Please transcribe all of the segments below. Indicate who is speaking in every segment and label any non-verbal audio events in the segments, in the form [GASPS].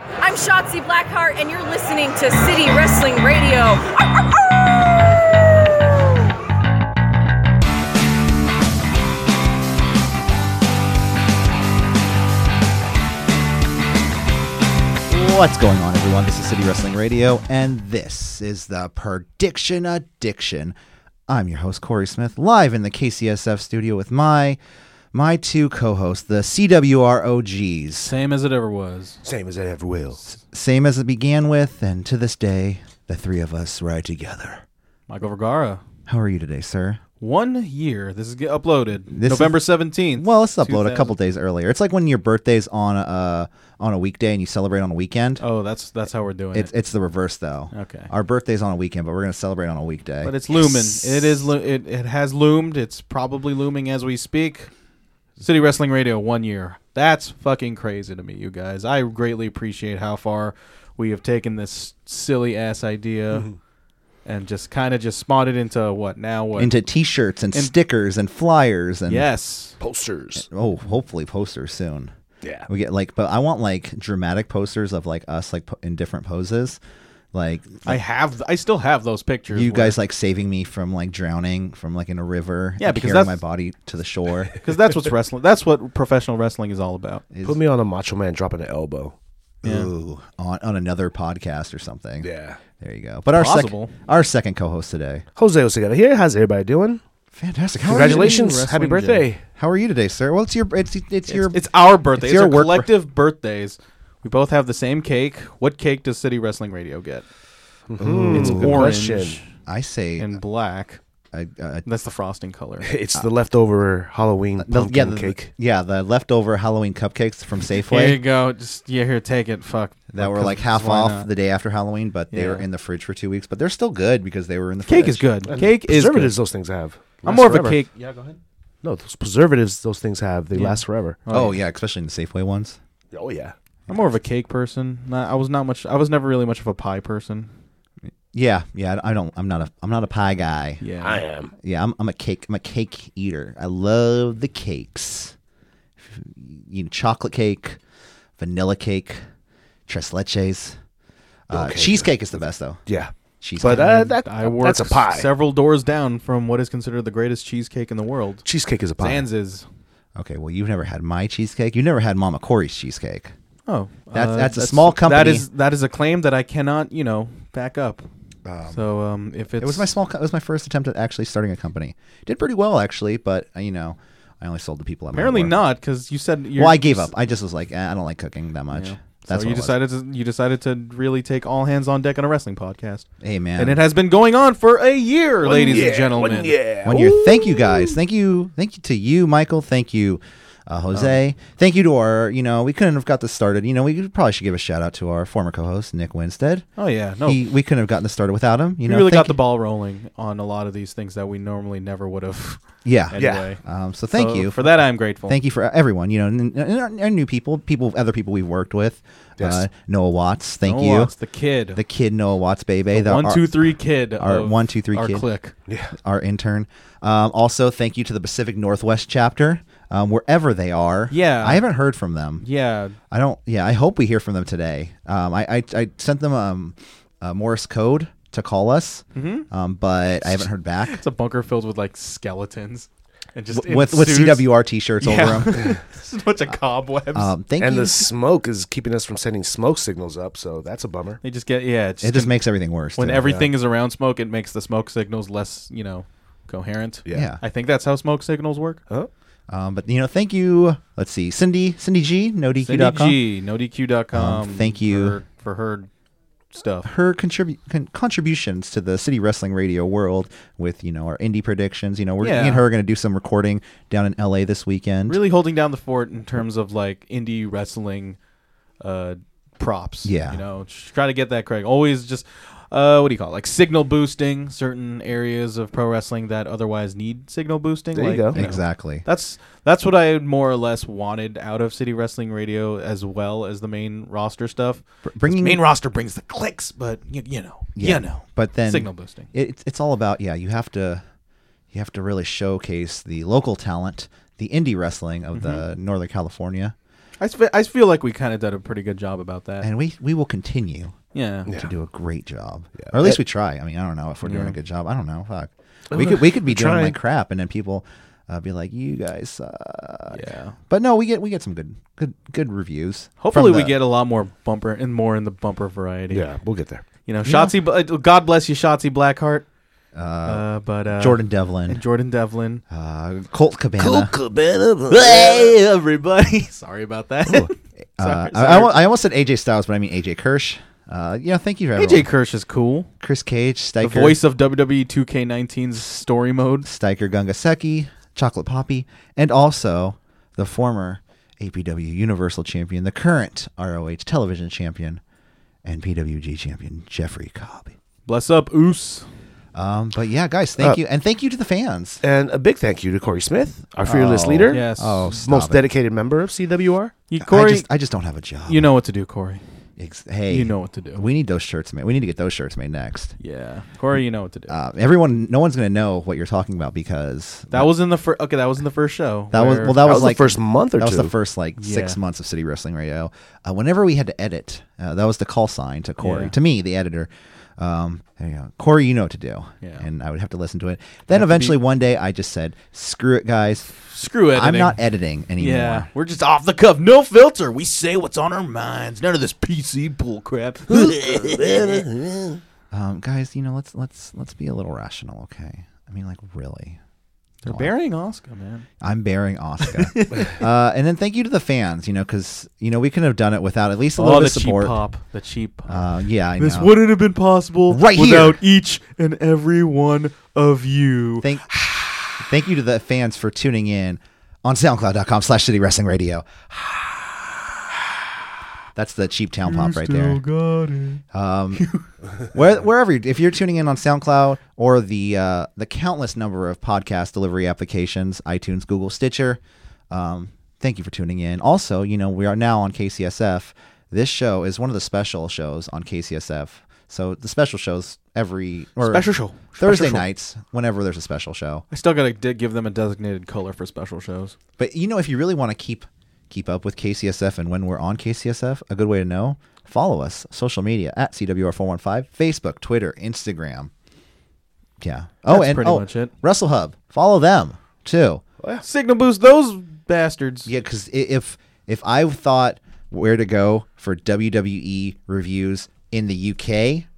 Speaker 1: I'm Shotzi Blackheart, and you're listening to City Wrestling Radio.
Speaker 2: What's going on, everyone? This is City Wrestling Radio, and this is the Prediction Addiction. I'm your host Corey Smith, live in the KCSF studio with my my two co-hosts, the CWROGs,
Speaker 3: Same as it ever was.
Speaker 4: Same as it ever will.
Speaker 2: same as it began with, and to this day, the three of us ride together.
Speaker 3: Michael Vergara.
Speaker 2: How are you today, sir?
Speaker 3: One year. This is get uploaded.
Speaker 2: This is-
Speaker 3: November seventeenth.
Speaker 2: Well, let's upload a couple days earlier. It's like when your birthday's on a uh, on a weekday and you celebrate on a weekend.
Speaker 3: Oh, that's that's how we're doing
Speaker 2: It's
Speaker 3: it.
Speaker 2: it's the reverse though.
Speaker 3: Okay.
Speaker 2: Our birthday's on a weekend, but we're gonna celebrate on a weekday.
Speaker 3: But it's looming. It is. Lo- it it has loomed. It's probably looming as we speak. City Wrestling Radio. One year. That's fucking crazy to me, you guys. I greatly appreciate how far we have taken this silly ass idea and just kind of just spawned it into what now what
Speaker 2: into t-shirts and, stickers and flyers and
Speaker 3: yes
Speaker 4: Posters.
Speaker 2: oh hopefully posters soon
Speaker 4: Yeah.
Speaker 2: we get like but i want like dramatic posters of like us like po- in different poses like
Speaker 3: I have I still have those pictures
Speaker 2: you
Speaker 3: where-
Speaker 2: guys like saving me from like drowning from like in a river
Speaker 3: Yeah,
Speaker 2: and
Speaker 3: because
Speaker 2: carrying my
Speaker 3: that's-
Speaker 2: body to the shore
Speaker 3: Because that's what's wrestling. That's what professional wrestling is all about.
Speaker 2: is,
Speaker 4: Put me on a Macho Man dropping an elbow.
Speaker 2: ooh, on, on another podcast or something
Speaker 4: Yeah.
Speaker 2: there you go but our
Speaker 3: Possible.
Speaker 2: second our second co-host today
Speaker 4: Jose Osagata here. How's everybody doing?
Speaker 2: fantastic how
Speaker 4: Congratulations.
Speaker 2: are you,
Speaker 4: Happy
Speaker 3: Wrestling
Speaker 4: birthday.
Speaker 2: how are you today sir well it's your it's it's, your
Speaker 3: It's our birthday.
Speaker 2: It's
Speaker 3: It's,
Speaker 2: your
Speaker 3: our
Speaker 2: work-
Speaker 3: collective birthdays. We both have the same cake. What cake does City Wrestling Radio get? It's
Speaker 4: Good
Speaker 3: orange
Speaker 4: question.
Speaker 2: i say
Speaker 3: and black.
Speaker 2: I, I,
Speaker 3: That's the frosting color. [LAUGHS]
Speaker 4: It's the leftover
Speaker 3: Uh,
Speaker 4: Halloween
Speaker 2: The-
Speaker 4: pumpkin
Speaker 2: yeah, the,
Speaker 4: cake.
Speaker 2: yeah, the leftover Halloween cupcakes from
Speaker 3: Here you
Speaker 2: Safeway
Speaker 3: go. Just yeah, here, take it. Fuck.
Speaker 2: that were
Speaker 3: Because
Speaker 2: like half
Speaker 3: why
Speaker 2: off
Speaker 3: not?
Speaker 2: the day after Halloween, but they
Speaker 3: Yeah.
Speaker 2: were in the fridge for two weeks. But they're still good because they were in the
Speaker 3: Cake
Speaker 2: fridge.
Speaker 3: is good. Cake is. Good.
Speaker 4: preservatives those things have.
Speaker 3: I'm
Speaker 4: last
Speaker 3: more of
Speaker 4: forever.
Speaker 3: a cake. Yeah, go ahead.
Speaker 4: No, those preservatives those things have, they last forever.
Speaker 2: Oh, yeah, especially in the Safeway ones.
Speaker 4: Oh yeah.
Speaker 3: I'm more of a cake person. Not, I was not much. I was never really much of a pie person.
Speaker 2: Yeah, yeah. I don't. I'm not a. I'm not a pie guy.
Speaker 3: Yeah.
Speaker 4: am.
Speaker 2: Yeah, I'm. I'm a cake. I'm a cake eater. I love the cakes. You know, chocolate cake, vanilla cake, tres leches. Uh,
Speaker 4: Okay.
Speaker 2: Cheesecake is the best though.
Speaker 4: Yeah.
Speaker 2: Cheesecake.
Speaker 4: But uh, that,
Speaker 3: I work
Speaker 4: that's a pie.
Speaker 3: several doors down from what is considered the greatest cheesecake in the world.
Speaker 4: Cheesecake is a pie.
Speaker 3: Zanz's.
Speaker 2: okay, well, you've never had my cheesecake. You never had Mama Corey's cheesecake.
Speaker 3: Oh,
Speaker 2: That's- that's a small
Speaker 3: That
Speaker 2: company.
Speaker 3: is that is a claim that I cannot, you know, back up. so um, if it's
Speaker 2: It was my small. co- It was my first attempt at actually starting a company. Did pretty well actually, but uh, you know, I only sold to people. At my
Speaker 3: apparently
Speaker 2: work.
Speaker 3: not because you said you're,
Speaker 2: Well, I gave up. I just was like, eh, I don't like cooking that much. That's
Speaker 3: That's
Speaker 2: what
Speaker 3: so you
Speaker 2: it was.
Speaker 3: decided to you decided to really take all hands on deck on a wrestling podcast,
Speaker 2: Hey man,
Speaker 3: and it has been going on for a year, ladies and gentlemen.
Speaker 4: Yeah.
Speaker 2: one year. Thank you guys. Thank you. Thank you to you, Michael. Thank you. Uh,
Speaker 3: Uh-huh.
Speaker 2: Jose, thank you to our, you know, we couldn't have got this started. You know, we probably should give a shout out to our former co-host Nick Winstead.
Speaker 3: Oh yeah, no,
Speaker 2: He, we couldn't have gotten this started without him. You
Speaker 3: we
Speaker 2: know,
Speaker 3: really
Speaker 2: thank
Speaker 3: got the ball rolling on a lot of these things that we normally never would have.
Speaker 2: Yeah,
Speaker 4: Yeah.
Speaker 3: Anyway,
Speaker 2: Um, so [LAUGHS] thank
Speaker 3: So
Speaker 2: you
Speaker 3: for that. I'm grateful.
Speaker 2: Thank you for everyone. You know, and, and, our- our new people, people, other people we've worked with.
Speaker 4: Yes.
Speaker 2: Uh, Noah Watts, thank
Speaker 3: Oh,
Speaker 2: you.
Speaker 3: it's the kid,
Speaker 2: The kid Noah Watts, baby. The,
Speaker 3: one
Speaker 2: our,
Speaker 3: two three kid,
Speaker 2: our
Speaker 3: of
Speaker 2: one, two, three
Speaker 3: our
Speaker 2: kid.
Speaker 3: click.
Speaker 2: our intern. Um, also, thank you to the Pacific Northwest chapter, um, wherever they are.
Speaker 3: Yeah.
Speaker 2: I haven't heard from them.
Speaker 3: Yeah,
Speaker 2: I don't. Yeah, I hope we hear from them today. Um, I, I I sent them um, a Morse code to call us, um, but I haven't heard back.
Speaker 3: Mm-hmm. It's a bunker filled with like skeletons and just in
Speaker 2: With, with
Speaker 3: suits. [LAUGHS]
Speaker 2: CWR t-shirts
Speaker 3: Yeah.
Speaker 2: over them.
Speaker 3: [LAUGHS] It's a bunch of cobwebs.
Speaker 2: Um, thank
Speaker 4: And
Speaker 2: you.
Speaker 4: the smoke is keeping us from sending smoke signals up, so that's a bummer.
Speaker 3: they just get yeah. It's
Speaker 2: it just makes everything worse.
Speaker 3: when
Speaker 2: too.
Speaker 3: everything is around smoke, it makes the smoke signals less you know coherent.
Speaker 2: Yeah.
Speaker 3: I think that's how smoke signals work.
Speaker 4: Huh?
Speaker 2: Um, but you know, thank you. Let's see, Cindy, Cindy G, no
Speaker 3: Cindy
Speaker 2: DQ.com.
Speaker 3: G, nodq.com.
Speaker 2: Um, thank you.
Speaker 3: for, for her stuff.
Speaker 2: Her contribu- con- contributions to the city wrestling radio world with you know our indie predictions. You know, we're
Speaker 3: Yeah.
Speaker 2: me and her are going to do some recording down in LA this weekend.
Speaker 3: Really holding down the fort in terms of like indie wrestling uh, props.
Speaker 2: Yeah.
Speaker 3: you know, sh- try to get that correct. Always just. Uh, what do you call it? Like signal boosting certain areas of pro wrestling that otherwise need signal boosting.
Speaker 4: There you
Speaker 3: like,
Speaker 4: go.
Speaker 3: know,
Speaker 2: Exactly.
Speaker 3: That's that's what I more or less wanted out of City Wrestling Radio as well as the main roster stuff.
Speaker 2: bringing-
Speaker 3: 'Cause main roster brings the clicks, but you, you know, you know,
Speaker 2: But then
Speaker 3: signal boosting.
Speaker 2: It, it's- it's all about yeah. You have to you have to
Speaker 3: Mm-hmm.
Speaker 2: really showcase the local talent, the indie wrestling of the Northern California.
Speaker 3: I, sp- I feel like we kind of did a pretty good job about that.
Speaker 2: and we we will continue
Speaker 3: yeah.
Speaker 2: to
Speaker 4: Yeah.
Speaker 2: do a great job, or at least we try. I mean, I don't know if we're doing a good job. I don't know. Fuck, we could we could be doing
Speaker 4: trying.
Speaker 2: like crap, and then people uh, be like, "You guys suck."
Speaker 3: Yeah.
Speaker 2: But no, we get we get some good good good reviews. from
Speaker 3: Hopefully, we
Speaker 2: the-
Speaker 3: get a lot more bumper and more in the bumper variety.
Speaker 4: Yeah, we'll get there.
Speaker 3: You know, Shotzi, Bla- God bless you, Shotzi Blackheart. Uh, but uh,
Speaker 2: Jordan Devlin,
Speaker 3: and
Speaker 2: [LAUGHS]
Speaker 3: Jordan Devlin.
Speaker 2: uh, Colt Cabana.
Speaker 3: Hey, everybody. Sorry about that.
Speaker 2: [LAUGHS] Uh,
Speaker 3: Sorry,
Speaker 2: I, I
Speaker 3: sorry.
Speaker 2: al- I almost said AJ Styles, but I mean AJ Kirsch. Uh, yeah, thank you, everyone.
Speaker 3: AJ Kirsch is cool.
Speaker 2: Chris Cage,
Speaker 3: The
Speaker 2: Steiker,
Speaker 3: voice of E WWE 2K19's story mode.
Speaker 2: Steiker Gungaseki, Chocolate Poppy, and also the former APW Universal Champion, the current ROH Television Champion, and PWG Champion Jeffrey Cobb.
Speaker 3: Bless up, Oos.
Speaker 2: Um, but yeah, guys, thank
Speaker 3: Uh,
Speaker 2: you, and thank you to the fans.
Speaker 4: And a big thank you to Corey Smith, our fearless
Speaker 2: Oh,
Speaker 4: leader,
Speaker 3: Yes.
Speaker 2: Oh, stop
Speaker 4: most
Speaker 2: it.
Speaker 4: dedicated member of CWR.
Speaker 3: You,
Speaker 2: I
Speaker 3: Corey,
Speaker 2: just, I just don't have a job.
Speaker 3: you know what to do, Corey.
Speaker 2: Ex- hey,
Speaker 3: you know what to do.
Speaker 2: We need those shirts made. We need to get those shirts made next.
Speaker 3: Yeah. Corey, you know what to do.
Speaker 2: Uh, everyone, no one's gonna know what you're talking about because
Speaker 3: that was in the first. Okay, that was in the first show.
Speaker 2: That was
Speaker 3: where-
Speaker 2: well. That,
Speaker 4: That was the
Speaker 2: like
Speaker 4: first month or
Speaker 2: that was
Speaker 4: two.
Speaker 2: the first like six
Speaker 3: Yeah.
Speaker 2: months of City Wrestling Radio. Uh, whenever we had to edit, uh, that was the call sign to Corey,
Speaker 3: Yeah.
Speaker 2: to me, the editor. Um, there you go. Corey, you know what to do,
Speaker 3: Yeah.
Speaker 2: and I would have to listen to it. Then eventually, one day, I just said, "Screw it, guys!
Speaker 3: Screw it.
Speaker 2: I'm not editing anymore."
Speaker 3: Yeah, we're just off the cuff, no filter. We say what's on our minds. None of this PC
Speaker 2: [LAUGHS]
Speaker 3: bull [LAUGHS] crap.
Speaker 2: Um, guys, you know, let's let's let's be a little rational, okay? I mean, like, really.
Speaker 3: They're burying Oscar, man.
Speaker 2: I'm bearing Oscar, uh, and then thank you to the fans, you know, because you know we couldn't have done it without at least a little
Speaker 3: Oh,
Speaker 2: bit
Speaker 3: the
Speaker 2: of support.
Speaker 3: cheap pop. The cheap pop.
Speaker 2: Uh, yeah, I
Speaker 5: This
Speaker 2: know.
Speaker 5: wouldn't have been possible
Speaker 2: Right here.
Speaker 5: without each and every one of you.
Speaker 2: thank thank you to the fans for tuning in on soundcloud.com slash city wrestling radio that's the cheap town pop right there
Speaker 5: got it.
Speaker 2: Where, wherever you, if you're tuning in on soundcloud or the uh, the countless number of podcast delivery applications itunes google stitcher um, thank you for tuning in also you know we are now on kcsf this show is one of the special shows on kcsf so the special shows every or
Speaker 3: Special show.
Speaker 2: thursday
Speaker 3: Special show.
Speaker 2: nights whenever there's a special show
Speaker 3: I still gotta d- give them a designated color for special shows.
Speaker 2: But you know, if you really want to keep keep up with KCSF and when we're on KCSF, a good way to know follow us social media at CWR415, Facebook, Twitter, Instagram. Yeah. Oh,
Speaker 3: That's
Speaker 2: and
Speaker 3: pretty
Speaker 2: oh,
Speaker 3: much it.
Speaker 2: Russell Hub, follow them too.
Speaker 3: Oh, Signal boost those bastards.
Speaker 2: Yeah, because if if I thought where to go for WWE reviews in the UK,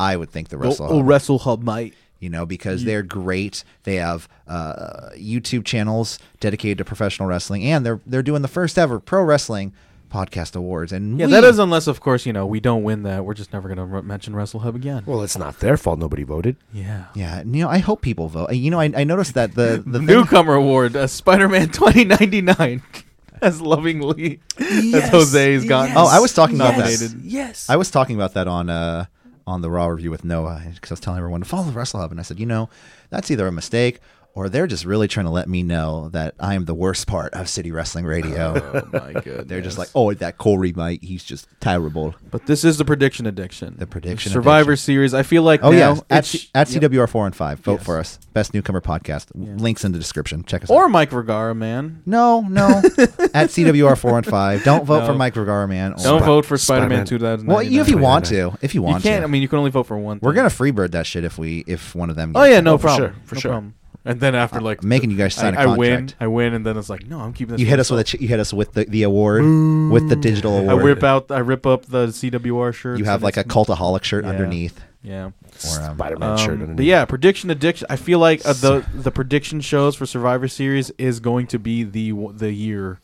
Speaker 2: I would think the
Speaker 3: Go-
Speaker 2: Russell
Speaker 3: oh,
Speaker 2: Hub
Speaker 3: Wrestle Hub might.
Speaker 2: you know, because
Speaker 3: Mm.
Speaker 2: they're great. They have uh, YouTube channels dedicated to professional wrestling, and they're they're doing the first ever pro wrestling podcast awards. And
Speaker 3: Yeah,
Speaker 2: we-
Speaker 3: that is unless, of course, you know we don't win that. We're just never gonna re- mention Wrestle Hub again.
Speaker 4: Well, it's not their fault. Nobody voted.
Speaker 3: yeah.
Speaker 2: Yeah, and, you know, I hope people vote. And, You know, I, I noticed that the
Speaker 3: [LAUGHS]
Speaker 2: the thing-
Speaker 3: Newcomer award, uh, Spider-Man [LAUGHS] 2099, [LAUGHS] as lovingly as Jose's gotten.
Speaker 2: Oh, I was talking about that.
Speaker 3: nominated.
Speaker 5: Yes.
Speaker 2: I was talking about that on uh, on the Raw review with Noah because I was telling everyone to follow Wrestle Hub, and I said, you know, that's either a mistake or they're just really trying to let me know that I am the worst part of City Wrestling Radio.
Speaker 3: [LAUGHS] Oh my goodness.
Speaker 2: they're just like, oh, that Corey mate, he's just terrible.
Speaker 3: "Oh, But this is the prediction addiction. The
Speaker 2: prediction
Speaker 3: Survivor
Speaker 2: addiction.
Speaker 3: Series. I feel like
Speaker 2: Oh
Speaker 3: now
Speaker 2: yeah, at,
Speaker 3: it's-
Speaker 2: C- at CWR four and five. Vote
Speaker 3: Yes.
Speaker 2: for us, best newcomer podcast. Links in the description. Check us
Speaker 3: or
Speaker 2: out.
Speaker 3: Mike Vergara, man.
Speaker 2: No,
Speaker 3: [LAUGHS]
Speaker 2: no. at CWR four and five. Don't vote for
Speaker 3: No.
Speaker 2: Mike Vergara, man. Or-
Speaker 3: Don't vote for Spider-Man,
Speaker 4: Spider-Man.
Speaker 3: 2000.
Speaker 2: Well, you, if you want to, if you
Speaker 3: you
Speaker 2: want
Speaker 3: can't.
Speaker 2: to,
Speaker 3: I mean, you can only vote for one.
Speaker 2: we're
Speaker 3: thing.
Speaker 2: gonna freebird that shit if we if one of them.
Speaker 3: Oh
Speaker 2: gets
Speaker 3: yeah,
Speaker 2: it.
Speaker 3: no
Speaker 4: for
Speaker 3: problem.
Speaker 4: sure, for
Speaker 3: No
Speaker 4: sure.
Speaker 3: problem. And then after like,
Speaker 2: making you guys sign a
Speaker 3: I, I win.
Speaker 2: contract.
Speaker 3: I win, and then it's like, no, I'm keeping this.
Speaker 2: You
Speaker 3: for
Speaker 2: hit us with a
Speaker 3: myself.
Speaker 2: ch- you hit us with the, the award with the digital
Speaker 3: I
Speaker 2: award.
Speaker 3: rip out. I rip up the CWR shirt.
Speaker 2: you have like a cultaholic shirt
Speaker 3: Yeah.
Speaker 2: underneath.
Speaker 3: Yeah.
Speaker 2: Or, um,
Speaker 4: Spider-Man
Speaker 3: Um,
Speaker 4: shirt underneath.
Speaker 3: but yeah, prediction addiction. I feel like uh, the the prediction shows for Survivor Series is going to be the the year,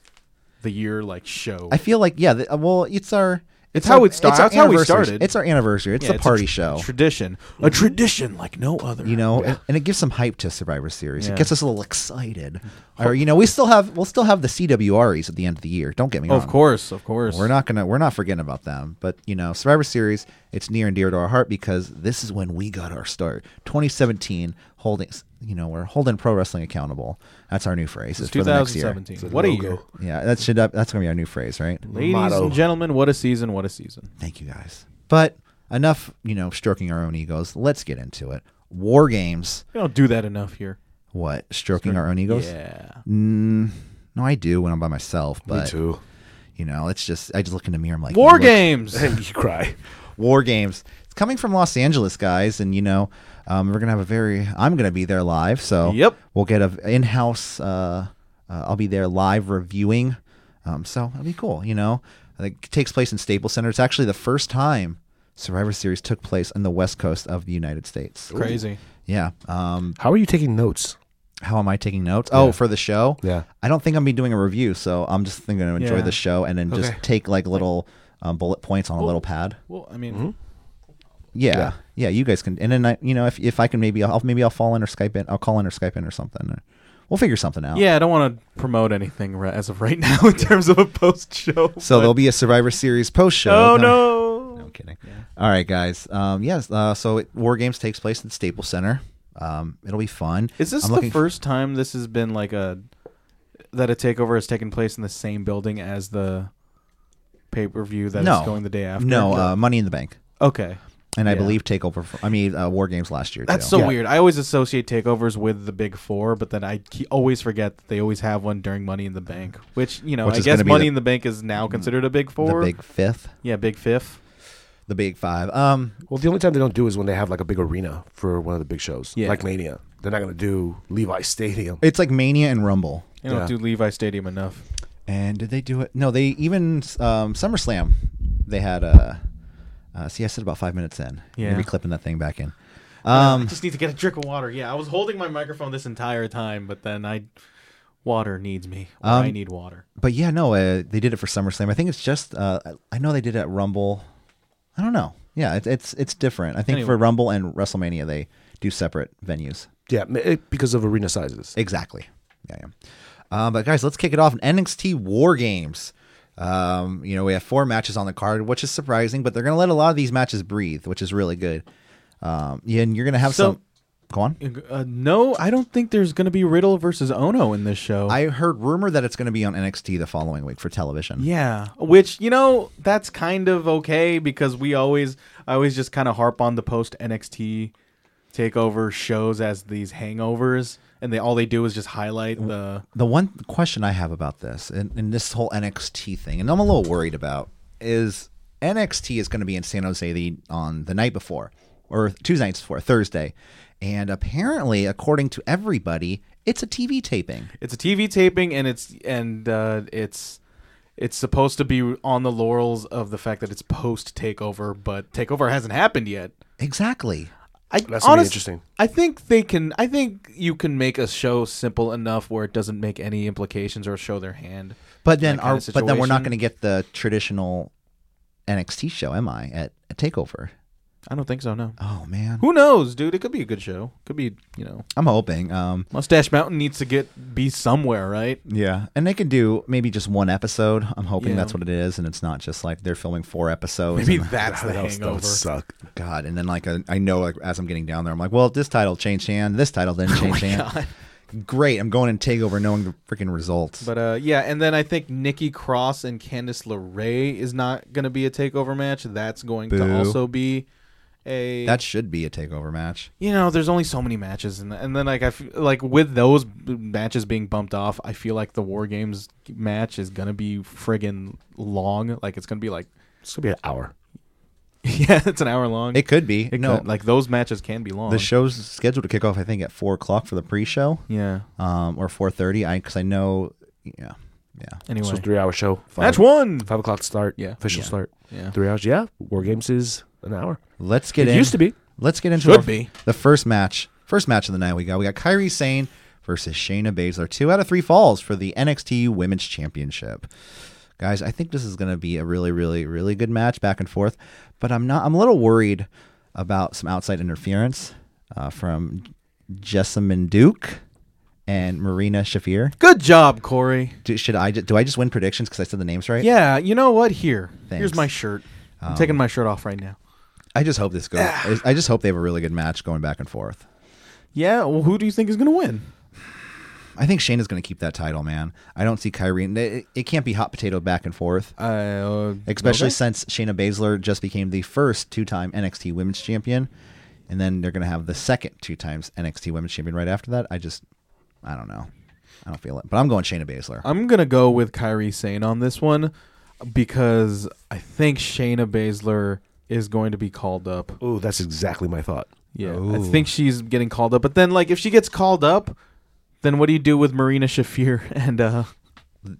Speaker 3: the year like show.
Speaker 2: I feel like yeah. th- uh, well, it's our.
Speaker 3: It's how
Speaker 2: our-
Speaker 3: it started.
Speaker 2: our
Speaker 3: That's how we
Speaker 2: anniversary.
Speaker 3: started.
Speaker 2: It's our anniversary. It's
Speaker 3: Yeah,
Speaker 2: the
Speaker 3: it's a
Speaker 2: party
Speaker 3: tr-
Speaker 2: show.
Speaker 3: tradition, a tradition like no other.
Speaker 2: you know and, and it gives some hype to survivor series
Speaker 3: Yeah.
Speaker 2: it gets us a little excited or you know we still have we'll still have the cwres at the end of the year don't get me wrong
Speaker 3: of course, of course.
Speaker 2: we're not gonna we're not forgetting about them but you know survivor series it's near and dear to our heart because this is when we got our start 2017 holding you know we're holding pro wrestling accountable that's our new phrase it's for the next year
Speaker 3: 2017. What a year,
Speaker 2: yeah that should that's gonna be our new phrase right
Speaker 3: ladies
Speaker 4: Motto.
Speaker 3: and gentlemen. What a season! What a season!
Speaker 2: Thank you guys. But enough, you know, stroking our own egos. Let's get into it. War games.
Speaker 3: We don't do that enough here.
Speaker 2: What? Stroking our own egos?
Speaker 3: Yeah.
Speaker 2: No, I do when I'm by myself, but
Speaker 4: Me too. [LAUGHS]
Speaker 2: you You know, it's just I just look in the mirror. I'm like
Speaker 3: War
Speaker 2: look-
Speaker 3: games.
Speaker 4: And you cry.
Speaker 2: War Games. It's coming from Los Angeles, guys, and you know um, we're gonna have a very. I'm gonna be there live, so
Speaker 3: Yep.
Speaker 2: we'll get a in-house. Uh, uh, I'll be there live reviewing, um, so it'll be cool. You know, I think it takes place in Staples Center. It's actually the first time Survivor Series took place on the West Coast of the United States.
Speaker 3: [LAUGHS] Crazy.
Speaker 2: Yeah. Um,
Speaker 4: How are you taking notes?
Speaker 2: how am I taking notes? Oh, for the show.
Speaker 4: Yeah.
Speaker 2: I don't think I'm be doing a review, so I'm just going to enjoy
Speaker 3: Yeah.
Speaker 2: the show and then just
Speaker 3: Okay.
Speaker 2: take like little um, bullet points on a little pad.
Speaker 3: Well, I mean,
Speaker 2: Yeah. yeah, You guys can, and then I, you know, if if I can, maybe I'll maybe I'll fall in or Skype in. I'll call in or Skype in or something. Or we'll figure something out.
Speaker 3: yeah, I don't want to promote anything ri- as of right [LAUGHS] now in terms of a post show.
Speaker 2: [LAUGHS] So there'll be a Survivor Series post show.
Speaker 3: Oh no.
Speaker 2: I'm kidding. All right, guys. Um, yes. Uh, so it, War Games takes place at Staples Center. Um, it'll be fun.
Speaker 3: Is this
Speaker 2: I'm
Speaker 3: the
Speaker 2: looking-
Speaker 3: first time this has been like a that a takeover has taken place in the same building as the pay per view that is
Speaker 2: No.
Speaker 3: going the day after?
Speaker 2: No, uh, Money in the Bank,
Speaker 3: okay.
Speaker 2: and I
Speaker 3: Yeah.
Speaker 2: believe Takeover. fr- I mean, uh, War Games last year.
Speaker 3: That's
Speaker 2: too.
Speaker 3: so
Speaker 4: Yeah.
Speaker 3: weird. I always associate takeovers with the big four, but then I ke- always forget that they always have one during Money in the Bank, which you know
Speaker 2: Which
Speaker 3: I
Speaker 2: is
Speaker 3: guess
Speaker 2: gonna be the-
Speaker 3: Money
Speaker 2: Mm,
Speaker 3: in the Bank is now considered a big
Speaker 2: the
Speaker 3: four.
Speaker 2: big fifth,
Speaker 3: yeah, big fifth.
Speaker 2: the big five. Um,
Speaker 4: Well, the only time they don't do is when they have like a big arena for one of the big shows,
Speaker 3: Yeah.
Speaker 4: like Mania. They're not going to do Levi Stadium.
Speaker 2: it's like Mania and Rumble.
Speaker 3: They don't
Speaker 4: Yeah.
Speaker 3: do Levi Stadium enough.
Speaker 2: And did they do it? No, they even um, SummerSlam. They had a. Uh, see, I said about five minutes in.
Speaker 3: Yeah.
Speaker 2: You're clipping that thing back in.
Speaker 3: I
Speaker 2: Um,
Speaker 3: just need to get a drink of water. Yeah, I was holding my microphone this entire time, but then I water needs me. Or I
Speaker 2: Um,
Speaker 3: need water.
Speaker 2: but yeah, no, uh, they did it for SummerSlam. I think it's just. Uh, I know they did it at Rumble. I don't know. Yeah, it's it's it's different. I think
Speaker 3: Anyway.
Speaker 2: for Rumble and WrestleMania they do separate venues.
Speaker 4: Yeah, ma- it, because of arena sizes.
Speaker 2: Exactly. Yeah, yeah. Uh, but guys, let's kick it off in NXT War Games. Um, you know, we have four matches on the card, which is surprising, but they're going to let a lot of these matches breathe, which is really good. Um, yeah, and you're going to have
Speaker 3: So-
Speaker 2: some. Go on.
Speaker 3: Uh, no, I don't think there's going to be Riddle versus Ono in this show.
Speaker 2: I heard rumor that it's going to be on NXT the following week for television.
Speaker 3: yeah, which you know that's kind of okay because we always, I always just kind of harp on the post NXT takeover shows as these hangovers, and they all they do is just highlight the.
Speaker 2: The one question I have about this and, and this whole NXT thing, and I'm a little worried about, is NXT is going to be in San Jose the, on the night before, or Tuesday nights before, Thursday. And apparently, according to everybody, it's a TV taping.
Speaker 3: It's a TV taping, and it's and uh, it's. It's supposed to be on the laurels of the fact that it's post takeover, but takeover hasn't happened yet.
Speaker 2: Exactly.
Speaker 3: I,
Speaker 4: That's gonna be interesting.
Speaker 3: I think they can. I think you can make a show simple enough where it doesn't make any implications or show their hand.
Speaker 2: But then,
Speaker 3: that kinda
Speaker 2: our, but then we're not
Speaker 3: situation.
Speaker 2: going to get the traditional NXT show, am I? At a takeover.
Speaker 3: I don't think so. No.
Speaker 2: Oh man,
Speaker 3: Who knows, dude? It could be a good show. Could be, you know,
Speaker 2: I'm hoping. Um,
Speaker 3: Mustache Mountain needs to get be somewhere, right?
Speaker 2: yeah, and they can do maybe just one episode. I'm hoping
Speaker 3: Yeah.
Speaker 2: that's what it is, and it's not just like they're filming four episodes.
Speaker 3: Maybe
Speaker 2: and-
Speaker 3: that's the
Speaker 4: That would- that
Speaker 3: hangover.
Speaker 4: would suck.
Speaker 2: God, and then like I, I know like as I'm getting down there, I'm like, well, this title changed hand, this title
Speaker 4: [LAUGHS] Oh
Speaker 2: didn't change hand. Great, I'm going and take over knowing the freaking results.
Speaker 3: But uh, yeah, and then I think Nikki Cross and Candice LeRae is not going to be a takeover match. That's going
Speaker 2: Boo.
Speaker 3: to also be a
Speaker 2: that should be a takeover match.
Speaker 3: you know, there's only so many matches, and and then like I f- like with those b- matches being bumped off, I feel like the War Games match is gonna be friggin' long. Like it's gonna be like [LAUGHS]
Speaker 4: It's going to be an hour.
Speaker 3: yeah, it's an hour long.
Speaker 2: It could be.
Speaker 3: It
Speaker 2: no,
Speaker 3: could- like those matches can be long.
Speaker 2: the show's scheduled to kick off, I think, at four o'clock for the pre-show,
Speaker 3: yeah.
Speaker 2: um, or four thirty. I because I know, yeah, yeah.
Speaker 3: Anyway,
Speaker 4: So three hour show. Five,
Speaker 3: match one.
Speaker 4: Five o'clock start.
Speaker 3: Yeah.
Speaker 4: Official start.
Speaker 3: Yeah.
Speaker 4: Three hours. Yeah. War Games is an hour.
Speaker 2: Let's get
Speaker 4: It
Speaker 2: in.
Speaker 4: used to be.
Speaker 2: Let's get into
Speaker 3: Should
Speaker 2: our-
Speaker 3: be.
Speaker 2: the first match. First match of the night we got. We got Kyrie Sane versus Shayna Baszler. Two out of three falls for the NXT Women's Championship. Guys, I think this is going to be a really, really, really good match back and forth. But I'm not. I'm a little worried about some outside interference uh, from Jessamine Duke and Marina Shafir.
Speaker 3: Good job, Corey.
Speaker 2: Do, should I? ju- Do I just win predictions because I said the names right?
Speaker 3: Yeah, you know what? Here, here's
Speaker 2: Thanks.
Speaker 3: my shirt. I'm taking my shirt off right now.
Speaker 2: I just hope this goes.
Speaker 3: Ah.
Speaker 2: I I just hope they have a really good match going back and forth.
Speaker 3: Yeah. Well, who do you think is gonna win?
Speaker 2: I think Shane is going to keep that title, man. I don't see Kyrie. and It, it can't be hot potato back and forth,
Speaker 3: Uh,
Speaker 2: especially
Speaker 3: okay.
Speaker 2: since Shayna Baszler just became the first two-time NXT Women's Champion, and then they're going to have the second two times NXT Women's Champion right after that. I just,
Speaker 3: Uh,
Speaker 2: I don't know. I don't feel it, but I'm going Shayna Baszler.
Speaker 3: I'm gonna go with Kyrie Sane on this one. because I think Shayna Baszler is going to be called up.
Speaker 4: Ooh, that's exactly my thought.
Speaker 3: Yeah, I
Speaker 2: Ooh.
Speaker 3: think she's getting called up. But then, like, if she gets called up, then what do you do with Marina Shafir [LAUGHS] and uh,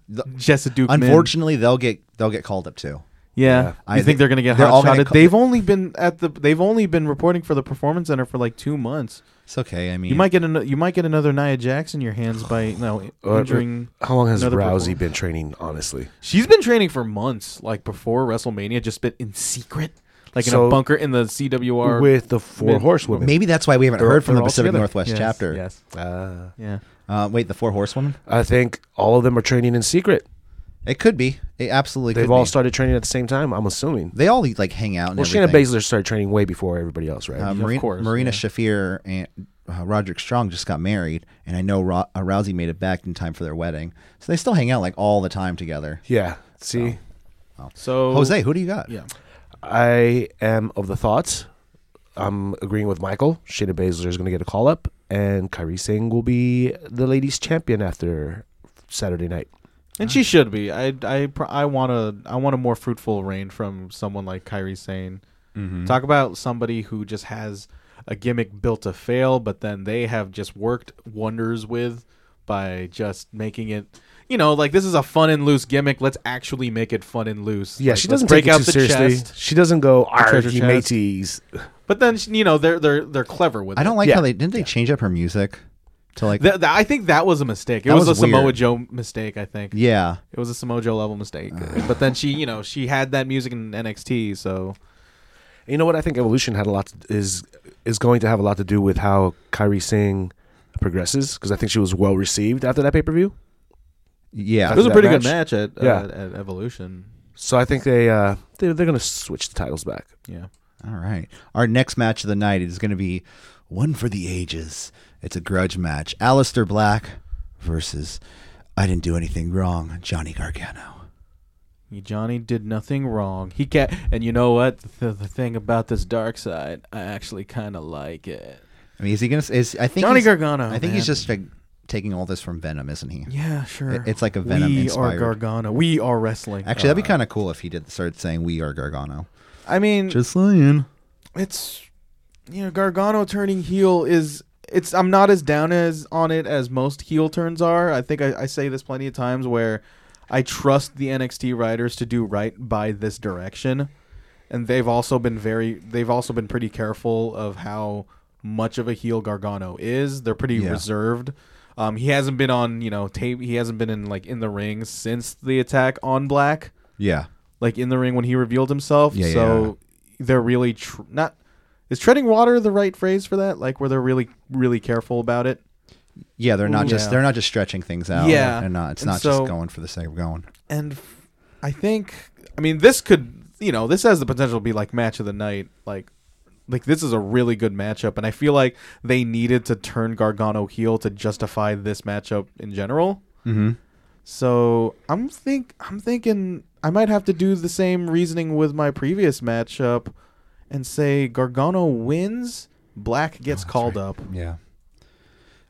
Speaker 2: The-
Speaker 3: Jessa Duke?
Speaker 2: Unfortunately, they'll get they'll get called up too.
Speaker 3: yeah,
Speaker 2: I
Speaker 3: I think
Speaker 2: think
Speaker 3: they're gonna get
Speaker 2: they're all gonna
Speaker 3: hot-shotted.
Speaker 2: co-
Speaker 3: they've only been at the they've only been reporting for the performance center for like two months.
Speaker 2: It's okay. I mean,
Speaker 3: You might get an, you might get another Nia Jackson in your hands by [SIGHS] no
Speaker 4: Uh,
Speaker 3: injuring.
Speaker 4: How long has
Speaker 3: another
Speaker 4: Rousey
Speaker 3: performer.
Speaker 4: been training? Honestly,
Speaker 3: She's been training for months, like before WrestleMania, just been in secret, like in a
Speaker 4: So-
Speaker 3: bunker in the CWR.
Speaker 4: with the four
Speaker 3: mid-
Speaker 4: horsewomen.
Speaker 2: maybe that's why we haven't heard from the
Speaker 3: They're all
Speaker 2: Pacific
Speaker 3: together.
Speaker 2: Northwest
Speaker 3: Yes,
Speaker 2: chapter.
Speaker 3: Yes.
Speaker 4: Uh,
Speaker 3: Yeah.
Speaker 2: Uh, wait, the Four Horsewomen?
Speaker 4: I think all of them are training in secret.
Speaker 2: It could be. It absolutely.
Speaker 4: They've
Speaker 2: could
Speaker 4: all
Speaker 2: be.
Speaker 4: started training at the same time. I'm assuming.
Speaker 2: They all like hang out. And
Speaker 4: Well, Shayna
Speaker 2: everything.
Speaker 4: Baszler started training way before everybody else, right?
Speaker 2: Uh,
Speaker 3: Of
Speaker 2: Marina,
Speaker 3: course,
Speaker 2: Marina
Speaker 3: yeah.
Speaker 2: Shafir and uh, Roderick Strong just got married, and I know Ro- uh, Rousey made it back in time for their wedding, so they still hang out like all the time together.
Speaker 4: yeah. See,
Speaker 3: So
Speaker 2: Jose, who do you got?
Speaker 3: Yeah.
Speaker 4: I am of the thoughts. I'm agreeing with Michael. Shayna Baszler is going to get a call up, and Kyrie Singh will be the ladies' champion after Saturday night.
Speaker 3: And she should be. I I pr- I want a I want a more fruitful reign from someone like Kyrie Sane.
Speaker 4: Mm-hmm.
Speaker 3: Talk about somebody who just has a gimmick built to fail, but then they have just worked wonders with by just making it. You know, like this is a fun and loose gimmick. Let's actually make it fun and loose.
Speaker 4: Yeah,
Speaker 3: Like,
Speaker 4: she
Speaker 3: let's
Speaker 4: doesn't take it too seriously. She doesn't go, "Our
Speaker 3: treasure chest."
Speaker 4: mateys."
Speaker 3: But then she- you know they're they're they're clever with.
Speaker 2: I don't
Speaker 3: it.
Speaker 2: like
Speaker 4: Yeah.
Speaker 2: how they didn't they change up her music to like
Speaker 3: Th- th- I think that was a mistake. It
Speaker 2: That
Speaker 3: was,
Speaker 2: was
Speaker 3: a Samoa
Speaker 2: weird.
Speaker 3: Joe mistake. I think
Speaker 2: yeah.
Speaker 3: it was a Samoa Joe level
Speaker 4: [SIGHS]
Speaker 3: mistake. but then she, you know, she had that music in NXT, so
Speaker 4: You know what? I think Evolution had a lot to, is is going to have a lot to do with how Kyrie Singh progresses because I think she was well received after that pay per view.
Speaker 2: Yeah.
Speaker 3: it was a
Speaker 4: that
Speaker 3: pretty good
Speaker 4: match?
Speaker 3: match at, uh,
Speaker 4: Yeah.
Speaker 3: at Evolution.
Speaker 4: So I think they uh, they they're going to switch the titles back.
Speaker 3: Yeah,
Speaker 2: All right. Our next match of the night is going to be one for the ages. It's a grudge match. Alistair Black versus I didn't do anything wrong, Johnny Gargano.
Speaker 3: Johnny did nothing wrong. He ca and you know what? The, the thing about this dark side, I actually kind of like it.
Speaker 2: I mean, is he gonna? Is I think
Speaker 3: Johnny
Speaker 2: he's-
Speaker 3: Gargano,
Speaker 2: I think he's
Speaker 3: man.
Speaker 2: just like, taking all this from Venom, isn't he?
Speaker 3: Yeah, sure.
Speaker 2: It- it's like a Venom
Speaker 3: We
Speaker 2: inspired-
Speaker 3: are Gargano. We are wrestling.
Speaker 2: Actually, that'd be kind of cool if he did start saying "We are Gargano."
Speaker 3: I mean,
Speaker 2: saying.
Speaker 3: it's you know Gargano turning heel is it's I'm not as down as on it as most heel turns are. I think I, I say this plenty of times where I trust the NXT writers to do right by this direction, and they've also been very they've also been pretty careful of how much of a heel Gargano is. They're pretty
Speaker 2: Yeah.
Speaker 3: reserved. Um, he hasn't been on you know tape. He hasn't been in like in the ring since the attack on Black
Speaker 2: Yeah,
Speaker 3: like in the ring when he revealed himself.
Speaker 2: Yeah,
Speaker 3: so they're really tr- not. Is treading water the right phrase for that? Like where they're really really careful about it.
Speaker 2: yeah. They're not just
Speaker 3: Yeah.
Speaker 2: they're not just stretching things out.
Speaker 3: Yeah.
Speaker 2: they're not. It's
Speaker 3: And
Speaker 2: not
Speaker 3: so-
Speaker 2: just going for the sake of going.
Speaker 3: And f- I think I mean this could you know this has the potential to be like match of the night. Like like this is a really good matchup, and I feel like they needed to turn Gargano heel to justify this matchup in general.
Speaker 2: Mm-hmm.
Speaker 3: So I'm think I'm thinking I might have to do the same reasoning with my previous matchup and say Gargano wins, Black gets called up.
Speaker 2: Yeah.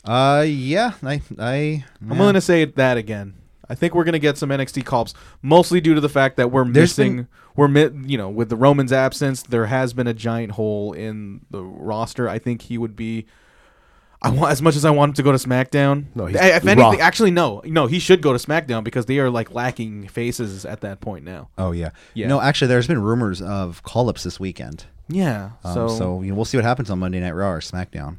Speaker 2: Uh, yeah. I I
Speaker 3: I'm willing to say that again. I think we're gonna get some NXT calls, mostly due to the fact that we're
Speaker 2: There's
Speaker 3: missing. we're mi- you know with the Roman's absence, there has been a giant hole in the roster. I think he would be. I want as much as I want him to go to SmackDown.
Speaker 4: No, he's
Speaker 3: I- if
Speaker 4: Raw.
Speaker 3: anything, actually no, no, he should go to SmackDown because they are like lacking faces at that point now.
Speaker 2: Oh yeah.
Speaker 3: Yeah.
Speaker 2: No, actually, there's been rumors of call ups this weekend.
Speaker 3: Yeah.
Speaker 2: Um,
Speaker 3: so,
Speaker 2: so you know, we'll see what happens on Monday Night Raw or SmackDown.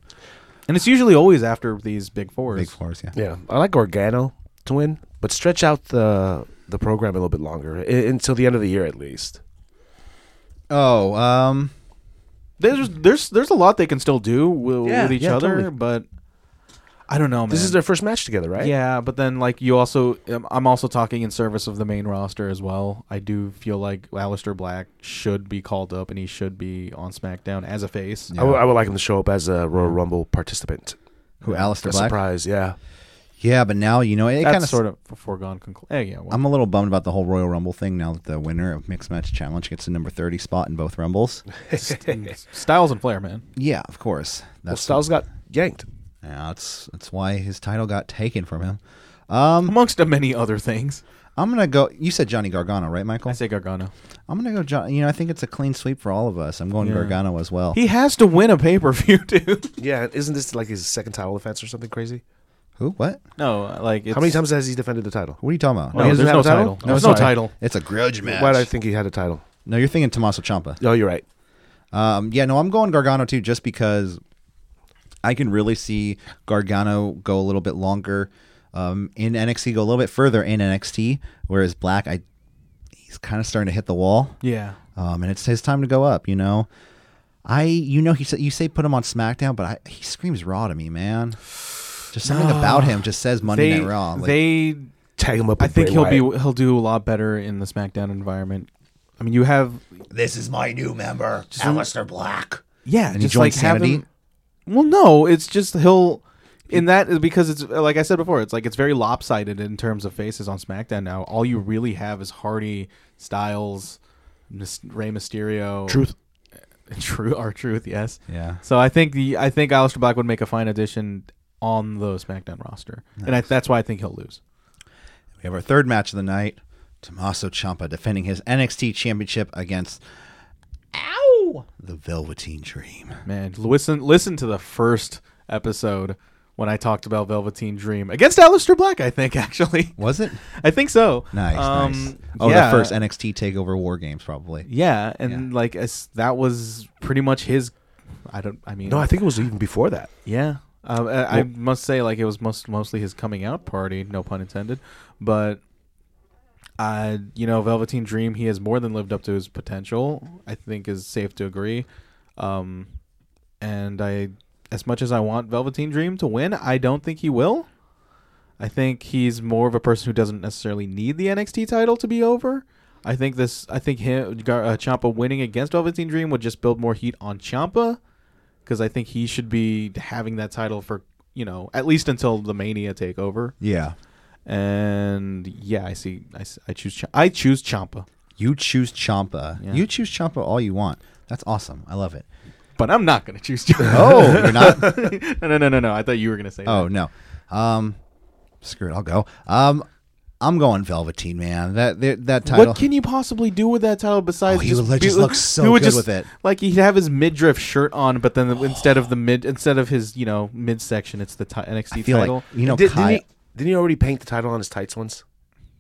Speaker 3: and it's usually always after these big fours.
Speaker 2: Big fours. Yeah.
Speaker 4: Yeah, I like Organo to win, but stretch out the the program a little bit longer i- until the end of the year at least.
Speaker 2: Oh. Um.
Speaker 3: There's there's there's a lot they can still do with,
Speaker 4: Yeah,
Speaker 3: with each
Speaker 4: yeah,
Speaker 3: other,
Speaker 4: totally.
Speaker 3: but I don't know, man.
Speaker 4: This is their first match together, right?
Speaker 3: yeah, but then like you also um, I'm also talking in service of the main roster as well. I do feel like Aleister Black should be called up and he should be on SmackDown as a face.
Speaker 4: I would- I would like him to show up as a Royal Rumble participant.
Speaker 2: Who? Alistair
Speaker 4: A
Speaker 2: Black.
Speaker 4: surprise, yeah.
Speaker 2: Yeah, but now you know it
Speaker 3: That's
Speaker 2: kind of
Speaker 3: sort of a foregone conclusion. yeah,
Speaker 4: Um,
Speaker 3: well,
Speaker 2: I'm a little bummed about the whole Royal Rumble thing now that the winner of Mixed Match Challenge gets a number 30 spot in both Rumbles.
Speaker 3: Styles and Flair, man.
Speaker 2: yeah, of course.
Speaker 4: Well,
Speaker 2: That's,
Speaker 4: Styles got yanked.
Speaker 2: yeah, that's that's why his title got taken from him.
Speaker 4: Um,
Speaker 3: Amongst many other things.
Speaker 2: I'm gonna go. You said Johnny Gargano, right, Michael?
Speaker 4: um,
Speaker 3: I say Gargano.
Speaker 2: I'm gonna go. John, you know, I think it's a clean sweep for all of us. I'm going
Speaker 3: Yeah.
Speaker 2: Gargano as well.
Speaker 3: He has to win a pay per view, [LAUGHS] dude.
Speaker 4: Yeah, isn't this like his second title defense or something crazy?
Speaker 2: Who? What?
Speaker 3: No, like it's,
Speaker 4: How many times has he defended the title?
Speaker 2: What are you talking about?
Speaker 3: No,
Speaker 4: Oh, he
Speaker 3: there's
Speaker 4: doesn't
Speaker 3: no
Speaker 4: have a title?
Speaker 3: title.
Speaker 4: Oh,
Speaker 3: There's no
Speaker 4: sorry.
Speaker 3: title.
Speaker 2: It's a grudge match.
Speaker 4: Why did I think he had a title?
Speaker 2: no, you're thinking Tommaso Ciampa.
Speaker 4: Oh, you're right.
Speaker 2: Um, yeah, no, I'm going Gargano too, just because I can really see Gargano go a little bit longer um, in NXT, go a little bit further in NXT, whereas Black, I he's kind of starting to hit the wall,
Speaker 3: Yeah.
Speaker 2: um, and it's his time to go up. You know, I you know he said you say put him on SmackDown, but I, he screams Raw to me, man. Just
Speaker 3: [SIGHS]
Speaker 2: something about him just says Monday
Speaker 3: They,
Speaker 2: Night Raw. Like,
Speaker 3: they
Speaker 4: Tag him up.
Speaker 3: I
Speaker 4: with
Speaker 3: think
Speaker 4: Bray
Speaker 3: he'll
Speaker 4: Wyatt.
Speaker 3: be he'll do a lot better in the SmackDown environment. I mean, you have
Speaker 2: this is my new member, Aleister Black.
Speaker 3: yeah,
Speaker 2: And he
Speaker 3: just
Speaker 2: joined
Speaker 3: like have
Speaker 2: Sanity?
Speaker 3: him- Well, no, it's just he'll in that is because it's like I said before, it's like it's very lopsided in terms of faces on SmackDown now. All you really have is Hardy, Styles, Mys- Rey Mysterio,
Speaker 4: Truth.
Speaker 3: [LAUGHS] True, our truth, yes.
Speaker 2: Yeah.
Speaker 3: So I think the I think Aleister Black would make a fine addition on the SmackDown roster, and I, that's why I think he'll lose.
Speaker 2: We have our third match of the night. Tommaso Ciampa defending his NXT championship against Ow the Velveteen Dream.
Speaker 3: Man, listen listen to the first episode when I talked about Velveteen Dream against Aleister Black. I think [LAUGHS] actually,
Speaker 2: Was it?
Speaker 3: I think so.
Speaker 2: Nice,
Speaker 3: Um,
Speaker 2: nice. Oh,
Speaker 3: yeah.
Speaker 2: the first NXT takeover war games probably.
Speaker 3: Yeah, and like as, that was pretty much his. I don't. I mean,
Speaker 4: No, I think it was even before that.
Speaker 3: yeah. Um, I, I must say, like it was most mostly his coming out party, no pun intended. But, uh, you know, Velveteen Dream, he has more than lived up to his potential. I think is safe to agree. Um, and I, as much as I want Velveteen Dream to win, I don't think he will. I think he's more of a person who doesn't necessarily need the NXT title to be over. I think this. I think him Gar- uh, Champa winning against Velveteen Dream would just build more heat on Champa, because I think he should be having that title for you know at least until the Mania takeover.
Speaker 2: Yeah.
Speaker 3: And yeah, I see. I, s- I choose. Ch- I choose Champa,
Speaker 2: You choose Ciampa.
Speaker 3: Yeah.
Speaker 2: You choose Ciampa all you want. That's awesome. I love it.
Speaker 3: but I'm not gonna
Speaker 2: [LAUGHS]
Speaker 3: choose Champa.
Speaker 2: Oh, you're not.
Speaker 3: [LAUGHS] no, no, no, no, no. I thought you were gonna say.
Speaker 2: Oh no. Um, screw it. I'll go. Um, I'm going Velveteen, man. That that, that
Speaker 3: that.
Speaker 2: title.
Speaker 3: What can you possibly do with that title besides
Speaker 2: Oh, he
Speaker 3: just,
Speaker 2: would just look so
Speaker 3: he would
Speaker 2: good with it.
Speaker 3: Like he'd have his midriff shirt on,
Speaker 2: [GASPS]
Speaker 3: but then the, instead of the mid, instead of his you know midsection, it's the ti- NXT
Speaker 2: I feel
Speaker 3: title.
Speaker 2: like you know
Speaker 4: Did,
Speaker 2: Kai.
Speaker 4: not he, didn't he already paint the title on his tights once?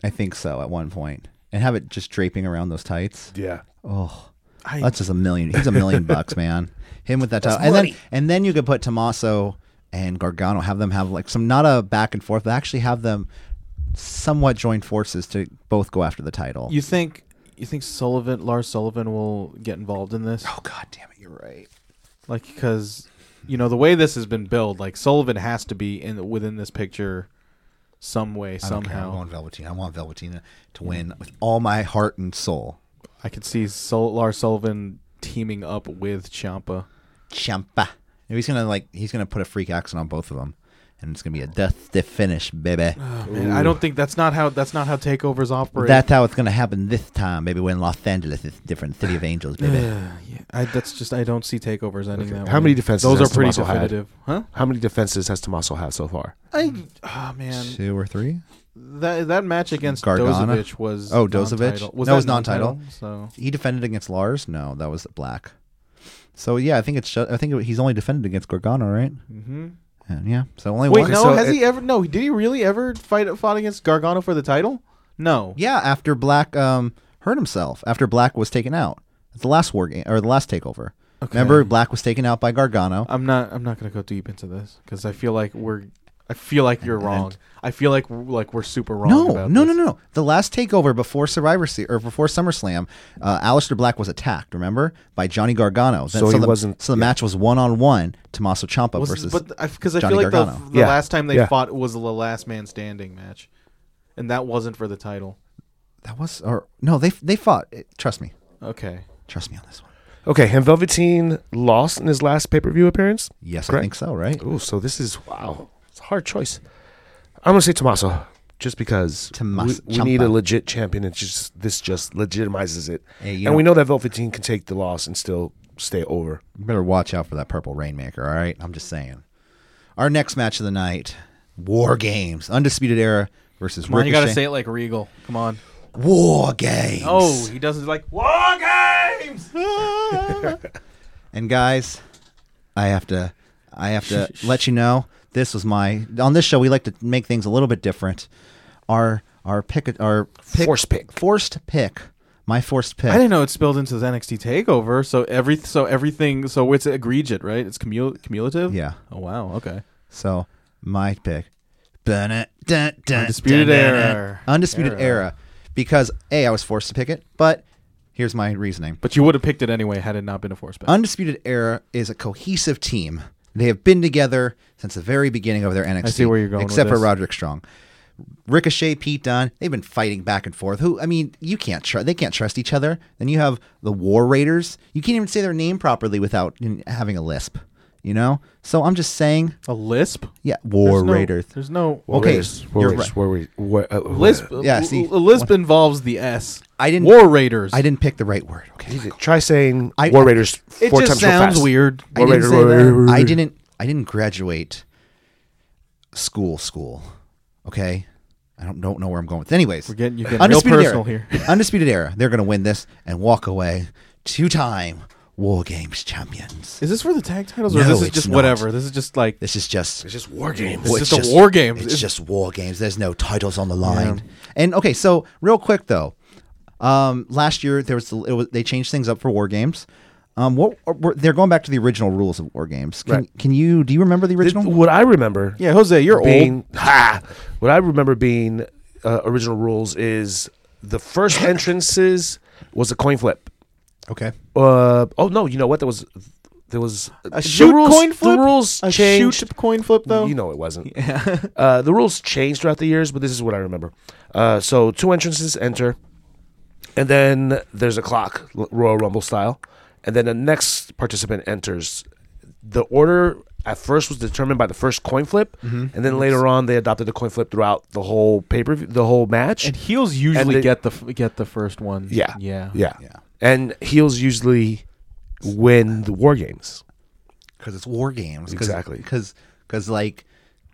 Speaker 2: I think so at one point, and have it just draping around those tights.
Speaker 4: Yeah.
Speaker 2: Oh,
Speaker 3: I-
Speaker 2: that's just a million. He's a million bucks, man. Him with that title, and then
Speaker 4: money.
Speaker 2: and then you could put Tommaso and Gargano. Have them have like some not a back and forth, but actually have them somewhat join forces to both go after the title.
Speaker 3: You think you think Sullivan Lars Sullivan will get involved in this?
Speaker 2: oh God damn it, you're right.
Speaker 3: Like because you know the way this has been built, like Sullivan has to be in within this picture some way
Speaker 2: I don't care. I'm
Speaker 3: somehow.
Speaker 2: going Velveteen. I want Velveteen to win with all my heart and soul.
Speaker 3: I could see Sol- Lars Sullivan teaming up with Champa.
Speaker 2: Champa. And he's gonna like he's gonna put a freak accent on both of them, and it's gonna be a death to finish, baby.
Speaker 3: I don't think that's not how that's not how takeovers operate.
Speaker 2: That's how it's gonna happen this time, baby. We're in Los Angeles, it's different city
Speaker 3: [SIGHS]
Speaker 2: of angels, baby.
Speaker 3: [SIGHS] yeah, I, that's just I don't see takeovers ending that.
Speaker 4: How
Speaker 3: way.
Speaker 4: many defenses
Speaker 3: Those
Speaker 4: has
Speaker 3: are pretty
Speaker 4: Tommaso had?
Speaker 3: definitive, huh?
Speaker 4: How many defenses has Tommaso have so far?
Speaker 3: I oh man,
Speaker 2: Two or three?
Speaker 3: that that match against
Speaker 2: Gargano?
Speaker 3: Dozovich was
Speaker 2: Oh, Dozovich?
Speaker 3: non-title.
Speaker 2: That was non-title?
Speaker 3: So
Speaker 2: He defended against Lars. No, that was Black. So yeah, I think it's I think he's only defended against Gargano, right? Mm-hmm. And yeah, so only
Speaker 3: Wait,
Speaker 2: one.
Speaker 3: no,
Speaker 4: so
Speaker 3: has
Speaker 4: it-
Speaker 3: he ever? No, did he really ever fight fought against Gargano for the title? No.
Speaker 2: Yeah, after Black um, hurt himself, after Black was taken out, That's the last war game or the last takeover. Remember, Black was taken out by Gargano.
Speaker 3: I'm not. I'm not gonna go deep into this because I feel like we're. I feel like you're wrong. I feel like we're- like we're super wrong.
Speaker 2: No,
Speaker 3: about
Speaker 2: no, no,
Speaker 3: this.
Speaker 2: no, no. The last takeover before Survivor Series or before SummerSlam, uh, Aleister Black was attacked. Remember by Johnny Gargano. Then-
Speaker 4: So he
Speaker 2: the,
Speaker 4: wasn't-
Speaker 2: So the
Speaker 4: yeah.
Speaker 2: match was one on one. Tommaso Ciampa
Speaker 3: Was-
Speaker 2: versus.
Speaker 3: but because I
Speaker 2: Johnny
Speaker 3: feel like the,
Speaker 2: Gargano.
Speaker 3: the
Speaker 4: Yeah.
Speaker 3: last time they
Speaker 4: Yeah.
Speaker 3: fought was the last man standing match, and that wasn't for the title.
Speaker 2: that was or no? They they fought. It- Trust me.
Speaker 3: Okay.
Speaker 2: Trust me on this one.
Speaker 4: Okay, and Velveteen lost in his last pay per view appearance.
Speaker 2: Yes, I
Speaker 4: Correct.
Speaker 2: think so. Right.
Speaker 4: Oh, so this is wow. It's a hard choice. I'm gonna say Tommaso, just because
Speaker 2: Tommaso
Speaker 4: we, we need a
Speaker 2: Ciampa.
Speaker 4: legit champion. It's just this just legitimizes it,
Speaker 2: Hey, you
Speaker 4: and we
Speaker 2: know-
Speaker 4: know that Velveteen can take the loss and still stay over.
Speaker 2: You better watch out for that purple rainmaker. All right. I'm just saying. Our next match of the night: War Games, Undisputed Era versus
Speaker 3: Come on, you
Speaker 2: Ricochet.
Speaker 3: gotta say it like Regal. Come on.
Speaker 2: War Games.
Speaker 3: Oh, he doesn't like War
Speaker 2: [LAUGHS]
Speaker 3: Games.
Speaker 2: And guys, I have to I have to let you know this was my on this show we like to make things a little bit different. Our our pick our pick,
Speaker 4: Forced pick.
Speaker 2: forced pick my forced pick
Speaker 3: I didn't know it spilled into the NXT Takeover. So every so everything so it's egregious, right? It's cumul- cumulative.
Speaker 2: Yeah.
Speaker 3: Oh wow. Okay.
Speaker 2: so my pick dun, dun, dun, dun,
Speaker 3: Undisputed
Speaker 2: dun, dun, dun.
Speaker 3: era.
Speaker 2: undisputed era. because a I was forced to pick it but here's my reasoning
Speaker 3: But you would have picked it anyway had it not been a force back.
Speaker 2: undisputed era is a cohesive team they have been together since the very beginning of their NXT
Speaker 3: see where you're going with
Speaker 2: except for
Speaker 3: this.
Speaker 2: Roderick Strong Ricochet, Pete Dunne, they've been fighting back and forth. Who I mean, you can't trust. They can't trust each other. Then you have the War Raiders. You can't even say their name properly without having a lisp. You know. So I'm just saying,
Speaker 3: a lisp?
Speaker 2: yeah, War
Speaker 3: There's no-
Speaker 2: Raiders.
Speaker 3: There's no
Speaker 2: Okay,
Speaker 4: Warriors, Warriors,
Speaker 2: right.
Speaker 4: Warriors, War- uh,
Speaker 3: lisp.
Speaker 2: Yeah, see.
Speaker 3: a lisp involves the S.
Speaker 2: I didn't-
Speaker 3: War Raiders.
Speaker 2: I didn't pick the right word. Okay.
Speaker 4: uh, Try saying
Speaker 2: I-
Speaker 4: War Raiders
Speaker 3: It
Speaker 4: four
Speaker 3: just
Speaker 4: times real
Speaker 3: sounds
Speaker 4: fast.
Speaker 3: weird.
Speaker 2: I didn't,
Speaker 4: Warrior,
Speaker 2: say that.
Speaker 4: warrior.
Speaker 2: I didn't. I didn't graduate school. School. Okay. I don't don't know where I'm going with. Anyways,
Speaker 3: We're getting- you're getting real personal
Speaker 2: era.
Speaker 3: here. [LAUGHS]
Speaker 2: Undisputed era. They're going to win this and walk away two-time War Games champions.
Speaker 3: Is this for the tag titles, or
Speaker 2: No,
Speaker 3: this is
Speaker 2: it's
Speaker 3: just
Speaker 2: not.
Speaker 3: whatever? This is just like
Speaker 2: This is just.
Speaker 4: It's just War Games.
Speaker 2: well,
Speaker 3: just a War Games.
Speaker 2: It's
Speaker 3: It's-
Speaker 2: just war games. There's no titles on the line. And okay, so real quick though, um, last year there was, it was they changed things up for war games. Um, what were, they're going back to the original rules of war games. Can,
Speaker 4: Right.
Speaker 2: can you do you remember the original?
Speaker 4: What I remember
Speaker 3: yeah, Jose, you're old.
Speaker 4: being ha, what I remember being uh, original rules is
Speaker 3: [LAUGHS]
Speaker 4: the first entrances was a coin flip.
Speaker 2: okay.
Speaker 4: Uh, oh no, you know what? There was there was
Speaker 3: A shoot
Speaker 4: the rules,
Speaker 3: coin flip.
Speaker 4: The rules
Speaker 3: a
Speaker 4: changed.
Speaker 3: shoot coin flip though.
Speaker 4: You know it wasn't. uh, the rules changed throughout the years, but this is what I remember. Uh, so two entrances enter, and then there's a clock, L- Royal Rumble style, and then the next participant enters. The order at first was determined by the first coin flip,
Speaker 3: Mm-hmm.
Speaker 4: and then later on they adopted the coin flip throughout the whole pay per view, the whole match.
Speaker 3: And heels usually
Speaker 4: And they-
Speaker 3: get the f- get the first one.
Speaker 4: yeah,
Speaker 3: Yeah.
Speaker 4: yeah,
Speaker 2: Yeah.
Speaker 4: And heels usually win the war games.
Speaker 2: because it's war games. Cause,
Speaker 4: Exactly.
Speaker 2: Because because like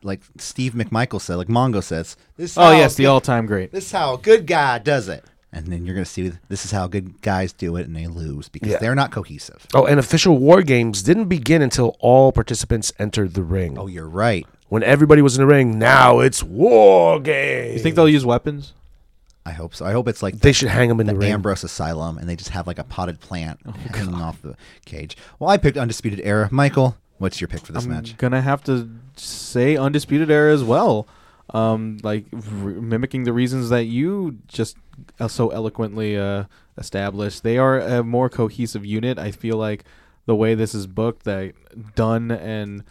Speaker 2: like Steve McMichael said, like Mongo says, this. is
Speaker 3: Oh
Speaker 2: how
Speaker 3: yes, the
Speaker 2: good-
Speaker 3: all-time great.
Speaker 2: This is how a good guy does it. And then you're gonna see this is how good guys do it, and they lose because
Speaker 4: Yeah.
Speaker 2: they're not cohesive.
Speaker 4: Oh, and official war games didn't begin until all participants entered the ring.
Speaker 2: Oh, you're right.
Speaker 4: when everybody was in the ring. Now it's war game.
Speaker 3: You think they'll use weapons?
Speaker 2: I hope so. I hope it's like
Speaker 4: they should hang them in the,
Speaker 2: the
Speaker 4: ring? Oh,
Speaker 2: Ambrose Asylum, and they just have like a potted plant [LAUGHS] hanging off the cage. Well, I picked Undisputed Era. Michael, what's your pick for this
Speaker 4: Um,
Speaker 2: match?
Speaker 3: Gonna have to say undisputed era as well. Um, like r- mimicking the reasons that you just uh, so eloquently uh, established, they are a more cohesive unit. I feel like the way this is booked, that Dunn and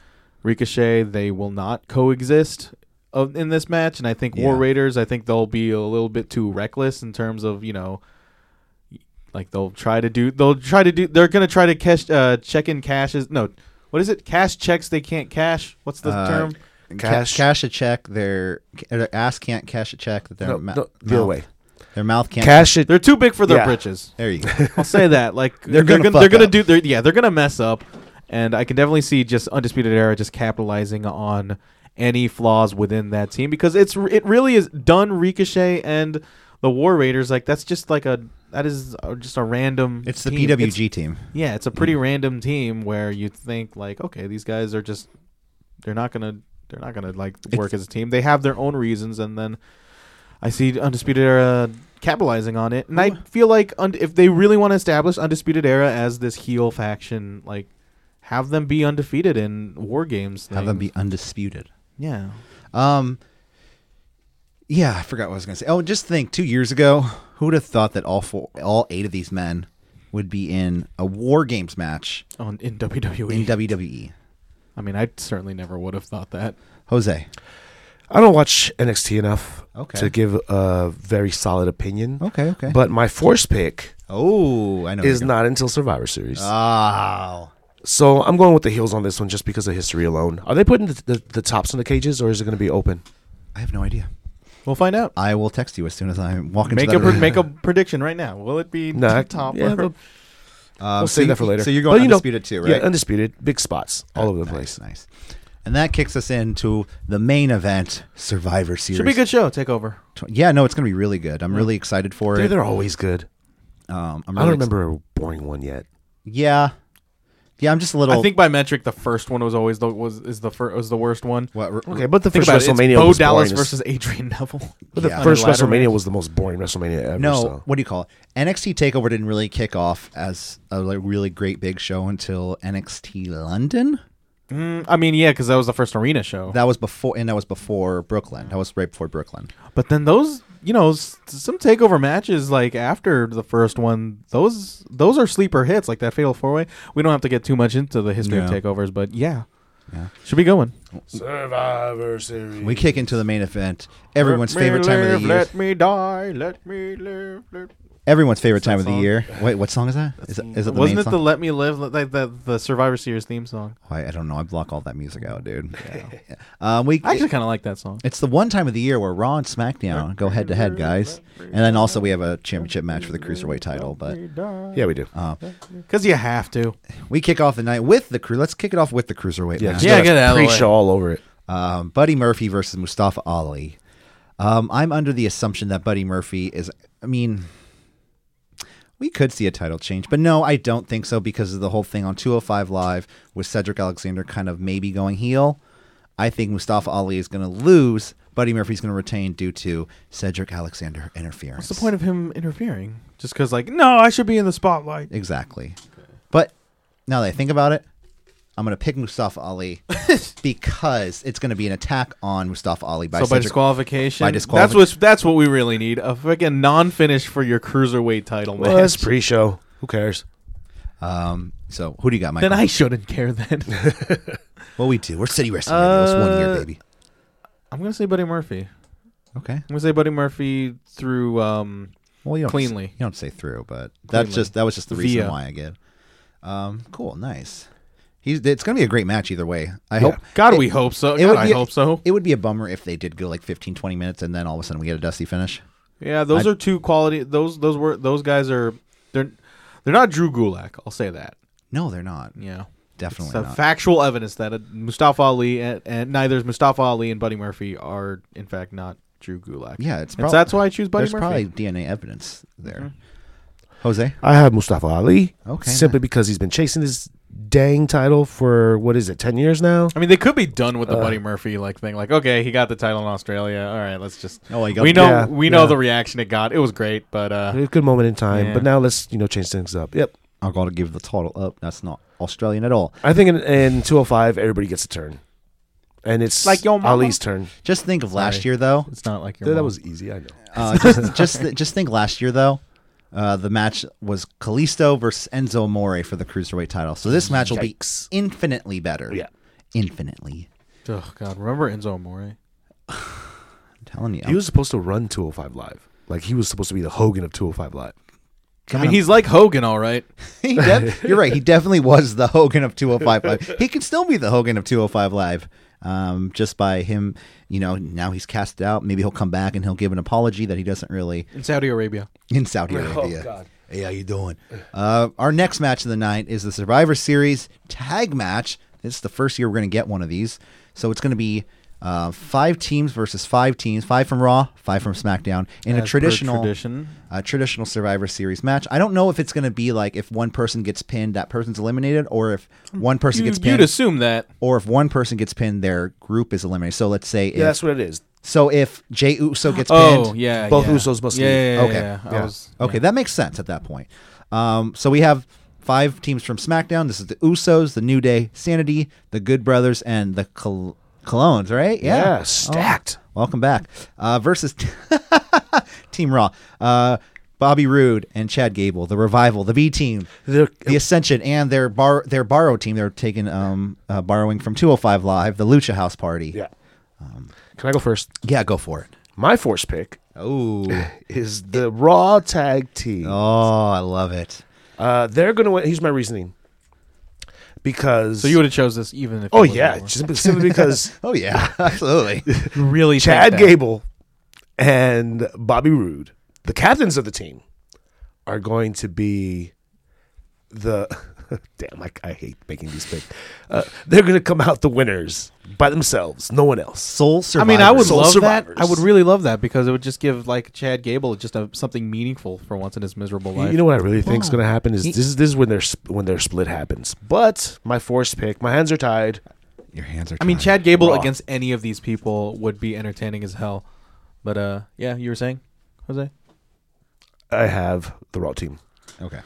Speaker 3: Ricochet, they will not coexist of, in this match. And I think War
Speaker 2: Yeah.
Speaker 3: Raiders, I think they'll be a little bit too reckless in terms of you know like they'll try to do they'll try to do they're gonna try to cash uh check in cashes no what is it cash checks they can't cash what's the
Speaker 2: Uh,
Speaker 3: term
Speaker 2: Ca-
Speaker 4: Cash-
Speaker 2: cash a check. Their, their ass can't cash a check. That their
Speaker 4: No,
Speaker 2: ma-
Speaker 4: no, the other
Speaker 2: mouth-
Speaker 4: way.
Speaker 2: Their mouth can't.
Speaker 4: Cash it.
Speaker 3: they're too big for their
Speaker 4: Yeah.
Speaker 3: britches
Speaker 2: there you
Speaker 4: [LAUGHS]
Speaker 2: go.
Speaker 3: i'll say that
Speaker 2: [LAUGHS]
Speaker 3: like
Speaker 2: They're gonna
Speaker 3: they're
Speaker 2: fuck
Speaker 3: gonna, they're gonna
Speaker 2: up.
Speaker 3: do they're, yeah they're gonna mess up and i can definitely see just undisputed era just capitalizing on any flaws within that team because it's r- it really is done ricochet and the war raiders like that's just like a that is uh, just a random
Speaker 2: It's the
Speaker 3: team.
Speaker 2: PWG team.
Speaker 3: Yeah,
Speaker 2: Mm.
Speaker 3: it's a pretty random team where you think like, okay, these guys are just they're not gonna they're not gonna like work as a team. They have their own reasons, and then I see Undisputed Era capitalizing on it, and I feel like und- if they really want to establish Undisputed Era as this heel faction, like have them be undefeated in war games.
Speaker 2: Have them
Speaker 3: things.
Speaker 2: be undisputed.
Speaker 3: yeah.
Speaker 2: Um, yeah, I forgot what I was gonna say. Oh, just think, two years ago, who would have thought that all four, all eight of these men would be in a War Games match
Speaker 3: On Oh, in WWE,
Speaker 2: in E? WWE?
Speaker 3: I mean, I certainly never would have thought that.
Speaker 2: Jose,
Speaker 4: I don't watch NXT enough
Speaker 2: Okay.
Speaker 4: to give a very solid opinion.
Speaker 2: Okay, okay.
Speaker 4: But my force pick
Speaker 2: oh, I know
Speaker 4: is
Speaker 2: you're
Speaker 4: not until Survivor Series.
Speaker 2: Ah. going- Oh,
Speaker 4: so I'm going with the heels on this one just because of history alone. Are they putting the, the, the tops on the cages or is it going to be open?
Speaker 2: I have no idea.
Speaker 3: We'll find out.
Speaker 2: I will text you as soon as I walk into E.
Speaker 3: Make
Speaker 2: that Um,
Speaker 3: a pr-
Speaker 2: arena.
Speaker 3: make
Speaker 2: [LAUGHS]
Speaker 3: a prediction right now. Will it be
Speaker 4: No, I-
Speaker 3: top?
Speaker 4: yeah,
Speaker 3: or-
Speaker 4: but-
Speaker 2: Um,
Speaker 4: I'll
Speaker 2: so
Speaker 4: save
Speaker 2: you-
Speaker 4: that for later.
Speaker 2: So you're
Speaker 4: But
Speaker 2: going
Speaker 4: you know-
Speaker 2: undisputed too, right? Oh,
Speaker 4: Yeah, undisputed. Big spots all over the
Speaker 2: nice,
Speaker 4: place.
Speaker 2: Nice. And that kicks us into the main event, Survivor Series.
Speaker 3: Should be a good show. Take over.
Speaker 2: Tw- Yeah, no, it's going to be really good. I'm really excited for
Speaker 4: Dude,
Speaker 2: it.
Speaker 4: they're always good.
Speaker 2: Um, I'm
Speaker 4: I
Speaker 2: really
Speaker 4: don't
Speaker 2: ex-
Speaker 4: remember a boring one yet.
Speaker 2: Yeah, yeah, I'm just a little.
Speaker 3: I think by metric, the first one was always the was is the fir- was the worst one.
Speaker 2: What, r-
Speaker 4: Okay, but the
Speaker 3: Think
Speaker 4: first
Speaker 3: about it. It's
Speaker 4: WrestleMania
Speaker 3: Bo
Speaker 4: was
Speaker 3: Dallas
Speaker 4: boring.
Speaker 3: versus Adrian [LAUGHS] Neville.
Speaker 4: But the
Speaker 2: Yeah.
Speaker 4: first
Speaker 3: Under ladder
Speaker 4: WrestleMania was the most boring WrestleMania ever.
Speaker 2: no,
Speaker 4: so.
Speaker 2: what do you call it? NXT Takeover didn't really kick off as a like, really great big show until NXT London.
Speaker 3: I mean, yeah, because that was the first arena show.
Speaker 2: That was before, and that was before Brooklyn. That was right before Brooklyn.
Speaker 3: But then those, you know, s- some takeover matches like after the first one, those those are sleeper hits like that fatal four way. We don't have to get too much into the history of
Speaker 2: No.
Speaker 3: takeovers, but yeah, should be going.
Speaker 4: Survivor Series.
Speaker 2: We kick into the main event. Everyone's favorite time of the year.
Speaker 3: Let me die. Let me live. Let
Speaker 2: Everyone's favorite time of
Speaker 3: that
Speaker 2: the
Speaker 3: song.
Speaker 2: year. Wait, what song is that? Is it, is it the
Speaker 3: Wasn't
Speaker 2: main
Speaker 3: it
Speaker 2: song?
Speaker 3: the "Let Me Live" like the, the Survivor Series theme song?
Speaker 2: Oh, I, I don't know. I block all that music out, dude. um, we
Speaker 3: I actually kind of like that song.
Speaker 2: It's the one time of the year where Raw and SmackDown go head to head, guys. And then also we have a championship match for the cruiserweight title. But
Speaker 4: Yeah, we do.
Speaker 3: Because you have to.
Speaker 2: we kick off the night with the crew. Let's kick it off with the cruiserweight
Speaker 4: yeah,
Speaker 2: match.
Speaker 4: just
Speaker 3: Yeah,
Speaker 4: got
Speaker 3: get it out of the way.
Speaker 4: Pre-show all over it.
Speaker 2: Um, Buddy Murphy versus Mustafa Ali. Um, I'm under the assumption that Buddy Murphy is. I mean, we could see a title change, but no, I don't think so because of the whole thing on 205 Live with Cedric Alexander kind of maybe going heel. I think Mustafa Ali is going to lose. Buddy Murphy's going to retain due to Cedric Alexander interference.
Speaker 3: What's the point of him interfering? Just because, like, no, I should be in the spotlight.
Speaker 2: Exactly. But now that I think about it, I'm going to pick Mustafa
Speaker 3: [LAUGHS]
Speaker 2: Ali because it's going to be an attack on Mustafa Ali by
Speaker 3: so by
Speaker 2: Cedric-
Speaker 3: disqualification,
Speaker 2: by
Speaker 3: that's
Speaker 2: disqualifi-
Speaker 3: what that's what we really need a fucking non-finish for your cruiserweight title
Speaker 4: Well,
Speaker 3: match.
Speaker 4: that's pre-show. Who cares?
Speaker 2: Um, so who do you got, Michael?
Speaker 3: then I shouldn't
Speaker 2: [LAUGHS]
Speaker 3: care. Then
Speaker 2: Well, we do. We're City Wrestling Radio. It's one year,
Speaker 3: Uh,
Speaker 2: baby.
Speaker 3: I'm gonna say Buddy Murphy. I'm
Speaker 2: Okay.
Speaker 3: gonna say Buddy Murphy through. Um,
Speaker 2: Well, you don't
Speaker 3: Cleanly.
Speaker 2: You don't say through, but that's
Speaker 3: Cleanly.
Speaker 2: just that was just the reason
Speaker 3: Via.
Speaker 2: why I get. Um, cool, nice. He's it's gonna be a great match either way. I hope.
Speaker 3: God, we hope so.
Speaker 2: It
Speaker 3: God,
Speaker 2: would
Speaker 3: I
Speaker 2: be a-
Speaker 3: hope so.
Speaker 2: It would be a bummer if they did go like 15, 20 minutes and then all of a sudden we get a dusty finish.
Speaker 3: Yeah, those
Speaker 2: I-
Speaker 3: are two quality. Those those were those guys are they're they're not Drew Gulak. I'll say that.
Speaker 2: No, they're not.
Speaker 3: Yeah,
Speaker 2: Definitely
Speaker 3: it's a
Speaker 2: not.
Speaker 3: factual evidence that uh, Mustafa Ali and, and neither is Mustafa Ali and Buddy Murphy are in fact not Drew Gulak.
Speaker 2: Yeah, it's
Speaker 3: And
Speaker 2: prob-
Speaker 3: so that's why I choose Buddy
Speaker 2: There's
Speaker 3: Murphy. Mm-hmm.
Speaker 2: probably DNA evidence there. Jose,
Speaker 4: I have Mustafa Ali.
Speaker 2: Okay,
Speaker 4: Simply because he's been chasing this dang title for what is it, ten years now?
Speaker 3: I mean, they could be done with the Buddy Murphy like thing. Like, okay, he got the title in Australia. All right, let's just.
Speaker 2: Oh, he got-
Speaker 3: we know
Speaker 4: Yeah,
Speaker 3: we know
Speaker 4: yeah.
Speaker 3: the reaction it got. It was great, but uh,
Speaker 4: A good moment in time,
Speaker 3: Yeah.
Speaker 4: but now let's you know change things up. Yep.
Speaker 2: I gotta give the title up. That's not Australian at all.
Speaker 4: I think in, in 205 everybody gets a turn, and it's
Speaker 3: Like your mama?
Speaker 4: Ali's turn.
Speaker 2: Just think of last
Speaker 3: Sorry.
Speaker 2: year though.
Speaker 3: it's not like your
Speaker 4: That
Speaker 3: mom.
Speaker 4: was easy. I know.
Speaker 2: Uh, just just th- just think last year though, uh, the match was Kalisto versus Enzo Amore for the cruiserweight title. So this match will
Speaker 4: Yikes.
Speaker 2: be infinitely better.
Speaker 4: Yeah.
Speaker 2: infinitely.
Speaker 3: Oh God, remember Enzo Amore?
Speaker 2: I'm telling you,
Speaker 4: He was supposed to run 205 live. Like he was supposed to be the Hogan of 205 live.
Speaker 3: I mean, he's like Hogan, all right.
Speaker 2: [LAUGHS] He def- you're right. He definitely was the Hogan of 205 Live. He can still be the Hogan of 205 Live. Um, just by him, you know, now he's cast out. Maybe he'll come back and he'll give an apology that he doesn't really
Speaker 3: in Saudi Arabia.
Speaker 2: in Saudi Arabia. Hey, how you doing? Uh, our next match of the night is the Survivor Series tag match. This is the first year we're going to get one of these, so it's going to be uh, five teams versus five teams, five from Raw, five from SmackDown, in
Speaker 3: As
Speaker 2: a
Speaker 3: per
Speaker 2: traditional
Speaker 3: tradition.
Speaker 2: a traditional Survivor Series match. I don't know if it's going to be like if one person gets pinned, that person's eliminated, or if one person
Speaker 3: You,
Speaker 2: gets
Speaker 3: would
Speaker 2: pinned,
Speaker 3: assume that.
Speaker 2: or if one person gets pinned, their group is eliminated. So let's say,
Speaker 4: Yeah,
Speaker 2: if,
Speaker 4: that's what it is.
Speaker 2: so if Jey Uso gets pinned,
Speaker 3: Oh yeah,
Speaker 4: Both
Speaker 3: yeah.
Speaker 4: Usos must
Speaker 3: yeah,
Speaker 4: leave.
Speaker 3: Yeah, yeah,
Speaker 2: Okay.
Speaker 3: yeah. I
Speaker 4: Yeah.
Speaker 3: was-
Speaker 2: Okay, that makes sense at that point. Um, so we have five teams from SmackDown. This is the Usos, the New Day, Sanity, the Good Brothers, and the Col- Clones, right?
Speaker 4: Yeah,
Speaker 2: Yeah. Oh,
Speaker 4: stacked.
Speaker 2: Welcome back. Uh, versus [LAUGHS] Team Raw. Uh, Bobby Roode and Chad Gable, the Revival, the B Team,
Speaker 4: They're-
Speaker 2: the Ascension, and their bar their borrow team. They're taking um, uh, borrowing from 205 Live, the Lucha House Party.
Speaker 4: Yeah. Can I go first?
Speaker 2: yeah, go for it.
Speaker 4: My force pick
Speaker 2: Oh,
Speaker 4: is the Raw Tag Team.
Speaker 2: oh, I love it.
Speaker 4: Uh, they're going to win. Here's my reasoning. Because
Speaker 3: So you would have chose this even if.
Speaker 4: oh
Speaker 3: it was
Speaker 4: yeah,
Speaker 3: over.
Speaker 4: simply simply because
Speaker 2: Oh yeah, [LAUGHS] absolutely.
Speaker 3: You really think
Speaker 4: Chad
Speaker 3: that.
Speaker 4: Gable and Bobby Roode, the [LAUGHS] captains of the team, are going to be the Damn, I, I hate making these big. Uh, they're going to come out the winners by themselves, no one else.
Speaker 2: Soul
Speaker 3: I
Speaker 2: Survivor.
Speaker 3: mean, I would
Speaker 4: Sole
Speaker 3: love
Speaker 4: survivors.
Speaker 3: that. I would really love that because it would just give like Chad Gable just a, something meaningful for once in his miserable
Speaker 4: You-
Speaker 3: life.
Speaker 4: You know what I really
Speaker 2: Oh.
Speaker 4: think is going to happen is
Speaker 2: He-
Speaker 4: this is this is when their sp- when their split happens. But my force pick, my hands are tied.
Speaker 2: Your hands are.
Speaker 3: I mean,
Speaker 2: tied.
Speaker 3: Chad Gable
Speaker 4: Raw.
Speaker 3: against any of these people would be entertaining as hell. But uh, yeah, you were saying, Jose.
Speaker 4: I have the Raw team.
Speaker 2: Okay.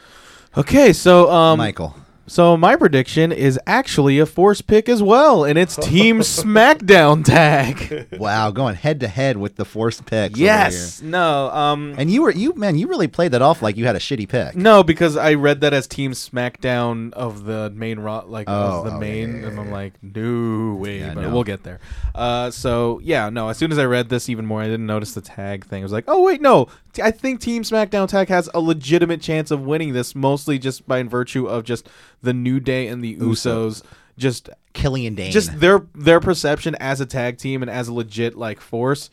Speaker 3: Okay, so um,
Speaker 2: Michael.
Speaker 3: So my prediction is actually a force pick as well, and it's Team SmackDown tag.
Speaker 2: Wow, going head to head with the force picks. over
Speaker 3: yes. No. Um.
Speaker 2: here. And you were you man, you really played that off like you had a shitty pick.
Speaker 3: No, because I read that as Team SmackDown of the main rot, like
Speaker 2: Oh,
Speaker 3: of the
Speaker 2: oh,
Speaker 3: main,
Speaker 2: yeah, yeah,
Speaker 3: and I'm like, no way,
Speaker 2: Yeah,
Speaker 3: but
Speaker 2: no.
Speaker 3: we'll get there. Uh, so yeah, no. As soon as I read this even more, I didn't notice the tag thing. I was like, oh wait, no. T- I think Team SmackDown tag has a legitimate chance of winning this, mostly just by virtue of just the New Day and the Usos just
Speaker 2: Killian Dane.
Speaker 3: just their their perception as a tag team and as a legit like force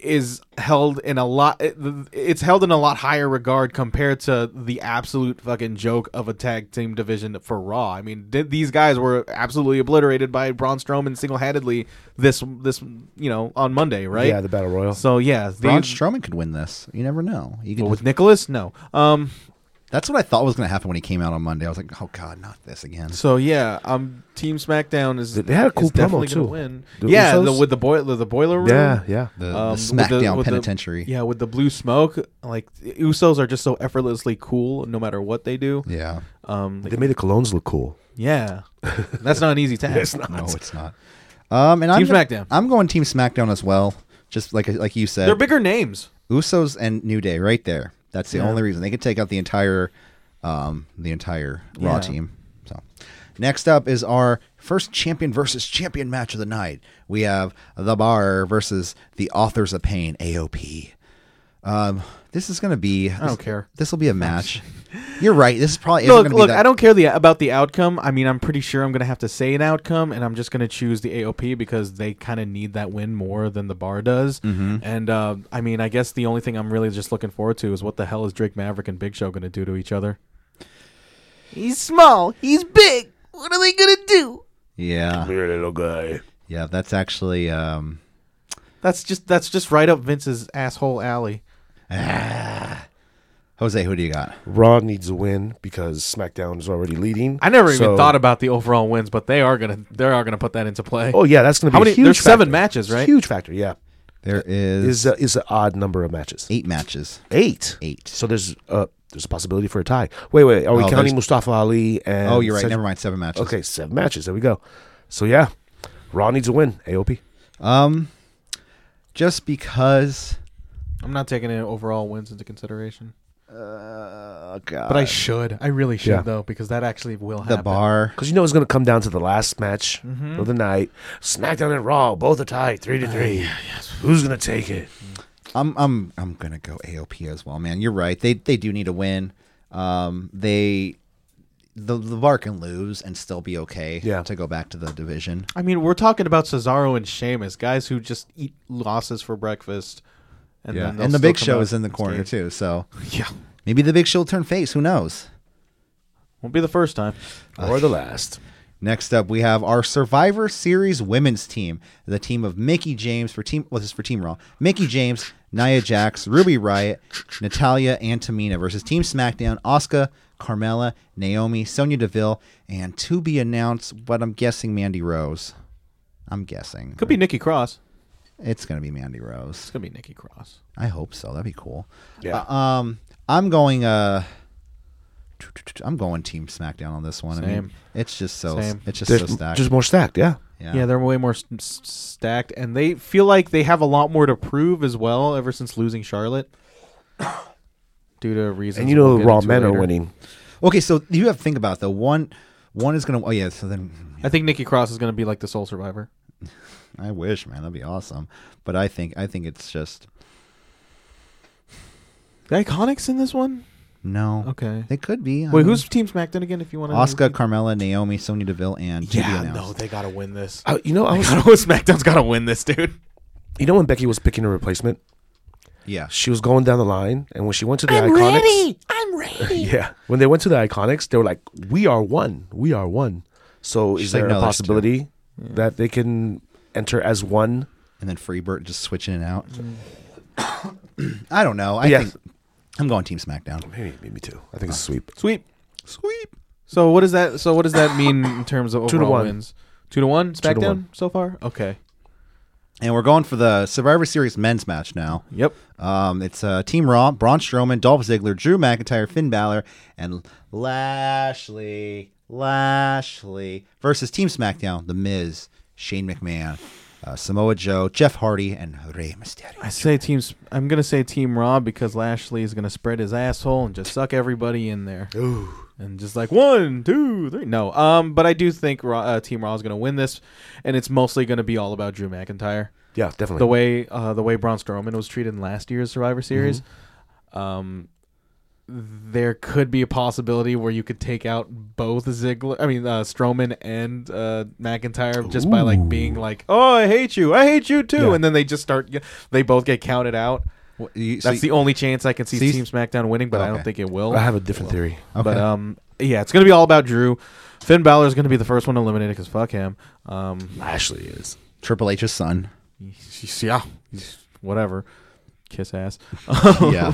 Speaker 3: is held in a lot it- it's held in a lot higher regard compared to the absolute fucking joke of a tag team division for raw i mean did, these guys were absolutely obliterated by braun strowman single-handedly this this you know on monday right
Speaker 4: Yeah, the battle royal.
Speaker 3: so yeah the,
Speaker 2: Braun Strowman could win this. You never know. You could
Speaker 3: with nicholas no um
Speaker 2: That's what I thought was going to happen when he came out on Monday. I was like, oh god, not this again.
Speaker 3: So yeah, um, Team SmackDown is
Speaker 4: They had a cool
Speaker 3: is definitely
Speaker 4: promo,
Speaker 3: gonna
Speaker 4: too.
Speaker 3: Win.
Speaker 4: The
Speaker 3: yeah, the,
Speaker 4: Usos?
Speaker 3: with the boiler, the boiler room.
Speaker 4: Yeah, yeah.
Speaker 2: The, the
Speaker 3: Um, with
Speaker 2: SmackDown
Speaker 3: with
Speaker 2: Penitentiary.
Speaker 3: yeah, with the blue smoke, like the Usos are just so effortlessly cool, no matter what they do.
Speaker 2: yeah.
Speaker 3: Um,
Speaker 4: They made the colognes look cool.
Speaker 3: yeah, that's not
Speaker 2: [LAUGHS]
Speaker 3: an easy task.
Speaker 2: No, it's not. Um, and I'm
Speaker 3: Team
Speaker 2: go-
Speaker 3: SmackDown.
Speaker 2: I'm going Team SmackDown as well. Just like like you said,
Speaker 3: They're bigger names.
Speaker 2: Usos and New Day right there. That's the only reason they could take out the entire, um, the entire Raw
Speaker 3: Yeah.
Speaker 2: team. So, next up is our first champion versus champion match of the night. We have the Bar versus the Authors of Pain (AOP). Um, this is going to be. I
Speaker 3: don't care.
Speaker 2: This
Speaker 3: [LAUGHS]
Speaker 2: will be a match. You're right. This is probably isn't
Speaker 3: Look,
Speaker 2: gonna
Speaker 3: look,
Speaker 2: Be that,
Speaker 3: I don't care the about the outcome. I mean, I'm pretty sure I'm gonna have to say an outcome, and I'm just gonna choose the AOP because they kind of need that win more than the bar does.
Speaker 2: Mm-hmm.
Speaker 3: And uh, I mean, I guess the only thing I'm really just looking forward to is what the hell is Drake Maverick and Big Show gonna do to each other? He's small. He's big. What are they gonna do?
Speaker 2: Yeah,
Speaker 4: Weird little guy.
Speaker 2: yeah. That's actually. Um,
Speaker 3: That's just that's just right up Vince's asshole alley.
Speaker 2: Jose, who do you got?
Speaker 4: Raw needs a win because SmackDown is already leading.
Speaker 3: I never even
Speaker 4: So-
Speaker 3: thought about the overall wins, but they are gonna they are gonna put that into play.
Speaker 4: Oh yeah, that's going to be
Speaker 3: How
Speaker 4: a
Speaker 3: many-
Speaker 4: huge
Speaker 3: there's seven
Speaker 4: factor.
Speaker 3: matches, right?
Speaker 4: Huge factor. Yeah,
Speaker 2: There is,
Speaker 4: is a, is an odd number of matches.
Speaker 2: eight matches.
Speaker 4: Eight.
Speaker 2: Eight.
Speaker 4: So there's uh there's a possibility for a tie. Wait, wait. Are we
Speaker 2: Oh, there's-
Speaker 4: counting Mustafa Ali? And
Speaker 2: Oh, you're right.
Speaker 4: Seth-
Speaker 2: Never mind. Seven matches.
Speaker 4: Okay, seven matches. There we go. So yeah, Raw needs a win. AOP.
Speaker 2: Um, just because.
Speaker 3: I'm not taking any overall wins into consideration.
Speaker 2: Oh god.
Speaker 3: But I should. I really should
Speaker 4: Yeah.
Speaker 3: though, because that actually will happen.
Speaker 2: the bar.
Speaker 4: Because you know it's going to come down to the last match
Speaker 3: Mm-hmm.
Speaker 4: of the night. SmackDown and Raw both are tied, three to three. Who's going to take it?
Speaker 2: I'm I'm I'm gonna go AOP as well, man. You're right. They they do need a win. Um, they the the bar can lose and still be okay.
Speaker 4: Yeah.
Speaker 2: To go back to the division.
Speaker 3: I mean, we're talking about Cesaro and Sheamus, guys who just eat losses for breakfast. And then they'll
Speaker 2: And the
Speaker 3: still
Speaker 2: big
Speaker 3: come
Speaker 2: show
Speaker 3: out
Speaker 2: is in the
Speaker 3: and
Speaker 2: corner
Speaker 3: stay.
Speaker 2: too. So
Speaker 3: Yeah,
Speaker 2: maybe the big show will turn face. Who knows?
Speaker 3: won't be the first time.
Speaker 4: Or the last.
Speaker 2: Next up, we have our Survivor Series women's team, the team of Mickey James for team. Well, this is for Team Raw. Mickey James, Nia Jax, Ruby Riot, Natalia, and Tamina versus Team SmackDown, Asuka, Carmella, Naomi, Sonya Deville, and to be announced. But I'm guessing Mandy Rose. I'm guessing
Speaker 3: Could be Nikki Cross.
Speaker 2: it's gonna be Mandy Rose.
Speaker 3: It's gonna be Nikki Cross.
Speaker 2: I hope so. That'd be cool.
Speaker 4: Yeah.
Speaker 2: Uh, um, I'm going. Uh, I'm going Team SmackDown on this one. I mean,
Speaker 3: Same.
Speaker 2: it's just so.
Speaker 3: Same.
Speaker 2: It's just
Speaker 4: There's
Speaker 2: so stacked.
Speaker 4: just more stacked. Yeah.
Speaker 3: Yeah. they're way more s- s- stacked, and they feel like they have a lot more to prove as well. Ever since losing Charlotte, [COUGHS] due to reasons.
Speaker 4: And you know
Speaker 3: we'll
Speaker 4: the
Speaker 3: get
Speaker 4: Raw
Speaker 3: into
Speaker 4: men are
Speaker 3: later.
Speaker 4: winning.
Speaker 2: Okay, so you have to think about it, though. One, one is gonna. Oh yeah. So then,
Speaker 3: I think Nikki Cross is gonna be like the sole survivor.
Speaker 2: I wish, man, that'd be awesome. But I think, I think it's just
Speaker 3: The Iconics in this one.
Speaker 2: no.
Speaker 3: Okay.
Speaker 2: They could be. I
Speaker 3: Wait,
Speaker 2: don't
Speaker 3: who's
Speaker 2: know.
Speaker 3: Team SmackDown again? If you want to.
Speaker 2: Oscar, Carmella, Naomi, Sonya Deville, and to be
Speaker 3: Yeah, no,
Speaker 2: announced.
Speaker 3: they gotta win [LAUGHS] this.
Speaker 4: Uh, you know, I was.
Speaker 3: SmackDown's gotta win this, dude.
Speaker 4: You know when Becky was picking her replacement,
Speaker 2: yeah.
Speaker 4: she was going down the line, and when she went to the Iconics,
Speaker 6: I'm ready.
Speaker 1: great.
Speaker 4: [LAUGHS] Yeah. When they went to the Iconics, they were like, "We are one. We are one." So is
Speaker 2: She's like,
Speaker 4: there
Speaker 2: "No,
Speaker 4: a
Speaker 2: there's
Speaker 4: possibility that they can enter as one?
Speaker 2: and then Freebert just switching it out.
Speaker 3: Mm.
Speaker 2: [COUGHS] I don't know. I
Speaker 4: Yes.
Speaker 2: think I'm going Team SmackDown.
Speaker 4: Maybe, maybe two. I think it's a sweep.
Speaker 3: Sweep.
Speaker 2: Sweep.
Speaker 3: So what does that? So what does that mean in terms of overall
Speaker 4: to one.
Speaker 3: wins? Two to one. SmackDown
Speaker 4: one.
Speaker 3: so far. Okay.
Speaker 2: And we're going for the Survivor Series men's match now.
Speaker 3: Yep.
Speaker 2: Um, it's uh, Team Raw, Braun Strowman, Dolph Ziggler, Drew McIntyre, Finn Balor, and Lashley. Lashley versus Team SmackDown, The Miz, Shane McMahon, uh, Samoa Joe, Jeff Hardy, and Rey Mysterio.
Speaker 3: I say teams. I'm gonna say Team Raw because Lashley is gonna spread his asshole and just suck everybody in there. Ooh. And just like one, two, three. No. Um. But I do think Raw, uh, Team Raw is gonna win this, and it's mostly gonna be all about Drew McIntyre.
Speaker 4: Yeah, definitely.
Speaker 3: The way uh, the way Braun Strowman was treated in last year's Survivor
Speaker 4: Mm-hmm.
Speaker 3: Series, um, there could be a possibility where you could take out both Ziggler, I mean uh, Strowman and uh, McIntyre, just by like being like, "Oh, I hate you, I hate you too,"
Speaker 4: Yeah.
Speaker 3: and then they just start, they both get counted out.
Speaker 2: What- you- so
Speaker 3: That's the only chance I can see
Speaker 2: so you-
Speaker 3: Team SmackDown winning, but I
Speaker 2: Okay.
Speaker 3: don't think it will.
Speaker 4: I have a different theory.
Speaker 2: okay.
Speaker 3: But um, yeah, it's gonna be all about Drew. Finn Balor is gonna be the first one eliminated because fuck him. Um,
Speaker 4: Ashley is.
Speaker 2: Triple H's son.
Speaker 3: He's- yeah, he's- whatever. Kiss ass.
Speaker 2: [LAUGHS] [LAUGHS] Yeah.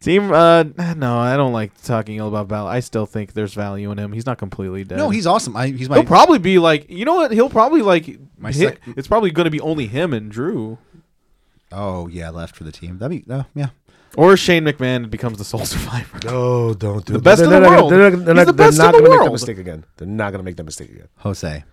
Speaker 3: Team. Uh, no, I don't like talking all about Balor. I still think there's value in him. He's not completely dead.
Speaker 2: No, he's awesome. I, he's my
Speaker 3: He'll probably be like, you know what? He'll probably like.
Speaker 2: My
Speaker 3: hit-
Speaker 2: sec-
Speaker 3: it's probably going to be only him and Drew,
Speaker 2: oh yeah left for the team. That'd be uh, yeah.
Speaker 3: or Shane McMahon becomes the [LAUGHS] sole survivor.
Speaker 4: No, don't do
Speaker 3: The best
Speaker 4: they're
Speaker 3: in the
Speaker 4: not gonna-
Speaker 3: world.
Speaker 4: They're not, they're
Speaker 3: He's
Speaker 4: not,
Speaker 3: the
Speaker 4: they're
Speaker 3: best in the
Speaker 4: not gonna make that
Speaker 3: world.
Speaker 4: mistake again. They're not going to make that mistake again.
Speaker 2: Jose.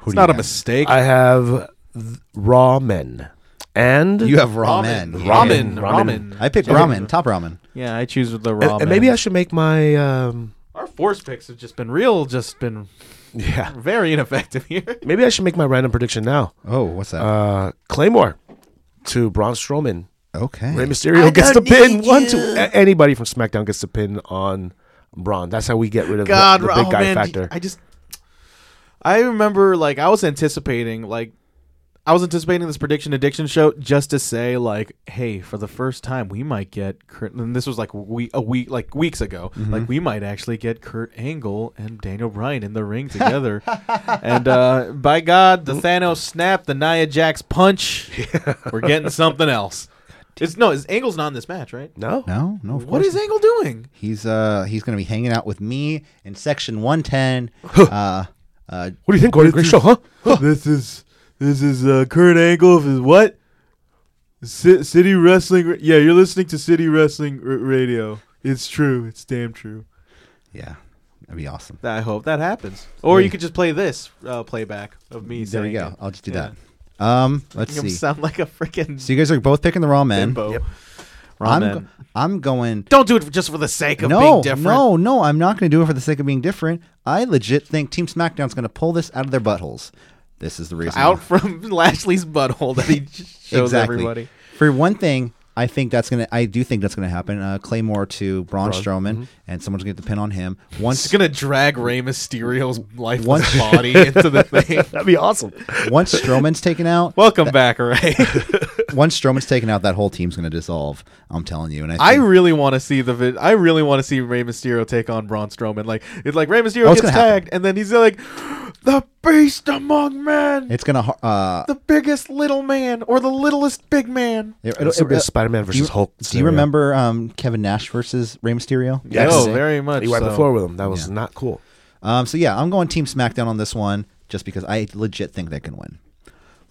Speaker 2: Who
Speaker 3: It's
Speaker 2: do
Speaker 3: not
Speaker 2: you
Speaker 3: a
Speaker 2: have?
Speaker 3: mistake.
Speaker 4: I have th- raw men and
Speaker 2: You have raw men.
Speaker 3: Ramen.
Speaker 4: oh, Yeah.
Speaker 3: Ramen.
Speaker 2: I picked ramen, top ramen.
Speaker 3: Yeah, I choose the raw.
Speaker 4: and, and maybe
Speaker 3: men.
Speaker 4: I should make my um,
Speaker 3: our force picks have just been real, just been
Speaker 4: yeah.
Speaker 3: very ineffective [LAUGHS] here.
Speaker 4: Maybe I should make my random prediction now.
Speaker 2: Oh, what's that?
Speaker 4: Uh, Claymore to Braun Strowman.
Speaker 2: okay.
Speaker 4: Rey Mysterio
Speaker 2: I
Speaker 4: gets the
Speaker 2: don't
Speaker 4: pin.
Speaker 2: need
Speaker 4: One,
Speaker 2: you.
Speaker 4: two. A- anybody from SmackDown gets the pin on Braun. That's how we get rid of the-
Speaker 3: God,
Speaker 4: the,
Speaker 3: Ra-
Speaker 4: big
Speaker 3: oh,
Speaker 4: guy
Speaker 3: man,
Speaker 4: factor.
Speaker 3: I just, I remember like I was anticipating like. I was anticipating this prediction addiction show just to say like, hey, for the first time we might get Kurt. And this was like we a week like weeks ago.
Speaker 4: Mm-hmm.
Speaker 3: Like we might actually get Kurt Angle and Daniel Bryan in the
Speaker 4: [LAUGHS]
Speaker 3: ring together. and uh, by God, the Thanos snap, the Nia Jax
Speaker 4: [LAUGHS]
Speaker 3: punch. We're getting something else. It's no, it's, Angle's not in this match, right?
Speaker 4: no?
Speaker 2: no, no. Of
Speaker 3: What
Speaker 2: course
Speaker 3: is Angle doing?
Speaker 2: He's uh he's gonna be hanging out with me in section one ten. uh, uh,
Speaker 4: What do you think, Corey? Great show, huh?
Speaker 5: [LAUGHS] this is this is uh, Kurt Angle of his what? Ci- City Wrestling. Ra- Yeah, you're listening to City Wrestling R- Radio. It's true. It's damn true.
Speaker 2: yeah, that'd be awesome.
Speaker 3: I hope that happens. Or you could just play this uh, playback of me.
Speaker 2: There we
Speaker 3: saying
Speaker 2: go.
Speaker 3: it.
Speaker 2: I'll just do
Speaker 3: Yeah.
Speaker 2: that. Um, let's
Speaker 3: Make him
Speaker 2: see. So
Speaker 3: sound like a freaking
Speaker 2: you guys are both picking the raw men.
Speaker 3: bimbo.
Speaker 4: Yep.
Speaker 3: Raw
Speaker 2: I'm
Speaker 3: men.
Speaker 2: go- I'm going.
Speaker 3: Don't do it just for the sake of being
Speaker 2: No,
Speaker 3: different.
Speaker 2: no, no! I'm not going to do it for the sake of being different. I legit think Team SmackDown's going to pull this out of their buttholes. This is the reason.
Speaker 3: Out from [LAUGHS] Lashley's butthole that he just shows
Speaker 2: exactly.
Speaker 3: everybody.
Speaker 2: For one thing, I think that's gonna. I do think that's gonna happen. Uh, Claymore to Braun, Strowman,
Speaker 3: mm-hmm.
Speaker 2: and someone's gonna get the pin on
Speaker 3: [LAUGHS]
Speaker 2: him.
Speaker 3: He's
Speaker 2: Once
Speaker 3: gonna drag Rey Mysterio's lifeless
Speaker 2: Once-
Speaker 3: body
Speaker 5: [LAUGHS]
Speaker 3: into the thing.
Speaker 4: That'd be awesome.
Speaker 2: once Strowman's taken out,
Speaker 3: Welcome back, Ray.
Speaker 2: once Strowman's taken out, that whole team's gonna dissolve. I'm telling you. And I,
Speaker 3: I
Speaker 2: think,
Speaker 3: really want to see the vid- I really want to see Rey Mysterio take on Braun Strowman. Like it's like Rey Mysterio
Speaker 2: Oh, it's
Speaker 3: gets
Speaker 2: gonna happen.
Speaker 3: tagged, and then he's like, "The Beast Among Men."
Speaker 2: it's gonna. har- Uh,
Speaker 3: the biggest little man or the littlest big man.
Speaker 2: it-
Speaker 4: It'll,
Speaker 2: it-
Speaker 4: be a
Speaker 2: uh,
Speaker 4: Spider-Man
Speaker 2: do you,
Speaker 4: versus Hulk.
Speaker 2: do you remember um, Kevin Nash versus Rey Mysterio?
Speaker 4: Yes.
Speaker 3: Oh, very much.
Speaker 4: He wiped the
Speaker 3: so.
Speaker 4: floor with him. That was not cool.
Speaker 2: Um, so yeah, I'm going Team SmackDown on this one just because I legit think they can win.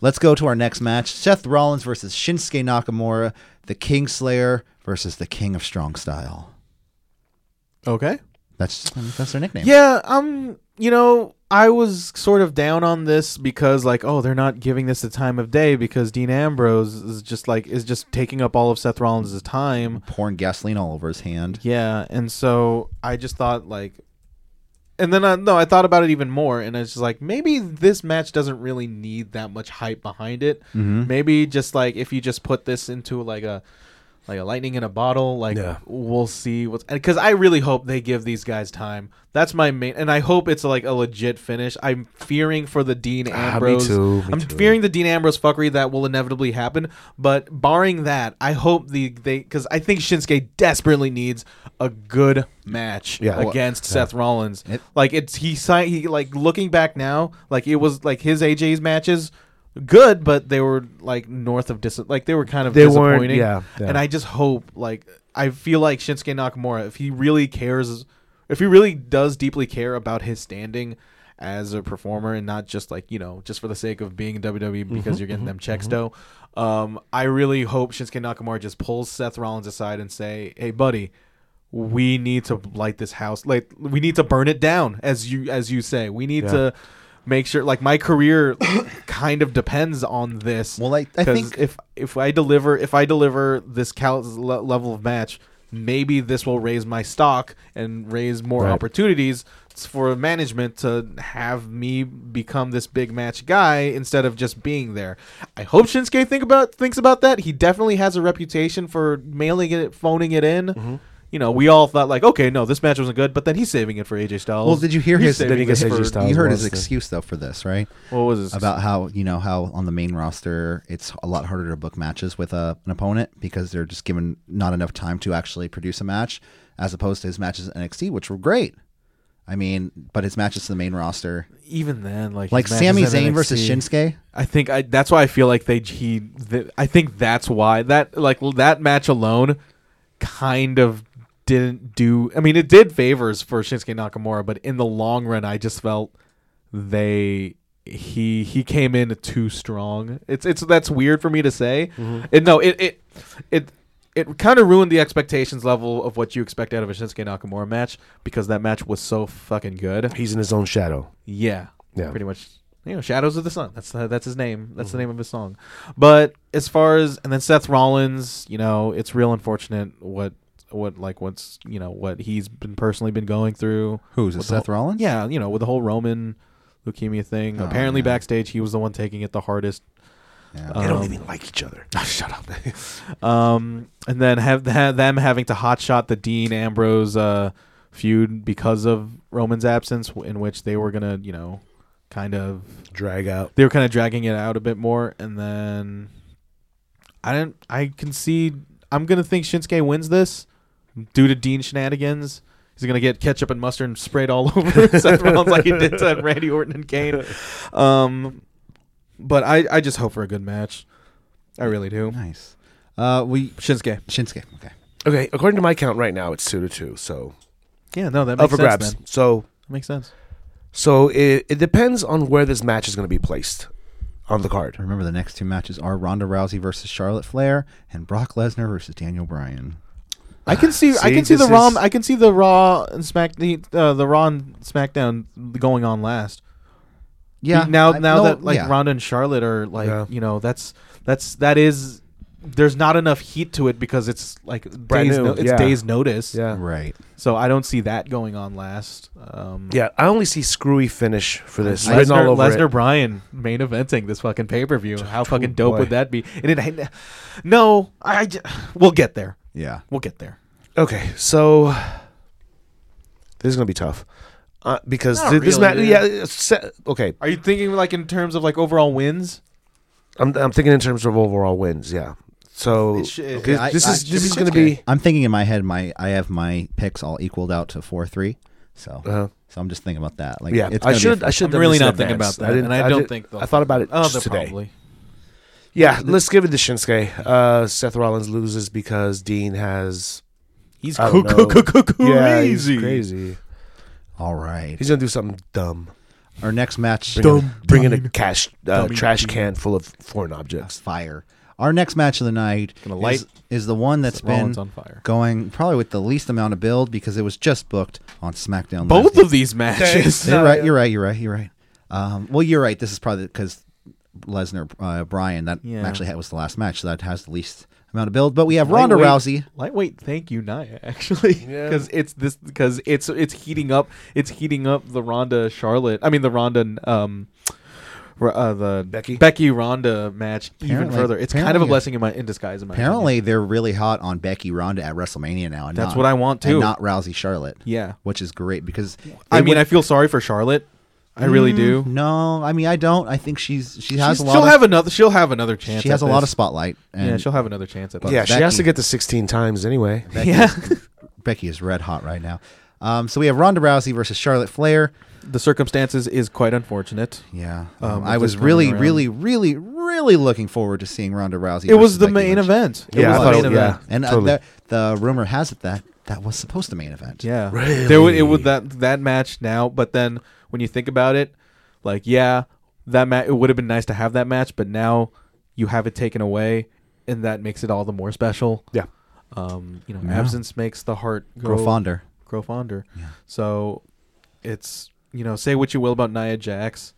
Speaker 2: Let's go to our next match: Seth Rollins versus Shinsuke Nakamura, the King Slayer versus the King of Strong Style.
Speaker 3: Okay.
Speaker 2: That's that's their nickname.
Speaker 3: Yeah, um, you know, I was sort of down on this because like, oh, they're not giving this the time of day because Dean Ambrose is just like is just taking up all of Seth Rollins' time.
Speaker 2: pouring gasoline all over his hand.
Speaker 3: Yeah, and so I just thought like and then I, no, I thought about it even more, and it's just like maybe this match doesn't really
Speaker 4: Mm-hmm.
Speaker 3: need that much hype behind it. Maybe just like if you just put this into like a like a lightning in a bottle. Like
Speaker 4: Yeah.
Speaker 3: we'll see what's because I really hope they give these guys time. That's my main, and I hope it's like a legit finish. I'm fearing for the Dean
Speaker 4: Ah, me
Speaker 3: Ambrose.
Speaker 4: too, me
Speaker 3: I'm
Speaker 4: too.
Speaker 3: fearing the Dean Ambrose fuckery that will inevitably happen. But barring that, I hope the they because I think Shinsuke desperately needs a good match
Speaker 4: Yeah.
Speaker 3: against Seth Rollins.
Speaker 2: It-
Speaker 3: like it's he signed he like looking back now, like it was like his AJ's matches good, but they were like north of dis like they were kind of
Speaker 4: They weren't-
Speaker 3: disappointing.
Speaker 4: yeah, yeah.
Speaker 3: And I just hope like I feel like Shinsuke Nakamura, if he really cares if he really does deeply care about his standing as a performer and not just like, you know, just for the sake of being in WWE
Speaker 2: Mm-hmm,
Speaker 3: because you're getting them checks though. Um, I really hope Shinsuke Nakamura just pulls Seth Rollins aside and say, Hey buddy, we need to light this house like we need to burn it down as you as you say we need to make sure like
Speaker 2: [COUGHS]
Speaker 3: my career kind of depends on this
Speaker 2: Well, I- I
Speaker 3: 'Cause
Speaker 2: think-
Speaker 3: if if i deliver if i deliver this cal- le- level of match maybe this will raise my stock and raise more
Speaker 4: Right.
Speaker 3: opportunities for management to have me become this big match guy instead of just being there i hope shinsuke think about thinks about that he definitely has a reputation for mailing it phoning it in
Speaker 2: Mm-hmm.
Speaker 3: You know, we all thought like, okay, no, this match wasn't good, but then he's saving it for AJ Styles.
Speaker 2: Well, did you hear
Speaker 3: He's
Speaker 2: his?
Speaker 3: saving
Speaker 4: Then he gets
Speaker 3: it
Speaker 4: AJ
Speaker 3: for-
Speaker 4: Styles.
Speaker 2: You heard his
Speaker 4: wants to-
Speaker 2: excuse though for this, right?
Speaker 3: What was his
Speaker 2: about how you know how on the main roster it's a lot harder to book matches with a, an opponent because they're just given not enough time to actually produce a match, as opposed to his matches in NXT, which were great. I mean, but his matches to the main roster,
Speaker 3: even then, like
Speaker 2: like
Speaker 3: his
Speaker 2: Sami
Speaker 3: matches at
Speaker 2: Zayn versus
Speaker 3: NXT.
Speaker 2: Shinsuke,
Speaker 3: I think I that's why I feel like they he th- I think that's why that like that match alone kind of didn't do I mean it did favors for Shinsuke Nakamura but in the long run I just felt they he he came in too strong. It's it's that's weird for me to say. It, no, it it it it kind of ruined the expectations level of what you expect out of a Shinsuke Nakamura match because that match was so fucking good.
Speaker 4: He's in his own shadow.
Speaker 3: Yeah.
Speaker 4: Yeah.
Speaker 3: Pretty much. You know, Shadows of the Sun. That's uh, that's his name. That's the name of his song. But as far as and then Seth Rollins, you know, it's real unfortunate what what like what's you know what he's been personally been going through.
Speaker 2: who's it,
Speaker 3: With the
Speaker 2: Seth
Speaker 3: whole-
Speaker 2: Rollins?
Speaker 3: Yeah, you know, with the whole Roman leukemia thing. Apparently, backstage he was the one taking it the hardest.
Speaker 2: Yeah.
Speaker 4: They don't
Speaker 3: Um,
Speaker 4: even like each [LAUGHS] other.
Speaker 3: Shut up. um, and then have ha- them having to hotshot the Dean Ambrose uh, feud because of Roman's absence, w- in which they were gonna, you know, kind of
Speaker 4: Drag out.
Speaker 3: they were kind of dragging it out a bit more, and then I didn't. I can see. I'm gonna think Shinsuke wins this due to Dean shenanigans. He's gonna get ketchup and mustard sprayed all [LAUGHS] over Seth Rollins like he did to [LAUGHS] Randy Orton and Kane. Um, but I, I just hope for a good match. I really do.
Speaker 2: nice. Uh, we
Speaker 3: Shinsuke.
Speaker 2: Shinsuke. Okay,
Speaker 4: Okay, according to my count right now, it's two to two. So
Speaker 3: Yeah, no, that
Speaker 4: up
Speaker 3: makes
Speaker 4: for
Speaker 3: sense.
Speaker 4: grabs.
Speaker 3: Then.
Speaker 4: So
Speaker 3: That makes sense.
Speaker 4: so it, it depends on where this match is going to be placed on the card.
Speaker 2: remember the next two matches are Ronda Rousey versus Charlotte Flair and Brock Lesnar versus Daniel Bryan.
Speaker 3: I can see, I
Speaker 4: See,
Speaker 3: can see the
Speaker 4: this
Speaker 3: raw.
Speaker 4: is-
Speaker 3: I can see the raw and smack the uh, the raw and SmackDown going on last.
Speaker 2: Yeah,
Speaker 3: Now,
Speaker 2: I-
Speaker 3: now
Speaker 2: no,
Speaker 3: that like
Speaker 2: yeah.
Speaker 3: Ronda and Charlotte are like,
Speaker 4: Yeah.
Speaker 3: you know, that's that's that is. There's not enough heat to it because it's like
Speaker 4: Brand
Speaker 3: days.
Speaker 4: new,
Speaker 3: No, it's
Speaker 4: yeah.
Speaker 3: days notice.
Speaker 2: right.
Speaker 3: So I don't see that going on last. Um,
Speaker 4: Yeah, I only see screwy finish for this. written all
Speaker 3: Lesnar,
Speaker 4: over
Speaker 3: Lesnar
Speaker 4: it. Oh,
Speaker 3: Bryan main eventing this fucking pay per
Speaker 4: [LAUGHS]
Speaker 3: view. How fucking dope would that be? And it, I, no, I, I j- we'll get there.
Speaker 2: Yeah.
Speaker 3: We'll get there.
Speaker 4: Okay, so this is gonna be tough uh, because
Speaker 3: Not
Speaker 4: thi- this
Speaker 3: really,
Speaker 4: match. Yeah, it's set, okay.
Speaker 3: Are you thinking like in terms of like overall wins?
Speaker 4: I'm, I'm thinking in terms of overall wins. Yeah. So
Speaker 3: It should-
Speaker 4: okay,
Speaker 2: I-
Speaker 4: this
Speaker 2: I-
Speaker 4: is
Speaker 2: should
Speaker 4: this
Speaker 2: be
Speaker 4: is gonna be.
Speaker 2: I'm thinking in my head, my I have my picks all equaled out to four three. So,
Speaker 4: Uh-huh.
Speaker 2: so I'm just thinking about that. Like,
Speaker 4: Yeah,
Speaker 2: it's
Speaker 4: I
Speaker 2: gonna be a
Speaker 4: should.
Speaker 2: fun-
Speaker 4: I should.
Speaker 3: I'm
Speaker 4: have done
Speaker 3: really
Speaker 4: this in
Speaker 3: not thinking
Speaker 4: advance.
Speaker 3: about that, and I don't think they'll-
Speaker 4: I thought about it
Speaker 3: Oh,
Speaker 4: just
Speaker 3: they're
Speaker 4: today.
Speaker 3: probably.
Speaker 4: Yeah, let's give it to Shinsuke. Uh, Seth Rollins loses because Dean has.
Speaker 3: He's
Speaker 4: I
Speaker 3: cool.
Speaker 4: don't know. Yeah, he's
Speaker 5: crazy.
Speaker 4: crazy.
Speaker 2: all right.
Speaker 4: He's gonna do something dumb.
Speaker 2: Our next match.
Speaker 4: Bringing, a, bringing a cash uh, trash can full of foreign objects.
Speaker 2: Fire. Our next match of the night
Speaker 3: Gonna light
Speaker 2: is, is the one that's been
Speaker 3: Rollins on fire.
Speaker 2: going probably with the least amount of build because it was just booked on SmackDown.
Speaker 3: Both
Speaker 2: last
Speaker 3: of these matches.
Speaker 2: You're right. You're right. You're right. You're right. Um, well, you're right. This is probably because Lesnar, uh, Brian, that
Speaker 3: Yeah.
Speaker 2: actually had, was the last match so that has the least amount of build. But we have Ronda Rousey.
Speaker 3: Lightweight- Lightweight, thank you, Nia. [LAUGHS] Actually,
Speaker 4: Yeah.
Speaker 3: because it's this because it's it's heating up. It's heating up the Ronda Charlotte. I mean the Ronda um, r- uh, the
Speaker 4: Becky?
Speaker 3: Becky Ronda match even
Speaker 2: Apparently-
Speaker 3: further. It's kind of a
Speaker 2: apparently-
Speaker 3: blessing in my in disguise. In my opinion.
Speaker 2: Apparently, they're really hot on Becky Ronda at WrestleMania now. And
Speaker 3: That's
Speaker 2: not-
Speaker 3: what I want,
Speaker 2: And
Speaker 3: too.
Speaker 2: not Rousey Charlotte.
Speaker 3: Yeah.
Speaker 2: which is great because
Speaker 3: I
Speaker 2: they
Speaker 3: mean,
Speaker 2: would-
Speaker 3: I feel sorry for Charlotte. I really do.
Speaker 2: no, I mean, I don't. I think she's she has
Speaker 3: She's-
Speaker 2: a lot.
Speaker 3: she'll
Speaker 2: of,
Speaker 3: have another. She'll have another chance.
Speaker 2: she has
Speaker 3: at
Speaker 2: a lot of
Speaker 3: this.
Speaker 2: spotlight. And
Speaker 3: Yeah, she'll have another chance at.
Speaker 4: yeah,
Speaker 3: this.
Speaker 4: she has to
Speaker 2: Becky-
Speaker 4: get to 16 times anyway.
Speaker 3: [LAUGHS]
Speaker 2: Becky, yeah. Becky is red hot right now. Um, so we have Ronda Rousey versus Charlotte Flair.
Speaker 3: The circumstances is quite unfortunate.
Speaker 2: Yeah,
Speaker 3: Um,
Speaker 2: um,
Speaker 3: with
Speaker 2: I
Speaker 3: this
Speaker 2: was
Speaker 3: time
Speaker 2: really,
Speaker 3: around.
Speaker 2: really, really, really looking forward to seeing Ronda Rousey.
Speaker 3: It
Speaker 2: versus
Speaker 3: was the
Speaker 2: Becky
Speaker 3: main
Speaker 2: Lynch.
Speaker 3: event. It
Speaker 4: Yeah,
Speaker 3: was
Speaker 4: I
Speaker 3: the
Speaker 4: thought
Speaker 3: main
Speaker 4: it-
Speaker 3: event.
Speaker 2: and uh,
Speaker 4: Totally.
Speaker 2: the, the rumor has it that that was supposed to main event.
Speaker 3: Yeah, there would it would that that match now, but then when you think about it, like yeah, that match it would have been nice to have that match, but now you have it taken away, and that makes it all the more special.
Speaker 4: Yeah.
Speaker 3: um, you know,
Speaker 2: Yeah.
Speaker 3: absence makes the heart
Speaker 2: grow fonder.
Speaker 3: grow fonder. So it's you know say what you will about Nia Jax,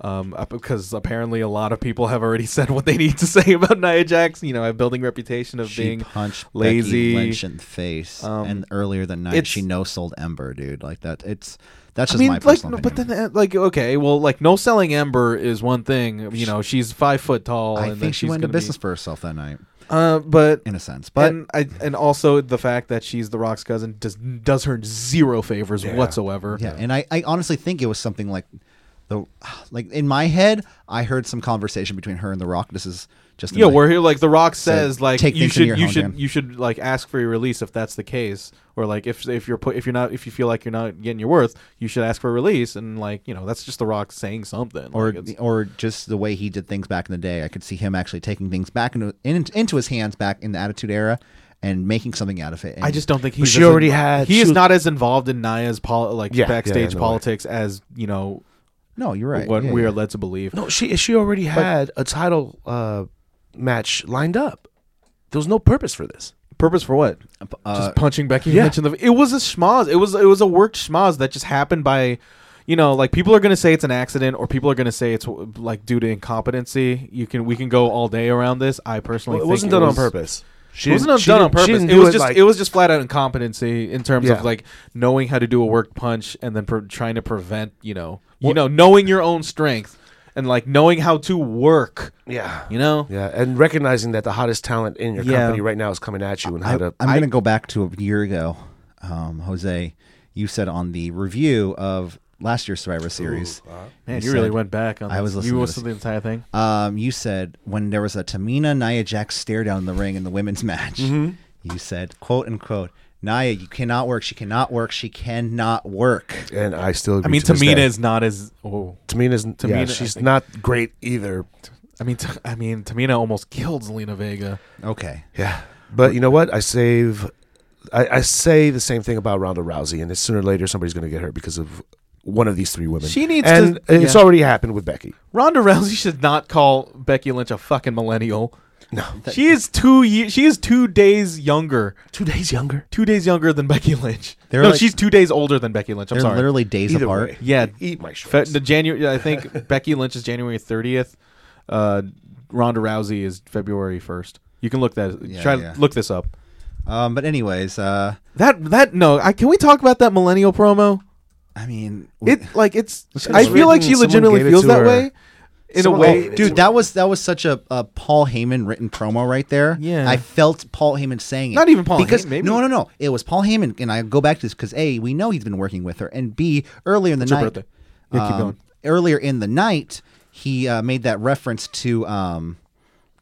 Speaker 3: um, uh, because apparently a lot of people have already [LAUGHS] said what they need to say about Nia Jax. You know, a building reputation of
Speaker 2: She
Speaker 3: being
Speaker 2: punched
Speaker 3: lazy.
Speaker 2: Becky Lynch in the face,
Speaker 3: Um,
Speaker 2: and earlier that night
Speaker 3: it's-
Speaker 2: she no sold Ember, dude. Like that, it's that's
Speaker 3: I
Speaker 2: just
Speaker 3: mean,
Speaker 2: my
Speaker 3: like,
Speaker 2: personal.
Speaker 3: no, but
Speaker 2: opinion.
Speaker 3: then, uh, like, okay, well, like, no selling Ember is one thing. You know, she's five foot tall.
Speaker 2: I
Speaker 3: and then
Speaker 2: think she
Speaker 3: she's
Speaker 2: went into
Speaker 3: gonna be-
Speaker 2: business for herself that night,
Speaker 3: uh, but
Speaker 2: in a sense. But
Speaker 3: but and, I, and also the fact that she's the Rock's cousin does does her zero favors whatsoever.
Speaker 2: yeah, and I, I honestly think it was something like the like in my head, I heard some conversation between her and The Rock. This is just in
Speaker 3: Yeah,
Speaker 2: my-
Speaker 3: where he like the Rock says like
Speaker 2: take
Speaker 3: you
Speaker 2: things into
Speaker 3: should
Speaker 2: your
Speaker 3: you
Speaker 2: own
Speaker 3: should
Speaker 2: hand.
Speaker 3: you should like ask for your release if that's the case, or like if if you're put if you're not if you feel like you're not getting your worth, you should ask for a release, and like you know that's just the Rock saying something.
Speaker 2: or
Speaker 3: like, it's-
Speaker 2: or just the way he did things back in the day. I could see him actually taking things back into in, into his hands back in the Attitude Era and making something out of it. And
Speaker 3: I just don't think he's.
Speaker 4: she
Speaker 3: as
Speaker 4: already
Speaker 3: in-
Speaker 4: had-
Speaker 3: He
Speaker 4: she
Speaker 3: is
Speaker 4: was-
Speaker 3: not as involved in Naya's poli- like
Speaker 4: Yeah, yeah,
Speaker 3: backstage
Speaker 4: yeah, no way.
Speaker 3: politics as you know
Speaker 2: no, you're right.
Speaker 3: what
Speaker 2: Yeah,
Speaker 3: we
Speaker 2: yeah.
Speaker 3: are led to believe.
Speaker 4: No, she she already had a title uh, match lined up. There was no purpose for this.
Speaker 3: Purpose for what?
Speaker 2: Uh,
Speaker 3: just punching Becky
Speaker 4: yeah.
Speaker 3: Lynch in the. It was a schmoz. It was it was a worked schmoz that just happened by, you know, like people are gonna say it's an accident or people are gonna say it's like due to incompetency. You can we can go all day around this. I personally
Speaker 4: Well, it
Speaker 3: think
Speaker 4: wasn't done
Speaker 3: was-
Speaker 4: on purpose. She
Speaker 3: It wasn't
Speaker 4: didn't- she
Speaker 3: done on
Speaker 4: didn't- she
Speaker 3: purpose.
Speaker 4: didn't
Speaker 3: It
Speaker 4: do
Speaker 3: was just
Speaker 4: like-
Speaker 3: it was just flat out incompetency in terms
Speaker 4: Yeah.
Speaker 3: of like knowing how to do a work punch and then pre- trying to prevent you know you know knowing your own strength and like knowing how to work.
Speaker 4: yeah,
Speaker 3: You know.
Speaker 4: yeah, and recognizing that the hottest talent in your
Speaker 3: Yeah.
Speaker 4: company right now is coming at you and
Speaker 2: I,
Speaker 4: how
Speaker 3: uh,
Speaker 4: to.
Speaker 2: am going to go back to a year ago, um, Jose. You said on the review of last year's Survivor Series,
Speaker 3: uh, Man, you, really
Speaker 2: said-
Speaker 3: went back on.
Speaker 2: I
Speaker 3: this.
Speaker 2: was listening
Speaker 3: You
Speaker 2: to
Speaker 3: listened to the
Speaker 2: this.
Speaker 3: entire thing.
Speaker 2: Um, you said when there was a Tamina Nia Jax stare down in the ring in the women's [LAUGHS] match,
Speaker 3: Mm-hmm.
Speaker 2: you said, "quote unquote." Naya, you cannot work. She cannot work. She cannot work.
Speaker 4: and I still.
Speaker 3: I
Speaker 4: Agree
Speaker 3: mean,
Speaker 4: to this
Speaker 3: Tamina
Speaker 4: day.
Speaker 3: is not as. Oh,
Speaker 4: Tamina's. yeah,
Speaker 3: Tamina, I
Speaker 4: she's
Speaker 3: think-
Speaker 4: not great either.
Speaker 3: I mean, t- I mean, Tamina almost killed Zelina Vega.
Speaker 2: Okay.
Speaker 4: Yeah, but you know what? I save. I, I say the same thing about Ronda Rousey, and it's sooner or later somebody's going to get hurt because of one of these three women.
Speaker 3: She needs
Speaker 4: and
Speaker 3: to-
Speaker 4: it's
Speaker 3: yeah.
Speaker 4: already happened with Becky.
Speaker 3: Ronda Rousey should not call Becky Lynch a fucking millennial.
Speaker 4: No,
Speaker 3: She is two ye- She is two days younger.
Speaker 4: two days younger.
Speaker 3: Two days younger than Becky Lynch.
Speaker 2: They're
Speaker 3: no,
Speaker 2: like-
Speaker 3: she's two days older than Becky Lynch. I'm
Speaker 2: They're
Speaker 3: sorry.
Speaker 2: literally days
Speaker 4: Either
Speaker 2: apart.
Speaker 4: way.
Speaker 3: [LAUGHS] yeah,
Speaker 4: Eat my
Speaker 3: Fe-
Speaker 4: shorts.
Speaker 3: the January. I think Becky Lynch is January 30th. Uh, Ronda Rousey is February 1st. You can look that.
Speaker 2: Yeah,
Speaker 3: try
Speaker 2: yeah.
Speaker 3: look this up.
Speaker 2: Um, but anyways, uh,
Speaker 3: That that no. I, can we talk about that millennial promo?
Speaker 2: I mean,
Speaker 3: It like it's.
Speaker 4: It's
Speaker 3: I feel like
Speaker 4: written-
Speaker 3: she
Speaker 4: someone
Speaker 3: legitimately
Speaker 4: gave it
Speaker 3: feels
Speaker 4: to
Speaker 3: that
Speaker 4: her.
Speaker 3: way. In
Speaker 4: Someone-
Speaker 3: a way,
Speaker 4: oh,
Speaker 2: dude, that was that was such a, a Paul Heyman written promo right there.
Speaker 3: Yeah.
Speaker 2: I felt Paul Heyman saying it.
Speaker 3: Not even Paul
Speaker 2: because
Speaker 3: Heyman, maybe.
Speaker 2: no, no, no, it was Paul Heyman, and I go back to this because a we know he's been working with her, and b earlier in the
Speaker 3: It's her
Speaker 2: night,
Speaker 3: birthday. Yeah, keep
Speaker 2: um,
Speaker 3: going.
Speaker 2: earlier in the night he uh, made that reference to um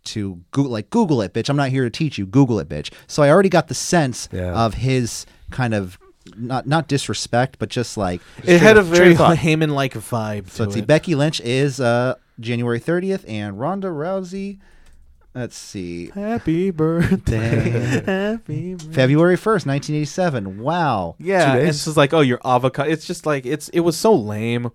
Speaker 2: to Google, like Google it, bitch. I'm not here to teach you. Google it, bitch. So I already got the sense
Speaker 4: Yeah.
Speaker 2: of his kind of not not disrespect, but just like
Speaker 3: It had a very [LAUGHS]
Speaker 4: of thought.
Speaker 3: Heyman like vibe.
Speaker 2: so
Speaker 3: to
Speaker 2: let's see.
Speaker 3: it.
Speaker 2: Becky Lynch is uh, January 30th, and Ronda Rousey. Let's see.
Speaker 3: Happy birthday.
Speaker 2: Damn.
Speaker 3: Happy birthday.
Speaker 2: February 1st, 1987. Wow.
Speaker 3: Yeah,
Speaker 4: Two
Speaker 3: and
Speaker 4: days.
Speaker 3: it's just like, oh, your avocado. It's just like it's it was so lame.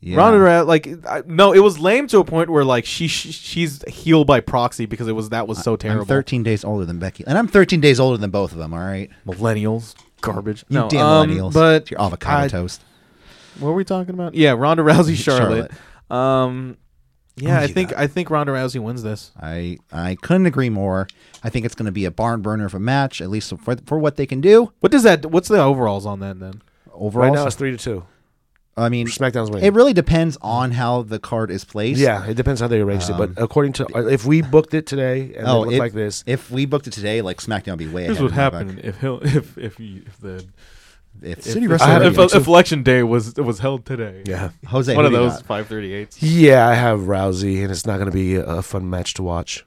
Speaker 2: Yeah.
Speaker 3: Ronda Rousey, like I, no, it was lame to a point where like she, she she's healed by proxy because it was that was so terrible.
Speaker 2: I'm 13 days older than Becky. And I'm 13 days older than both of them, all right?
Speaker 3: Millennials, garbage.
Speaker 2: You
Speaker 3: no,
Speaker 2: damn
Speaker 3: um,
Speaker 2: millennials.
Speaker 3: But
Speaker 2: your avocado
Speaker 3: I-
Speaker 2: toast.
Speaker 3: What were we talking about?
Speaker 2: [LAUGHS]
Speaker 3: Yeah, Ronda Rousey,
Speaker 2: Charlotte.
Speaker 3: Charlotte. Um, yeah,
Speaker 2: Oh,
Speaker 3: I
Speaker 2: yeah.
Speaker 3: think I think Ronda Rousey wins this.
Speaker 2: I, I couldn't agree more. I think it's going to be a barn burner of a match, at least for, for what they can do.
Speaker 3: What does that? What's the overalls on that then?
Speaker 2: Overall,
Speaker 4: Right now it's three to two.
Speaker 2: I mean,
Speaker 4: SmackDown's winning.
Speaker 2: it really depends on how the card is placed.
Speaker 4: yeah, it depends how they arranged it, but according to if we booked it today and it looked
Speaker 2: if,
Speaker 4: like this,
Speaker 2: If we booked Oh, it today, like SmackDown would be way
Speaker 5: Here's
Speaker 2: ahead.
Speaker 5: what
Speaker 2: of Raw back.
Speaker 5: happened if
Speaker 3: [LAUGHS]
Speaker 5: he'll if if, you, if the
Speaker 2: If
Speaker 5: if,
Speaker 2: City
Speaker 5: if,
Speaker 2: Wrestling
Speaker 5: if,
Speaker 2: Radio-
Speaker 5: if election day was was held today.
Speaker 4: yeah,
Speaker 2: Jose,
Speaker 5: one
Speaker 2: who
Speaker 5: of
Speaker 2: do you
Speaker 5: those
Speaker 2: got?
Speaker 5: five thirty eights.
Speaker 4: yeah, I have Rousey, and it's not going to be a fun match to watch.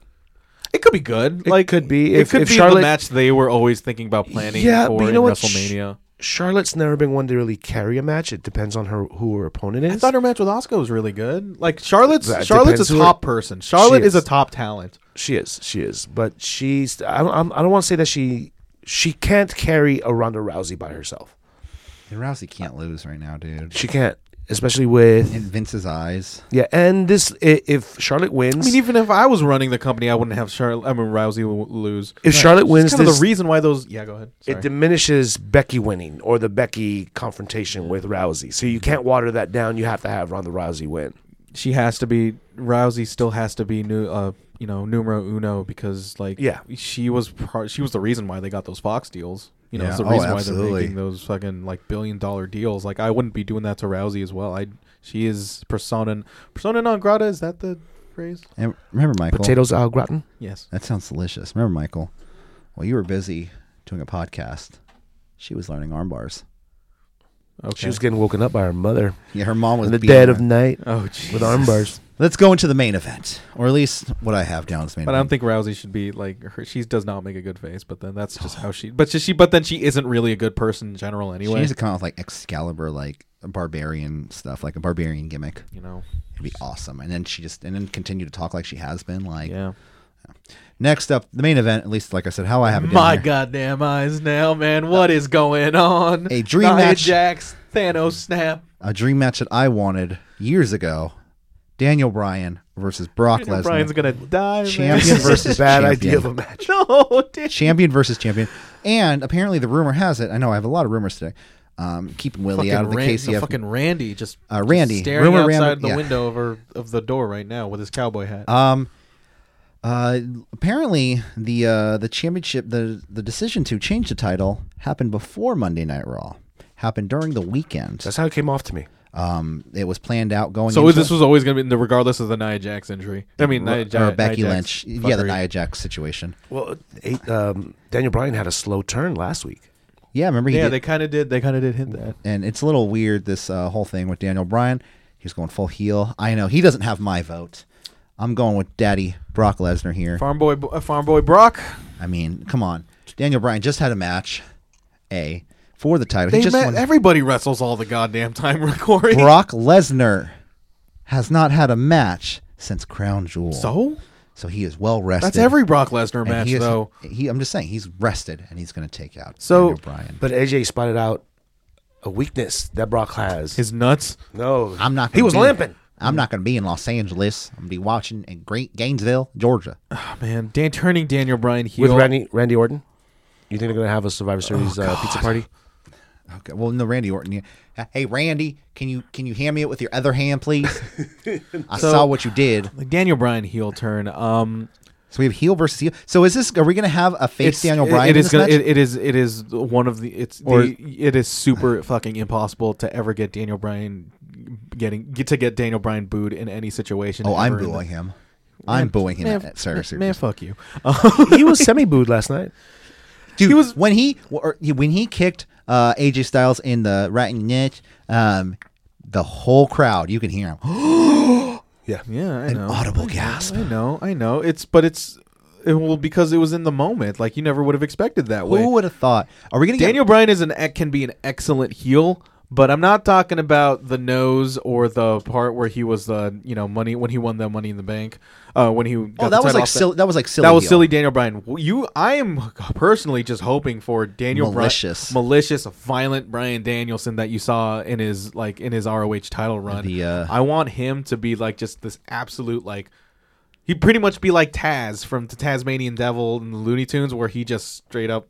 Speaker 3: It could be good.
Speaker 4: It
Speaker 3: like
Speaker 4: could be.
Speaker 3: It
Speaker 4: If-
Speaker 3: could
Speaker 4: if
Speaker 3: be
Speaker 4: Charlotte-
Speaker 3: the match they were always thinking about planning
Speaker 4: Yeah,
Speaker 3: for
Speaker 4: but you
Speaker 3: in
Speaker 4: know what? Sh-
Speaker 3: WrestleMania.
Speaker 4: Charlotte's never been one to really carry a match. It depends on her who her opponent
Speaker 3: I
Speaker 4: is.
Speaker 3: thought her match with Oscar was really good. Like Charlotte's
Speaker 4: That
Speaker 3: Charlotte's
Speaker 4: depends
Speaker 3: a
Speaker 4: who
Speaker 3: top
Speaker 4: it-
Speaker 3: person. Charlotte
Speaker 4: She
Speaker 3: is. a
Speaker 4: is.
Speaker 3: top talent.
Speaker 4: she is, she is, but she's. I don't. I'm- I don't want to say that she she can't carry a Ronda Rousey by herself.
Speaker 2: And Rousey can't lose right now, dude.
Speaker 4: She can't, especially with
Speaker 2: In Vince's eyes,
Speaker 4: yeah. And this, i- if Charlotte
Speaker 3: I
Speaker 4: wins,
Speaker 3: mean, even if I was running the company, I wouldn't have Charlotte. I mean, Rousey w- lose.
Speaker 4: if Charlotte
Speaker 3: It's
Speaker 4: wins
Speaker 3: kind of
Speaker 4: this,
Speaker 3: the reason why those. Yeah, go ahead. Sorry.
Speaker 4: it diminishes Becky winning or the Becky confrontation with Rousey. So you can't water that down. You have to have Ronda Rousey win.
Speaker 3: she has to be Rousey. Still has to be new. Uh, you know, numero uno because like
Speaker 4: Yeah.
Speaker 3: she was pro- she was the reason why they got those Fox deals. You know,
Speaker 2: Yeah.
Speaker 3: it's the
Speaker 2: Oh,
Speaker 3: reason why they're
Speaker 2: absolutely.
Speaker 3: making those fucking like billion dollar deals. Like I wouldn't be doing that to Rousey as well. I she is persona persona non grata. Is that the phrase?
Speaker 2: and remember Michael.
Speaker 4: Potatoes al gratin.
Speaker 3: Yes.
Speaker 2: That sounds delicious. Remember Michael? While you were busy doing a podcast, she was learning arm bars.
Speaker 3: Okay.
Speaker 4: She was getting woken up by her mother
Speaker 2: Yeah, her mom was
Speaker 4: in the
Speaker 2: beating
Speaker 4: dead
Speaker 2: her.
Speaker 4: of night
Speaker 3: oh, Jesus.
Speaker 4: with arm [LAUGHS] bars.
Speaker 2: Let's go into the main event, or at least what I have down as main.
Speaker 3: But I
Speaker 2: event.
Speaker 3: don't think Rousey should be like her. She does not make a good face. But then that's just how she. But she. But then she isn't really a good person in general
Speaker 2: she
Speaker 3: anyway.
Speaker 2: needs to come out with like Excalibur, like barbarian stuff, like a barbarian gimmick.
Speaker 3: you know.
Speaker 2: It'd be awesome. And then she just and then continue to talk like she has been. Like
Speaker 3: Yeah.
Speaker 2: next up, the main event. At least like I said, how I have it. down
Speaker 3: My
Speaker 2: here.
Speaker 3: goddamn eyes now, man. What is going on?
Speaker 2: A dream
Speaker 3: Nia
Speaker 2: match.
Speaker 3: Jax, Thanos snap.
Speaker 2: a dream match that I wanted years ago: Daniel Bryan versus Brock
Speaker 3: Daniel
Speaker 2: Lesnar.
Speaker 3: [LAUGHS] Bryan's gonna die, man. [LAUGHS]
Speaker 2: Champion versus
Speaker 4: Bad
Speaker 2: champion.
Speaker 4: idea of a match.
Speaker 3: No, dude.
Speaker 2: champion versus champion. And apparently, the rumor has it. I know I have a lot of rumors today. Um, keeping Willie out of the
Speaker 3: Ran-
Speaker 2: KCF.
Speaker 3: fucking Randy just
Speaker 2: Uh, Randy.
Speaker 3: just staring
Speaker 2: Rumor
Speaker 3: outside
Speaker 2: Randy-
Speaker 3: the
Speaker 2: yeah.
Speaker 3: window of, her, of the door right now with his cowboy hat.
Speaker 2: um, uh, apparently, the uh, the championship, the the decision to change the title happened before Monday Night Raw. Happened during the weekend.
Speaker 4: That's how it came off to me.
Speaker 2: Um, it was planned out going.
Speaker 3: so
Speaker 2: into,
Speaker 3: this was always gonna be in the regardless of the Nia Jax injury. I mean, Nia, Ja-
Speaker 2: or Becky
Speaker 3: Nia
Speaker 2: Lynch.
Speaker 3: Jax
Speaker 2: Yeah, the
Speaker 3: fuckery.
Speaker 2: Nia Jax situation.
Speaker 4: Well, eight, um, Daniel Bryan had a slow turn last week.
Speaker 2: Yeah, remember he
Speaker 3: Yeah,
Speaker 2: did-
Speaker 3: they kind of did. They kind of did hit that.
Speaker 2: and it's a little weird this uh, whole thing with Daniel Bryan. He's going full heel. I know he doesn't have my vote. I'm going with Daddy Brock Lesnar here.
Speaker 3: Farm boy, uh, farm boy Brock.
Speaker 2: I mean, come on, Daniel Bryan just had a match, a for the title. he
Speaker 3: They
Speaker 2: just
Speaker 3: met,
Speaker 2: won.
Speaker 3: everybody wrestles all the goddamn time, [LAUGHS] Corey.
Speaker 2: Brock Lesnar has not had a match since Crown Jewel,
Speaker 3: So
Speaker 2: So he is well rested.
Speaker 3: that's every Brock Lesnar
Speaker 2: And
Speaker 3: match,
Speaker 2: he is-
Speaker 3: though.
Speaker 2: He, I'm just saying he's rested and he's going to take out
Speaker 3: So-
Speaker 2: Daniel Bryan.
Speaker 4: But AJ spotted out a weakness that Brock has.
Speaker 3: His nuts.
Speaker 4: no,
Speaker 2: I'm not.
Speaker 4: He
Speaker 2: gonna
Speaker 4: was
Speaker 2: be-
Speaker 4: limping.
Speaker 2: I'm not going to be in Los Angeles. I'm going to be watching in Great Gainesville, Georgia.
Speaker 3: Oh, Man, Dan turning Daniel Bryan heel.
Speaker 4: with Randy Randy Orton. You think they're gonna have a Survivor Series uh, pizza [LAUGHS] party?
Speaker 2: Okay. Well, no, Randy Orton. yeah. Hey, Randy, can you can you hand me it with your other hand,
Speaker 3: [LAUGHS]
Speaker 2: please? I saw what you did.
Speaker 3: Like Daniel Bryan heel turn. Um,
Speaker 2: So we have heel versus heel. So is this? Are we going to have a face Daniel
Speaker 3: it-
Speaker 2: Bryan?
Speaker 3: It
Speaker 2: in
Speaker 3: is
Speaker 2: this
Speaker 3: gonna.
Speaker 2: match?
Speaker 3: It, it is. It is one of the. It's.
Speaker 2: Or-
Speaker 3: the, it is super fucking impossible to ever get Daniel Bryan getting get to get Daniel Bryan booed in any situation.
Speaker 2: oh, I'm
Speaker 3: ever in the-
Speaker 2: booing him. I'm booing him.
Speaker 3: Man,
Speaker 2: at Survivor Series.
Speaker 3: man,
Speaker 2: [LAUGHS]
Speaker 3: fuck you.
Speaker 4: he was semi booed last night.
Speaker 2: Dude,
Speaker 3: He was-
Speaker 2: when he or, he- when he kicked uh, AJ Styles in the rotten niche. Um, the whole crowd, you can hear him. [GASPS]
Speaker 3: Oh, Yeah, I know.
Speaker 2: audible
Speaker 3: I know,
Speaker 2: gasp.
Speaker 3: I know. I know. It's but it's it, well because it was in the moment. Like you never would have expected that way.
Speaker 2: Who would have thought? Are we going to get
Speaker 3: Daniel Bryan is an ec- can be an excellent heel, but I'm not talking about the nose or the part where he was the you know money when he won the Money in the Bank. Uh, when he got
Speaker 2: Oh,
Speaker 3: the
Speaker 2: that was
Speaker 3: title
Speaker 2: like
Speaker 3: off
Speaker 2: silly. That was like silly.
Speaker 3: That was
Speaker 2: heel.
Speaker 3: silly, Daniel Bryan. W- You, I am personally just hoping for Daniel Bryan,
Speaker 2: Malicious.
Speaker 3: malicious, violent Bryan Danielson that you saw in his like in his ROH title run.
Speaker 2: The, uh,
Speaker 3: I want him to be like just this absolute like. He'd pretty much be like Taz from the Tasmanian Devil and the Looney Tunes, where he just straight up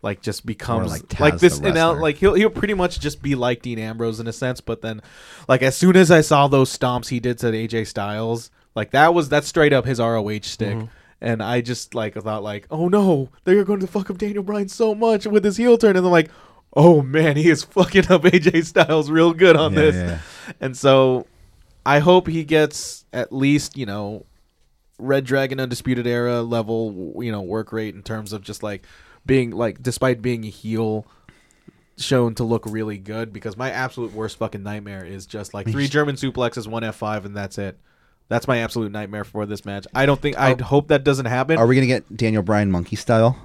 Speaker 3: like just becomes
Speaker 2: like
Speaker 3: like,
Speaker 2: Taz the
Speaker 3: this and out
Speaker 2: wrestler.
Speaker 3: like he'll he'll pretty much just be like Dean Ambrose in a sense, but then like as soon as I saw those stomps he did to AJ Styles, like that was that's straight up his ROH stick.
Speaker 2: Mm-hmm.
Speaker 3: And I just like thought like, oh no, they're going to fuck up Daniel Bryan so much with his heel turn, and I'm like, oh man, he is fucking up [LAUGHS] AJ Styles real good on
Speaker 2: Yeah,
Speaker 3: this.
Speaker 2: yeah,
Speaker 3: And so I hope he gets at least, you know, Red Dragon Undisputed Era level, you know, work rate in terms of just like being like despite being a heel shown to look really good because my absolute worst fucking nightmare is just like three German suplexes, one F5 and that's it. That's my absolute nightmare for this match. I don't think I hope that doesn't happen.
Speaker 2: Are we gonna get Daniel Bryan monkey style?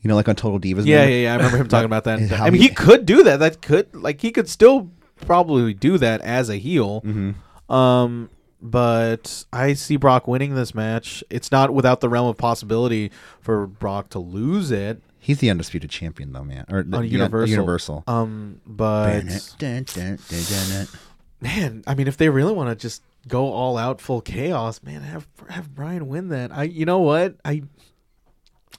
Speaker 2: You know, like on Total Divas.
Speaker 3: Yeah,
Speaker 2: maybe?
Speaker 3: yeah, yeah. I remember him talking about that.
Speaker 2: How
Speaker 3: I mean,
Speaker 2: he-
Speaker 3: he could do that. That could like he could still probably do that as a heel. Um, but I see Brock winning this match. It's not without the realm of possibility for Brock to lose it
Speaker 2: He's the undisputed champion, though, man. Or the,
Speaker 3: on
Speaker 2: the-
Speaker 3: Universal.
Speaker 2: Universal.
Speaker 3: Um, but
Speaker 2: Dun, dun, dun, dun, dun.
Speaker 3: man, I mean, if they really want to just go all out, full chaos, man, have have Brian win that. I, you know what, I.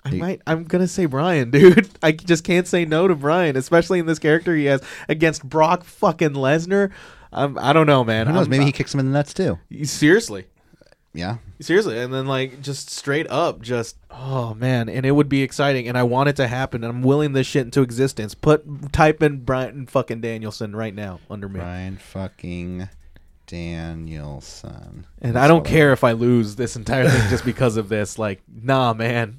Speaker 3: I
Speaker 2: Dude.
Speaker 3: might. I'm gonna say Brian, [LAUGHS] dude. I just can't say no to Brian, especially in this character he has against Brock fucking Lesnar. Um, I don't know, man.
Speaker 2: Who knows?
Speaker 3: I'm-
Speaker 2: Maybe he kicks him in the nuts too.
Speaker 3: seriously,
Speaker 2: Yeah.
Speaker 3: seriously, and then like just straight up, just oh man, and it would be exciting, and I want it to happen, and I'm willing this shit into existence. Put type in Brian fucking Danielson right now under me.
Speaker 2: Brian fucking Danielson.
Speaker 3: And
Speaker 2: That's
Speaker 3: I don't
Speaker 2: what
Speaker 3: care if I lose this entire
Speaker 2: [LAUGHS]
Speaker 3: thing just because of this. Like, nah, man.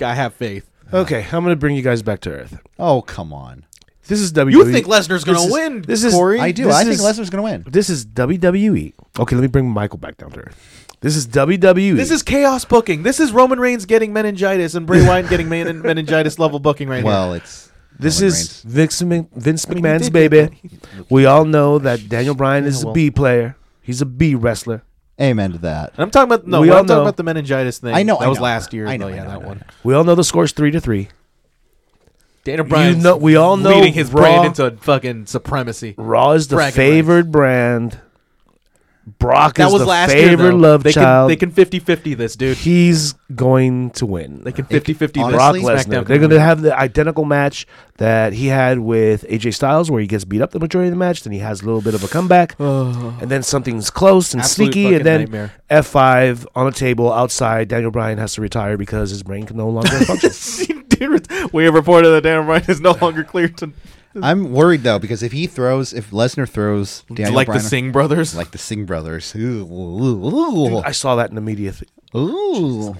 Speaker 3: I have faith.
Speaker 4: Okay, I'm gonna bring you guys back to earth.
Speaker 2: Oh come on!
Speaker 4: This is WWE.
Speaker 3: You think Lesnar's
Speaker 4: This
Speaker 3: gonna
Speaker 4: is-
Speaker 3: win?
Speaker 4: This is
Speaker 3: Corey?
Speaker 2: I do.
Speaker 4: This
Speaker 2: I think
Speaker 4: is-
Speaker 2: Lesnar's gonna win.
Speaker 4: This is WWE. Okay, let me bring Michael back down to earth. This is E. WWE.
Speaker 3: This is chaos booking. This is Roman Reigns getting meningitis
Speaker 2: [LAUGHS]
Speaker 3: and Bray Wyatt getting men- meningitis level booking right now.
Speaker 2: Well, it's
Speaker 4: This
Speaker 2: Roman
Speaker 4: is Vince, Mc- Vince
Speaker 3: mean, he
Speaker 4: McMahon's
Speaker 3: did get
Speaker 4: baby. We all know that Daniel Bryan is
Speaker 3: Yeah,
Speaker 4: a
Speaker 3: well.
Speaker 4: B player. He's a B wrestler.
Speaker 2: Reigns. Amen to that.
Speaker 3: And I'm talking about no.
Speaker 4: We
Speaker 3: I'm
Speaker 4: all
Speaker 3: talking
Speaker 4: know.
Speaker 3: about the meningitis thing.
Speaker 2: I know,
Speaker 3: that
Speaker 2: I
Speaker 3: was
Speaker 2: know.
Speaker 3: last year.
Speaker 2: I know,
Speaker 3: though,
Speaker 2: I
Speaker 3: yeah,
Speaker 2: know, I
Speaker 3: that
Speaker 2: know.
Speaker 3: one.
Speaker 4: We all know the score's three to three.
Speaker 3: Daniel Bryan.
Speaker 4: know- we all know
Speaker 3: leading his
Speaker 4: Raw-
Speaker 3: brand into fucking supremacy.
Speaker 4: Raw is the
Speaker 3: Bragging rights.
Speaker 4: favored brand. Brock
Speaker 3: That
Speaker 4: is
Speaker 3: was
Speaker 4: the
Speaker 3: last year.
Speaker 4: favorite
Speaker 3: though.
Speaker 4: love
Speaker 3: they
Speaker 4: child.
Speaker 3: Can, they can 50-50 this, dude.
Speaker 4: He's going to win.
Speaker 3: They can 50-50 this.
Speaker 4: Brock
Speaker 2: Honestly,
Speaker 4: Lesnar.
Speaker 3: SmackDown
Speaker 4: They're
Speaker 3: can
Speaker 4: going to
Speaker 3: win.
Speaker 4: have the identical match that he had with AJ Styles, where he gets beat up the majority of the match, then he has a little bit of
Speaker 2: [SIGHS]
Speaker 4: a comeback,
Speaker 2: Oh.
Speaker 4: and then something's close and
Speaker 3: Absolute
Speaker 4: sneaky,
Speaker 3: fucking
Speaker 4: and then
Speaker 3: nightmare.
Speaker 4: F five on a table outside. Daniel Bryan has to retire because his brain can
Speaker 2: [LAUGHS]
Speaker 4: no longer function.
Speaker 3: [LAUGHS] Dude, [LAUGHS] we have reported that Daniel Bryan is no longer clear to
Speaker 2: I'm worried though because if he throws, if Lesnar throws, Daniel
Speaker 3: like
Speaker 2: Bryan,
Speaker 3: the Singh brothers.
Speaker 2: like the Singh brothers. Ooh, ooh,
Speaker 4: I saw that in the media. Th-
Speaker 2: ooh.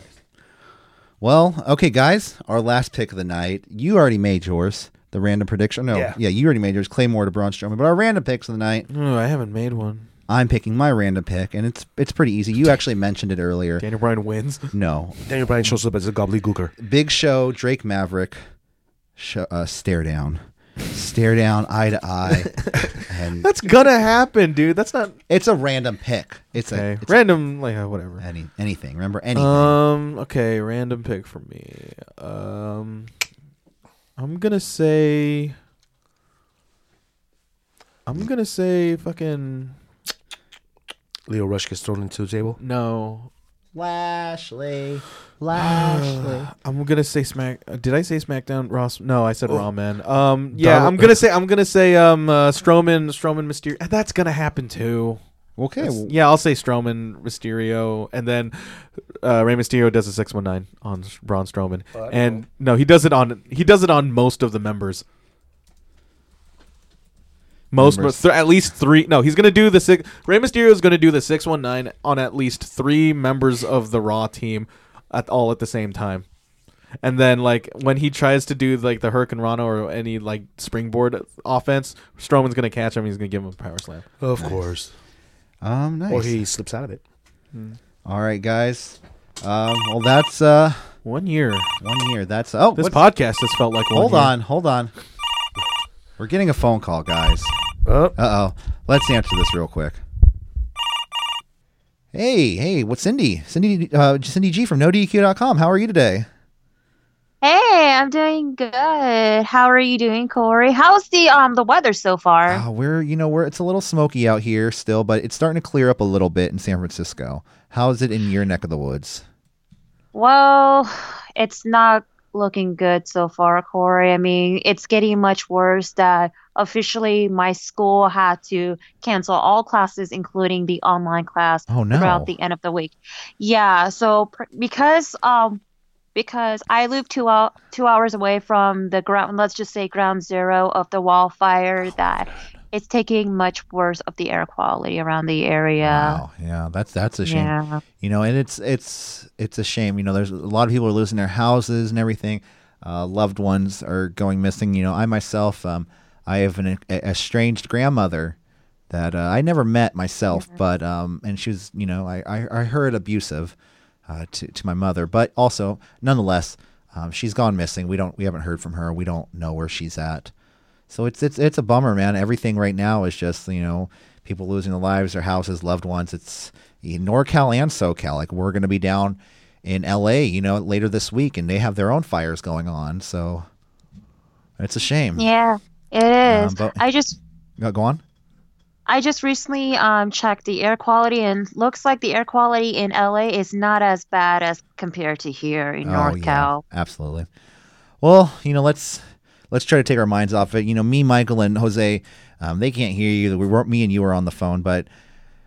Speaker 2: Well, okay, guys, our last pick of the night. You already made yours. The random prediction. No,
Speaker 4: Yeah. Mm-hmm.
Speaker 2: yeah, you already made yours. Claymore to Braun Strowman. But our random picks of the night.
Speaker 3: Oh, I haven't made one.
Speaker 2: I'm picking my random pick, and it's it's pretty easy.
Speaker 4: [LAUGHS]
Speaker 2: You actually mentioned it earlier.
Speaker 3: Daniel Bryan wins.
Speaker 2: No,
Speaker 4: Daniel Bryan shows up as a gobbledygooker.
Speaker 2: Big Show, Drake Maverick, show, uh, stare down, stare down, eye to
Speaker 4: [LAUGHS]
Speaker 2: eye, and
Speaker 3: [LAUGHS] That's gonna happen, dude. That's not
Speaker 2: it's a random pick. It's
Speaker 3: okay.
Speaker 2: a it's
Speaker 3: Random, like uh, whatever.
Speaker 2: any anything. Remember anything?
Speaker 4: Uh,
Speaker 3: Um. Okay. Random pick for me. Um. I'm gonna say. I'm gonna say fucking
Speaker 4: Leo Rush gets thrown into the table.
Speaker 3: no.
Speaker 2: Lashley,
Speaker 4: [SIGHS]
Speaker 2: Lashley.
Speaker 3: I'm gonna say smack. uh, Did I say SmackDown? Ross? No, I said
Speaker 4: Oh.
Speaker 3: Raw. Man. Um. Yeah.
Speaker 4: Donald-
Speaker 3: I'm gonna say. I'm gonna say. Um. Uh, Strowman. Strowman. Mysterio. That's gonna happen too.
Speaker 2: okay,
Speaker 3: That's-
Speaker 2: well,
Speaker 3: yeah, I'll say Strowman, Mysterio, and then uh, Rey Mysterio does a six one nine on S- Braun Strowman, and no, he does it on he does it on most of the members. Most,
Speaker 2: Members.
Speaker 3: most th- at least three. No, he's gonna do the six. Rey Mysterio is gonna do the six one nine on at least three members of the Raw team, at all at the same time. And then like when he tries to do like the Hurricane Rana or any like springboard offense, Strowman's gonna catch him. He's gonna give him a power slam.
Speaker 4: Of course,
Speaker 2: um, nice.
Speaker 4: or he slips out of it.
Speaker 2: All right, guys. Um, well, that's uh
Speaker 3: One year.
Speaker 2: one year. That's oh,
Speaker 3: This
Speaker 2: what's-
Speaker 3: podcast has felt like one
Speaker 2: hold
Speaker 3: year.
Speaker 2: on, hold on. We're getting a phone call, guys.
Speaker 4: Oh,
Speaker 2: Uh oh. Let's answer this real quick. Hey, hey, what's Cindy? Cindy, uh, Cindy G from NoDQ.com. How are you today?
Speaker 6: Hey, I'm doing good. How are you doing, Corey? How's the um the weather so far?
Speaker 2: Uh, we're, you know, we're it's a little smoky out here still, but it's starting to clear up a little bit in San Francisco. How is it in your neck of the woods?
Speaker 6: Well, it's not looking good so far, Corey. I mean, it's getting much worse that officially my school had to cancel all classes, including the online class,
Speaker 2: Oh no.
Speaker 6: throughout the end of the week. Yeah, so pr- because um because I live two out two hours away from the ground. Let's just say ground zero of the
Speaker 2: Oh,
Speaker 6: wildfire. that it's taking much worse of the air quality around the area.
Speaker 2: Wow. Yeah, that's that's a shame.
Speaker 6: Yeah.
Speaker 2: You know, and it's it's it's a shame. You know, there's a lot of people are losing their houses and everything. Uh, loved ones are going missing. You know, I myself, um, I have an e- estranged grandmother that uh, I never met myself, but um, and she was, you know, I I, I heard abusive uh, to to my mother, but also nonetheless, um, she's gone missing. We don't we haven't heard from her. We don't know where she's at. So it's it's it's a bummer, man. Everything right now is just you know people losing their lives, their houses, loved ones. It's in NorCal and SoCal. Like we're going to be down in LA, you know, later this week, and they have their own fires going on. So it's a shame.
Speaker 6: Yeah, it is.
Speaker 2: Um, but-
Speaker 6: I just
Speaker 2: Go- Go on.
Speaker 6: I just recently um, checked the air quality, and looks like the air quality in LA is not as bad as compared to here
Speaker 2: Oh,
Speaker 6: in NorCal.
Speaker 2: absolutely. Well, you know, let's let's try to take our minds off it. You know, me, Michael, and Jose, um, they can't hear you. We weren't me and you were on the phone, but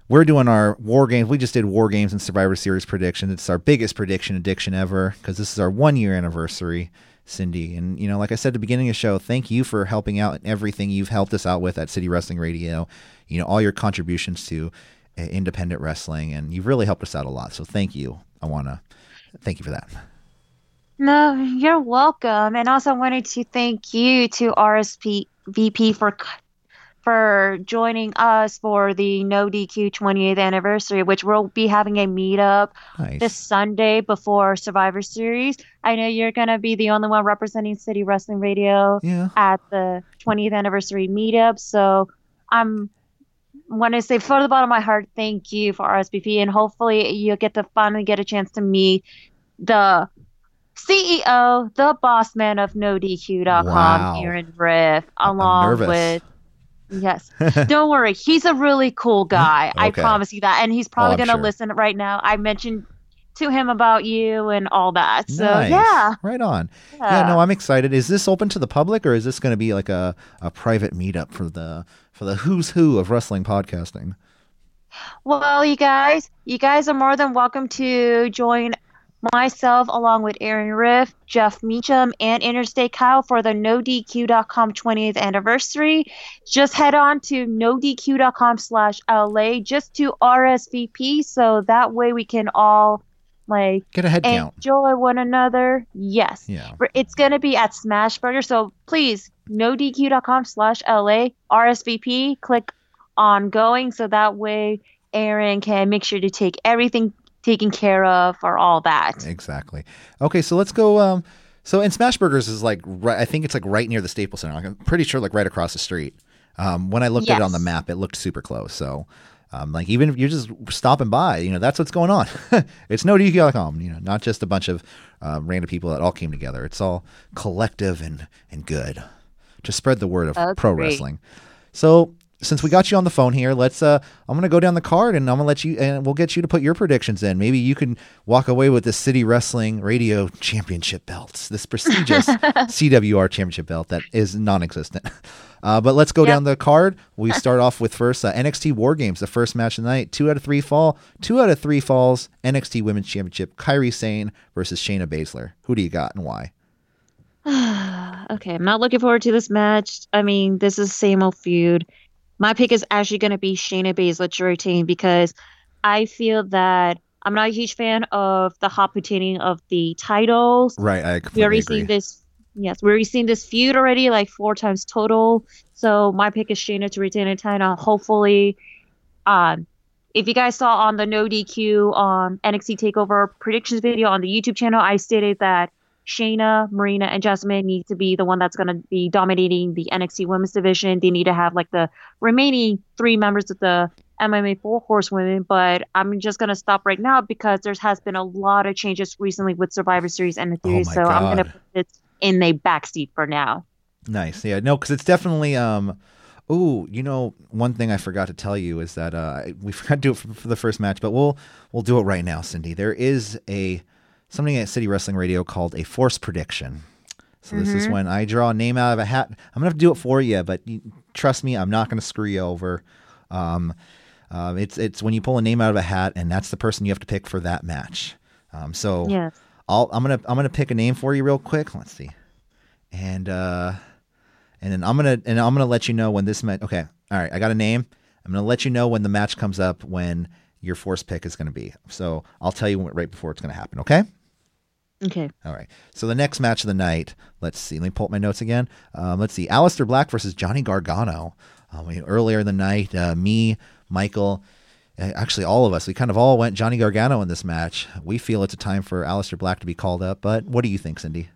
Speaker 2: we're doing our war games. We just did war games and Survivor Series predictions. It's our biggest prediction addiction ever because this is our one year anniversary, Cindy. And you know, like I said at the beginning of the show, thank you for helping out and everything you've helped us out with at City Wrestling Radio. You know, all your contributions to uh, independent wrestling, and you've really helped us out a lot. So thank you. I want to thank you for that.
Speaker 6: No, you're welcome. And also wanted to thank you to RSP VP for c- for joining us for the No DQ 20th anniversary, which we'll be having a meetup
Speaker 2: Nice.
Speaker 6: this Sunday before Survivor Series. I know you're gonna be the only one representing City Wrestling Radio.
Speaker 2: yeah.
Speaker 6: at the 20th anniversary meetup. So I'm want to say from the bottom of my heart, thank you for RSVP, and hopefully you'll get to finally get a chance to meet the CEO, the boss man of NoDQ.com,
Speaker 2: Wow.
Speaker 6: Aaron Riff,
Speaker 2: I'm
Speaker 6: along
Speaker 2: nervous.
Speaker 6: with.
Speaker 2: [LAUGHS]
Speaker 6: Yes. Don't worry. He's a really cool guy. I
Speaker 2: Mm-hmm. Okay. Oh,
Speaker 6: promise you that. And he's probably
Speaker 2: I'm
Speaker 6: going to
Speaker 2: sure.
Speaker 6: listen right now. I mentioned to him about you and all that. So,
Speaker 2: nice.
Speaker 6: yeah.
Speaker 2: Right on. Yeah. no, I'm excited. Is this open to the public or is this going to be like a, a private meetup for the for the who's who of wrestling podcasting?
Speaker 6: Well, you guys, you guys are more than welcome to join myself along with Aaron Riff, Jeff Meacham, and Interstate Kyle for the NoDQ.com 20th anniversary. Just head on to NoDQ.com slash LA just to RSVP so that way we can all like
Speaker 2: Get a head count.
Speaker 6: enjoy one another. Yes.
Speaker 2: Yeah.
Speaker 6: For- It's going to be at Smashburger. So please, nodq.com slash LA, RSVP, click ongoing. So that way, Aaron can make sure to take everything taken care of for all that.
Speaker 2: Exactly. Okay, so let's go. Um, so and Smashburgers is like right, I think it's like right near the Staples Center. Like, I'm pretty sure like right across the street. Um, when I looked at it on the
Speaker 6: Yes.
Speaker 2: map, it looked super close. So, um, like even if you're just stopping by, you know that's what's going on. [LAUGHS] it's no DQ.com, you know, not just a bunch of um, random people that all came together. It's all collective and and good to spread the word of pro
Speaker 6: Agreed.
Speaker 2: wrestling. So since we got you on the phone here, let's. Uh, I'm gonna go down the card, and I'm gonna let you, and we'll get you to put your predictions in. Maybe you can walk away with the City Wrestling Radio Championship belt, this prestigious CWR Championship belt that is non-existent. [LAUGHS] Uh, but let's go down the card. We start off with first uh, NXT War Games, the first match of the night. Two out of three fall. Two out of three falls. NXT Women's Championship. Kyrie Sane versus Shayna Baszler. Who do you got and why?
Speaker 6: okay, I'm not looking forward to this match. I mean, this is the same old feud. My pick is actually going to be Shayna Baszler to retain because I feel that I'm not a huge fan of the hot potatoing of the titles.
Speaker 2: Right, I
Speaker 6: we
Speaker 2: completely
Speaker 6: already
Speaker 2: agree.
Speaker 6: seen this. Yes, we already seen this feud already like four times total. So my pick is Shayna to retain in title. Hopefully, um, if you guys saw on the No DQ um, NXT Takeover predictions video on the YouTube channel, I stated that Shayna, Marina, and Jasmine need to be the one that's going to be dominating the NXT Women's Division. They need to have like the remaining three members of the MMA Four Horsewomen. But I'm just going to stop right now because there has been a lot of changes recently with Survivor Series and the
Speaker 2: Oh
Speaker 6: Theory.
Speaker 2: my
Speaker 6: so I'm going to
Speaker 2: God.
Speaker 6: put it in a backseat for now.
Speaker 2: Nice. Yeah. No, because it's definitely. um Ooh, you know, one thing I forgot to tell you is that uh, we [LAUGHS] forgot to do it for, for the first match, but we'll we'll do it right now, Cindy. There is a something at City Wrestling Radio called a force prediction. So this is when I draw a name out of a hat. I'm gonna have to do it for you, but you, trust me, I'm not gonna screw you over. Um, uh, it's it's when you pull a name out of a hat, and that's the person you have to pick for that match. Um, so
Speaker 6: Yes.
Speaker 2: I'll, I'm gonna I'm gonna pick a name for you real quick. Let's see, and uh, and then I'm gonna and I'm gonna let you know when this match. Okay, all right, I got a name. I'm gonna let you know when the match comes up when your force pick is gonna be. So I'll tell you when- right before it's gonna happen. Okay.
Speaker 6: Okay.
Speaker 2: All right. So the next match of the night, let's see. Let me pull up my notes again. Um, let's see. Alistair Black versus Johnny Gargano. Um, we- earlier in the night, uh, me, Michael, uh, actually all of us, we kind of all went Johnny Gargano in this match. We feel it's a time for Alistair Black to be called up. But what do you think, Cindy?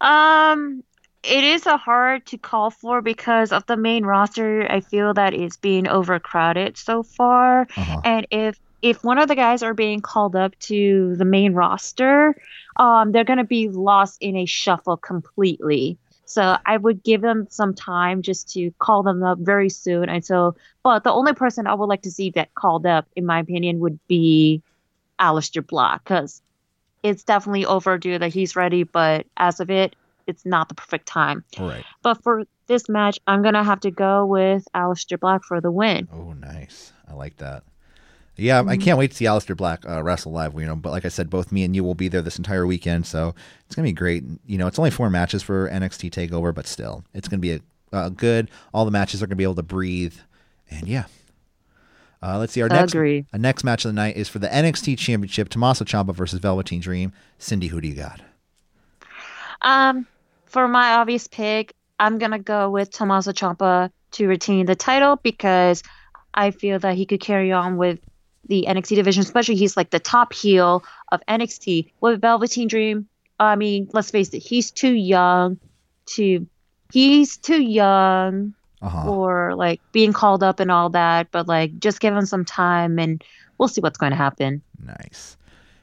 Speaker 6: Um, it is a hard to call for because of the main roster. I feel that it's being overcrowded so far,
Speaker 2: Uh-huh.
Speaker 6: and if if one of the guys are being called up to the main roster, um, they're gonna be lost in a shuffle completely. So I would give them some time just to call them up very soon. And so, but the only person I would like to see get called up, in my opinion, would be Alistair Black because it's definitely overdue that he's ready, but as of it, it's not the perfect time.
Speaker 2: All right.
Speaker 6: But for this match, I'm gonna have to go with Aleister Black for the win.
Speaker 2: Oh, nice. I like that. Yeah, I can't wait to see Alistair Black uh, wrestle live. You know, but like I said, both me and you will be there this entire weekend, so it's gonna be great. You know, it's only four matches for NXT Takeover, but still, it's gonna be a, a good. All the matches are gonna be able to breathe, and yeah. Uh, let's see. Our next
Speaker 6: Agree.
Speaker 2: our next match of the night is for the NXT Championship: Tommaso Ciampa versus Velveteen Dream. Cindy, who do you got?
Speaker 6: Um, for my obvious pick, I'm gonna go with Tommaso Ciampa to retain the title because I feel that he could carry on with the NXT division, especially he's like the top heel of NXT with Velveteen Dream. I mean, let's face it, he's too young to he's too young
Speaker 2: Uh huh.
Speaker 6: or like being called up and all that, but like just give him some time and we'll see what's going to happen.
Speaker 2: Nice.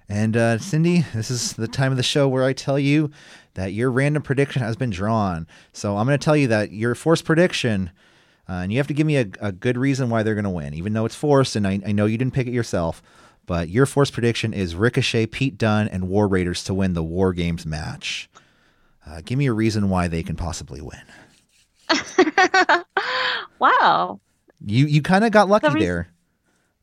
Speaker 2: And uh, Cindy, this is the time of the show where I tell you that your random prediction has been drawn. So I'm going to tell you that your forced prediction, uh, and you have to give me a, a good reason why they're going to win, even though it's forced, and I, I know you didn't pick it yourself. But your forced prediction is Ricochet, Pete Dunne, and War Raiders to win the War Games match. Uh, give me a reason why they can possibly win.
Speaker 6: Wow.
Speaker 2: You you kind of got lucky
Speaker 6: The reas-
Speaker 2: there.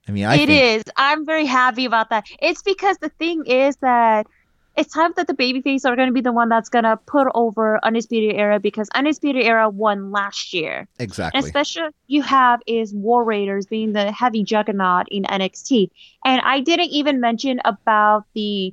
Speaker 2: I mean, I
Speaker 6: it
Speaker 2: think,
Speaker 6: is. I'm very happy about that. It's because the thing is that it's time that the babyface are going to be the one that's going to put over Undisputed Era because Undisputed Era won last year.
Speaker 2: exactly.
Speaker 6: And especially you have is War Raiders being the heavy juggernaut in NXT. And I didn't even mention about the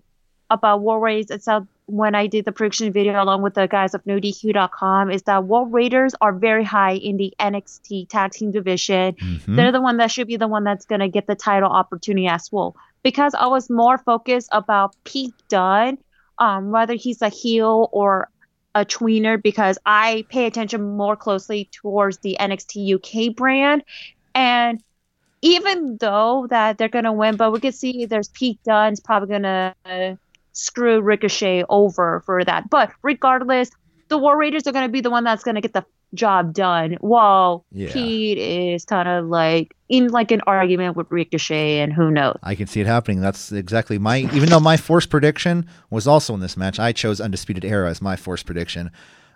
Speaker 6: about War Raiders itself when I did the prediction video along with the guys of NoDQ.com is that War Raiders are very high in the NXT tag team division.
Speaker 2: Mhm.
Speaker 6: They're the one that should be the one that's gonna get the title opportunity as well. Because I was more focused about Pete Dunne, um, whether he's a heel or a tweener because I pay attention more closely towards the NXT UK brand. And even though that they're gonna win, but we could see there's Pete Dunne's probably gonna uh, screw Ricochet over for that. But regardless, the War Raiders are gonna be the one that's gonna get the job done. While
Speaker 2: Yeah.
Speaker 6: Pete is kind of like in like an argument with Ricochet, and who knows?
Speaker 2: I can see it happening. That's exactly my. Even though my force prediction was also in this match, I chose Undisputed Era as my force prediction.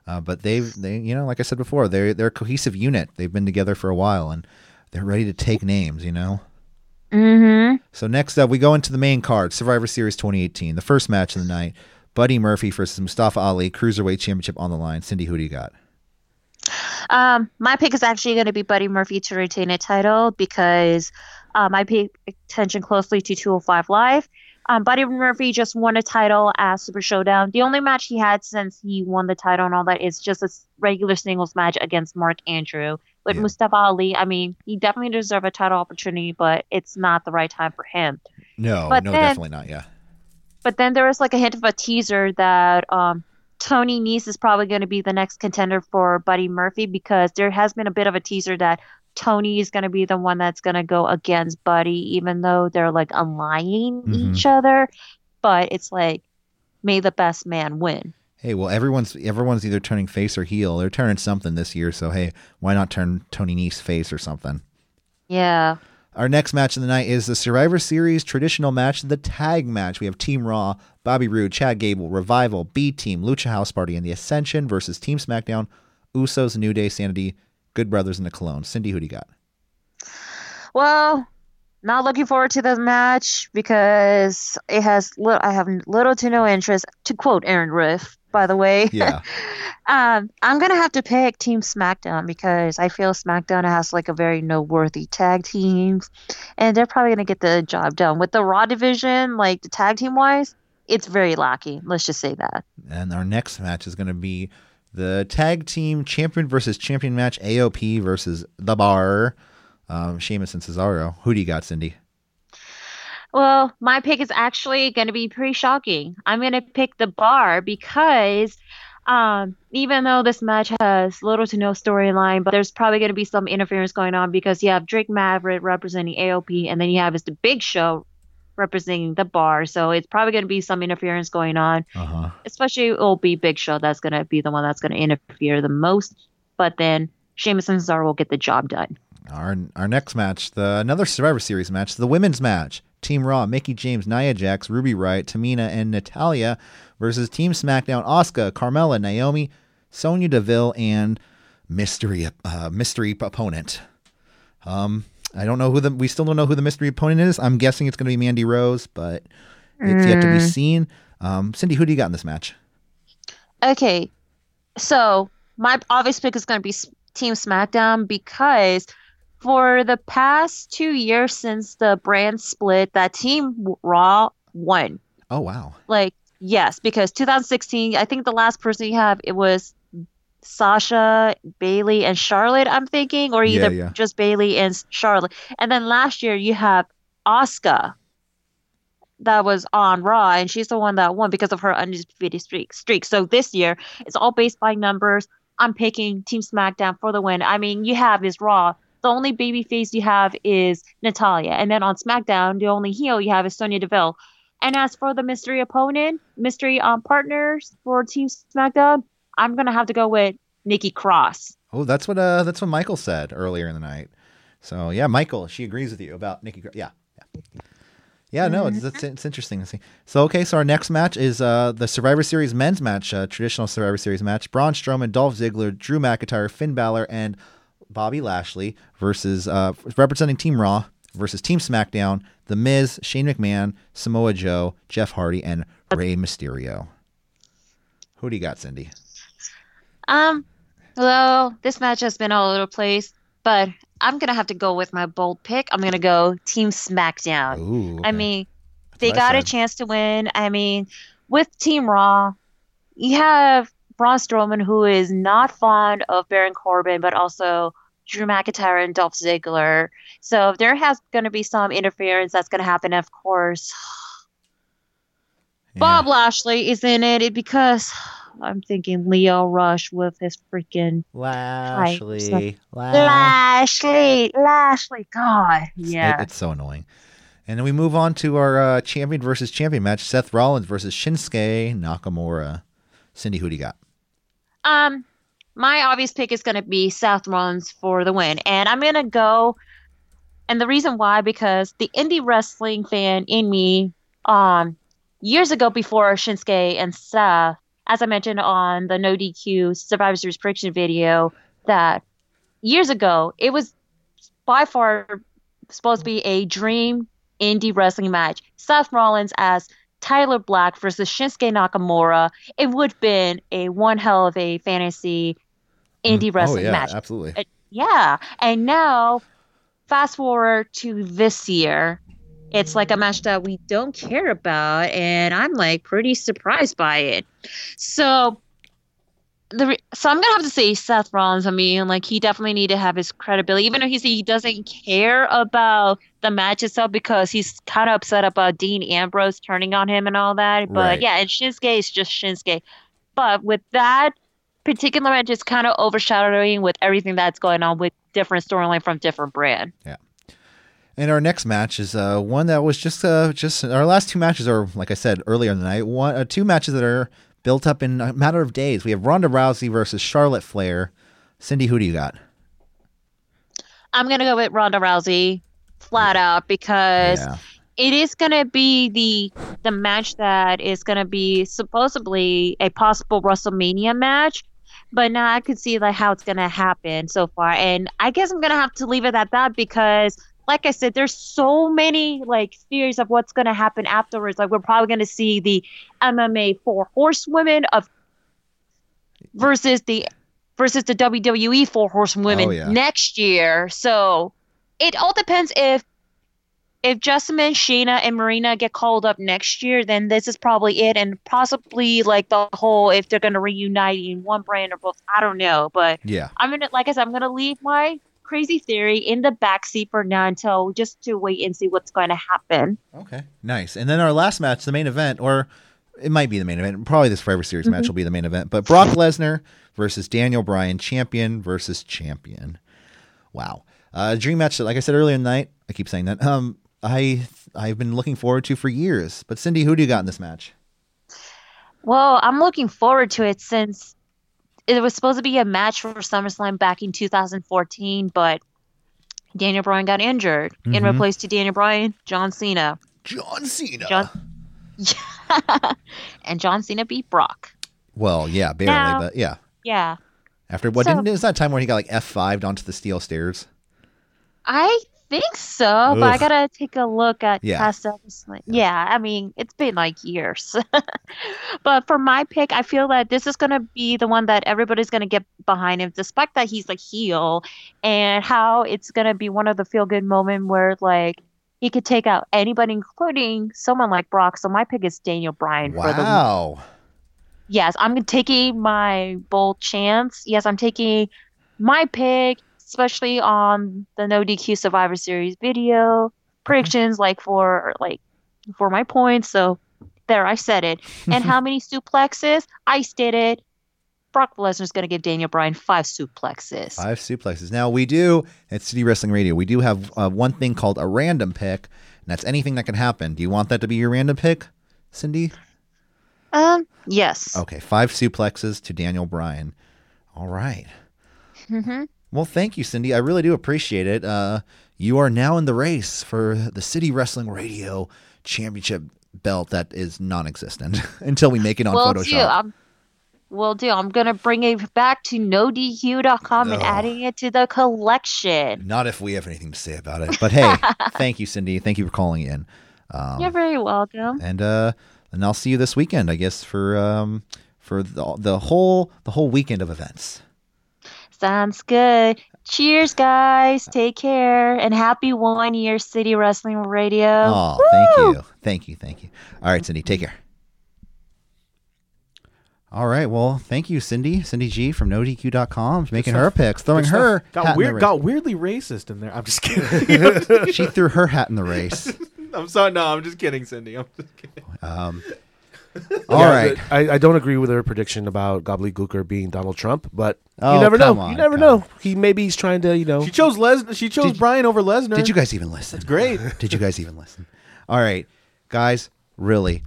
Speaker 2: Uh, but they've, they, you know, like I said before, they're they're a cohesive unit. They've been together for a while, and they're ready to take names. You know.
Speaker 6: Mm-hmm.
Speaker 2: So next up, we go into the main card, Survivor Series 2018, the first match of the night. Buddy Murphy versus Mustafa Ali, cruiserweight championship on the line. Cindy, who do you got?
Speaker 6: Um, my pick is actually going to be Buddy Murphy to retain a title because um, I pay attention closely to 205 Live. Um, Buddy Murphy just won a title at Super Showdown. The only match he had since he won the title and all that is just a s- regular singles match against Mark Andrew. With
Speaker 2: Yeah.
Speaker 6: Mustafa Ali, I mean, he definitely deserved a title opportunity, but it's not the right time for him.
Speaker 2: No,
Speaker 6: But
Speaker 2: no,
Speaker 6: then-
Speaker 2: definitely not. Yeah.
Speaker 6: But then there was like a hint of a teaser that um, Tony Nese is probably going to be the next contender for Buddy Murphy because there has been a bit of a teaser that Tony is going to be the one that's going to go against Buddy, even though they're like aligning
Speaker 2: Mhm.
Speaker 6: each other. But it's like, may the best man win.
Speaker 2: Hey, well, everyone's everyone's either turning face or heel. They're turning something this year, so hey, why not turn Tony Nese face or something?
Speaker 6: Yeah.
Speaker 2: Our next match of the night is the Survivor Series traditional match, the tag match. We have Team Raw, Bobby Roode, Chad Gable, Revival, B Team, Lucha House Party, and the Ascension versus Team SmackDown, Usos, New Day, Sanity, Good Brothers, and the Cologne. Cindy, who do you got?
Speaker 6: Well, Not looking forward to the match because it has little. I have little to no interest. To quote Aaron Riff, by the way.
Speaker 2: Yeah.
Speaker 6: Um, I'm gonna have to pick Team SmackDown because I feel SmackDown has like a very noteworthy tag teams, and they're probably gonna get the job done with the Raw division. Like the tag team wise, it's very lacking. Let's just say that.
Speaker 2: And our next match is going to be the tag team champion versus champion match, AOP versus The Bar, um, Sheamus and Cesaro. Who do you got, Cindy?
Speaker 6: Well, my pick is actually going to be pretty shocking. I'm going to pick the bar because um, even though this match has little to no storyline, but there's probably going to be some interference going on because you have Drake Maverick representing AOP, and then you have is the Big Show representing the bar. So it's probably going to be some interference going on.
Speaker 2: Uh huh.
Speaker 6: Especially it'll be Big Show that's going to be the one that's going to interfere the most. But then Sheamus and Cesaro will get the job done.
Speaker 2: Our our next match, the another Survivor Series match, the women's match. Team Raw, Mickey James, Nia Jax, Ruby Riot, Tamina, and Natalia versus Team SmackDown, Asuka, Carmella, Naomi, Sonya Deville, and mystery uh, mystery opponent. Um, I don't know who the we still don't know who the mystery opponent is. I'm guessing it's going to be Mandy Rose, but it's yet to be seen. Um, Cindy, who do you got in this match?
Speaker 6: Okay, so my obvious pick is going to be S- Team SmackDown because for the past two years since the brand split, that Team Raw won.
Speaker 2: Oh wow,
Speaker 6: Like, yes, because 2016, I think the last person you have it was Sasha, Bailey, and Charlotte. I'm thinking, or
Speaker 2: Yeah,
Speaker 6: either
Speaker 2: yeah.
Speaker 6: just Bailey and Charlotte. And then last year you have Oscar that was on Raw, and she's the one that won because of her undisputed streak. Streak. So this year it's all based by numbers. I'm picking Team SmackDown for the win. I mean, you have is Raw. The only baby face you have is Natalia, and then on SmackDown, the only heel you have is Sonya Deville. And as for the mystery opponent, mystery um, partners for Team SmackDown, I'm gonna have to go with Nikki Cross.
Speaker 2: oh that's what uh that's what Michael said earlier in the night. So yeah, Michael, she agrees with you about Nikki. Gr- Yeah, yeah, yeah. No, it's, it's it's interesting to see. So okay, so our next match is uh the Survivor Series men's match, uh, traditional Survivor Series match. Braun Strowman, Dolph Ziggler, Drew McIntyre, Finn Balor, and Bobby Lashley versus uh representing Team Raw versus Team SmackDown, The Miz, Shane McMahon, Samoa Joe, Jeff Hardy, and Rey Mysterio. Who do you got, Cindy?
Speaker 6: Um, well, this match has been all over the place, but I'm gonna have to go with my bold pick. I'm gonna go Team SmackDown.
Speaker 2: Ooh,
Speaker 6: I
Speaker 2: okay.
Speaker 6: mean, they
Speaker 2: what I
Speaker 6: got a
Speaker 2: said.
Speaker 6: chance to win. I mean, with Team Raw, you have Braun Strowman, who is not fond of Baron Corbin, but also Drew McIntyre and Dolph Ziggler. So there has going to be some interference that's going to happen, of course. Bob Lashley is in it because I'm thinking Leo Rush with his freaking
Speaker 2: Lashley.
Speaker 6: Lashley, Lashley. God, yeah.
Speaker 2: It- it's so annoying. And then we move on to our uh, champion versus champion match: Seth Rollins versus Shinsuke Nakamura. Cindy, who do you got?
Speaker 6: Um, my obvious pick is going to be South Rollins for the win, and I'm going to go. And the reason why, because the indie wrestling fan in me, um, years ago before Shinsuke and Seth, as I mentioned on the No DQ Survivor Series prediction video, that years ago it was by far supposed to be a dream indie wrestling match. Seth Rollins as Tyler Black versus Shinsuke Nakamura it would have been a one hell of a fantasy indie wrestling
Speaker 2: oh yeah,
Speaker 6: match.
Speaker 2: absolutely.
Speaker 6: Uh, yeah. And now, fast forward to this year, it's like a match that we don't care about. And I'm like pretty surprised by it. So. The re- so I'm gonna have to say Seth Rollins. I mean, like he definitely need to have his credibility, even though he he doesn't care about the match itself because he's kind of upset about Dean Ambrose turning on him and all that. But
Speaker 2: Right.
Speaker 6: yeah, and Shinsuke is just Shinsuke. But with that particular match is kind of overshadowing with everything that's going on with different storyline from different brand.
Speaker 2: And our next match is uh, one that was just uh, just our last two matches are like I said earlier in the night. One, uh, two matches that are built up in a matter of days. We have Ronda Rousey versus Charlotte Flair. Cindy, who do you got?
Speaker 6: I'm gonna go with Ronda Rousey flat out because
Speaker 2: Yeah.
Speaker 6: it is gonna be the the match that is gonna be supposedly a possible WrestleMania match. But now I could see like how it's gonna happen so far, and I guess I'm gonna have to leave it at that because like I said, there's so many like theories of what's going to happen afterwards. Like we're probably going to see the MMA four horsewomen of versus the versus the WWE four horsewomen
Speaker 2: Oh, yeah.
Speaker 6: next year. So it all depends if if Jessamine, Sheena, and Marina get called up next year, then this is probably it, and possibly like the whole if they're going to reunite in one brand or both. I don't know, but
Speaker 2: Yeah.
Speaker 6: I'm gonna like I said, I'm gonna leave my crazy theory in the backseat for now until just to wait and see what's going to happen.
Speaker 2: Okay. Nice. And then our last match, the main event, or it might be the main event. Probably this Forever Series
Speaker 6: Mm-hmm.
Speaker 2: match will be the main event. But Brock Lesnar versus Daniel Bryan, champion versus champion. Wow. Uh, dream match that, like I said earlier in the night, I keep saying that. Um, I I've been looking forward to for years. But Cindy, who do you got in this match?
Speaker 6: Well, I'm looking forward to it since it was supposed to be a match for SummerSlam back in 2014, but Daniel Bryan got injured and replaced to Daniel Bryan, John Cena.
Speaker 2: John Cena.
Speaker 6: John [LAUGHS] and John Cena beat Brock.
Speaker 2: Well, yeah, barely,
Speaker 6: Now-
Speaker 2: but yeah.
Speaker 6: Yeah.
Speaker 2: After what?
Speaker 6: So-
Speaker 2: didn't, is that time where he got like F fived onto the steel stairs?
Speaker 6: I think so, but I
Speaker 2: Ugh.
Speaker 6: gotta take a look at
Speaker 2: Yeah.
Speaker 6: past episodes. Yeah, I mean, it's been like years. [LAUGHS] but for my pick, I feel that this is gonna be the one that everybody's gonna get behind him, despite that he's like heel, and how it's gonna be one of the feel good moment where like he could take out anybody, including someone like Brock. So my pick is Daniel Bryan for the
Speaker 2: Wow.
Speaker 6: Yes, I'm taking my bold chance. Yes, I'm taking my pick, especially on the No DQ Survivor Series video predictions, like for like for my points. So there, I said it.
Speaker 2: [LAUGHS]
Speaker 6: And how many suplexes? I stated Brock Lesnar's going to give Daniel Bryan five suplexes.
Speaker 2: Five suplexes. Now we do at City Wrestling Radio. We do have uh, one thing called a random pick, and that's anything that can happen. Do you want that to be your random pick, Cindy?
Speaker 6: Um, yes.
Speaker 2: Okay, five suplexes to Daniel Bryan. All right.
Speaker 6: Mhm.
Speaker 2: Well, thank you, Cindy. I really do appreciate it. Uh, you are now in the race for the City Wrestling Radio Championship belt that is non-existent [LAUGHS] until we make it on
Speaker 6: Will do.
Speaker 2: Photoshop.
Speaker 6: I'm, will do. I'm going to bring it back to nodq.com and
Speaker 2: No.
Speaker 6: adding it to the collection.
Speaker 2: Not if we have anything to say about it. But
Speaker 6: [LAUGHS]
Speaker 2: hey, thank you, Cindy. Thank you for calling in. Um,
Speaker 6: You're very welcome.
Speaker 2: and uh and I'll see you this weekend, I guess, for um for the, the whole the whole weekend of events.
Speaker 6: Sounds good. Cheers, guys. Take care and happy one year City Wrestling Radio.
Speaker 2: Oh, thank you, thank you, thank you. All right, Cindy, take care. All right, well, thank you, Cindy, Cindy G from NoDQ.com, for making her picks, throwing her hat
Speaker 3: got
Speaker 2: in
Speaker 3: weird,
Speaker 2: the
Speaker 3: got weirdly racist in there. I'm just kidding. [LAUGHS]
Speaker 2: race. She threw her hat in the race.
Speaker 3: I'm sorry. No, I'm just kidding, Cindy. I'm just kidding.
Speaker 2: All right,
Speaker 4: I, I don't agree with her prediction about gobbledygooker being Donald Trump, but
Speaker 2: Oh,
Speaker 4: you never
Speaker 2: come
Speaker 4: know.
Speaker 2: on,
Speaker 4: you never
Speaker 2: come
Speaker 4: know. He maybe he's trying to, you know.
Speaker 3: She chose Les. She chose Brian over Lesnar.
Speaker 2: did you guys even listen?
Speaker 3: Great.
Speaker 2: [LAUGHS] Did you guys even listen? All right, guys, really,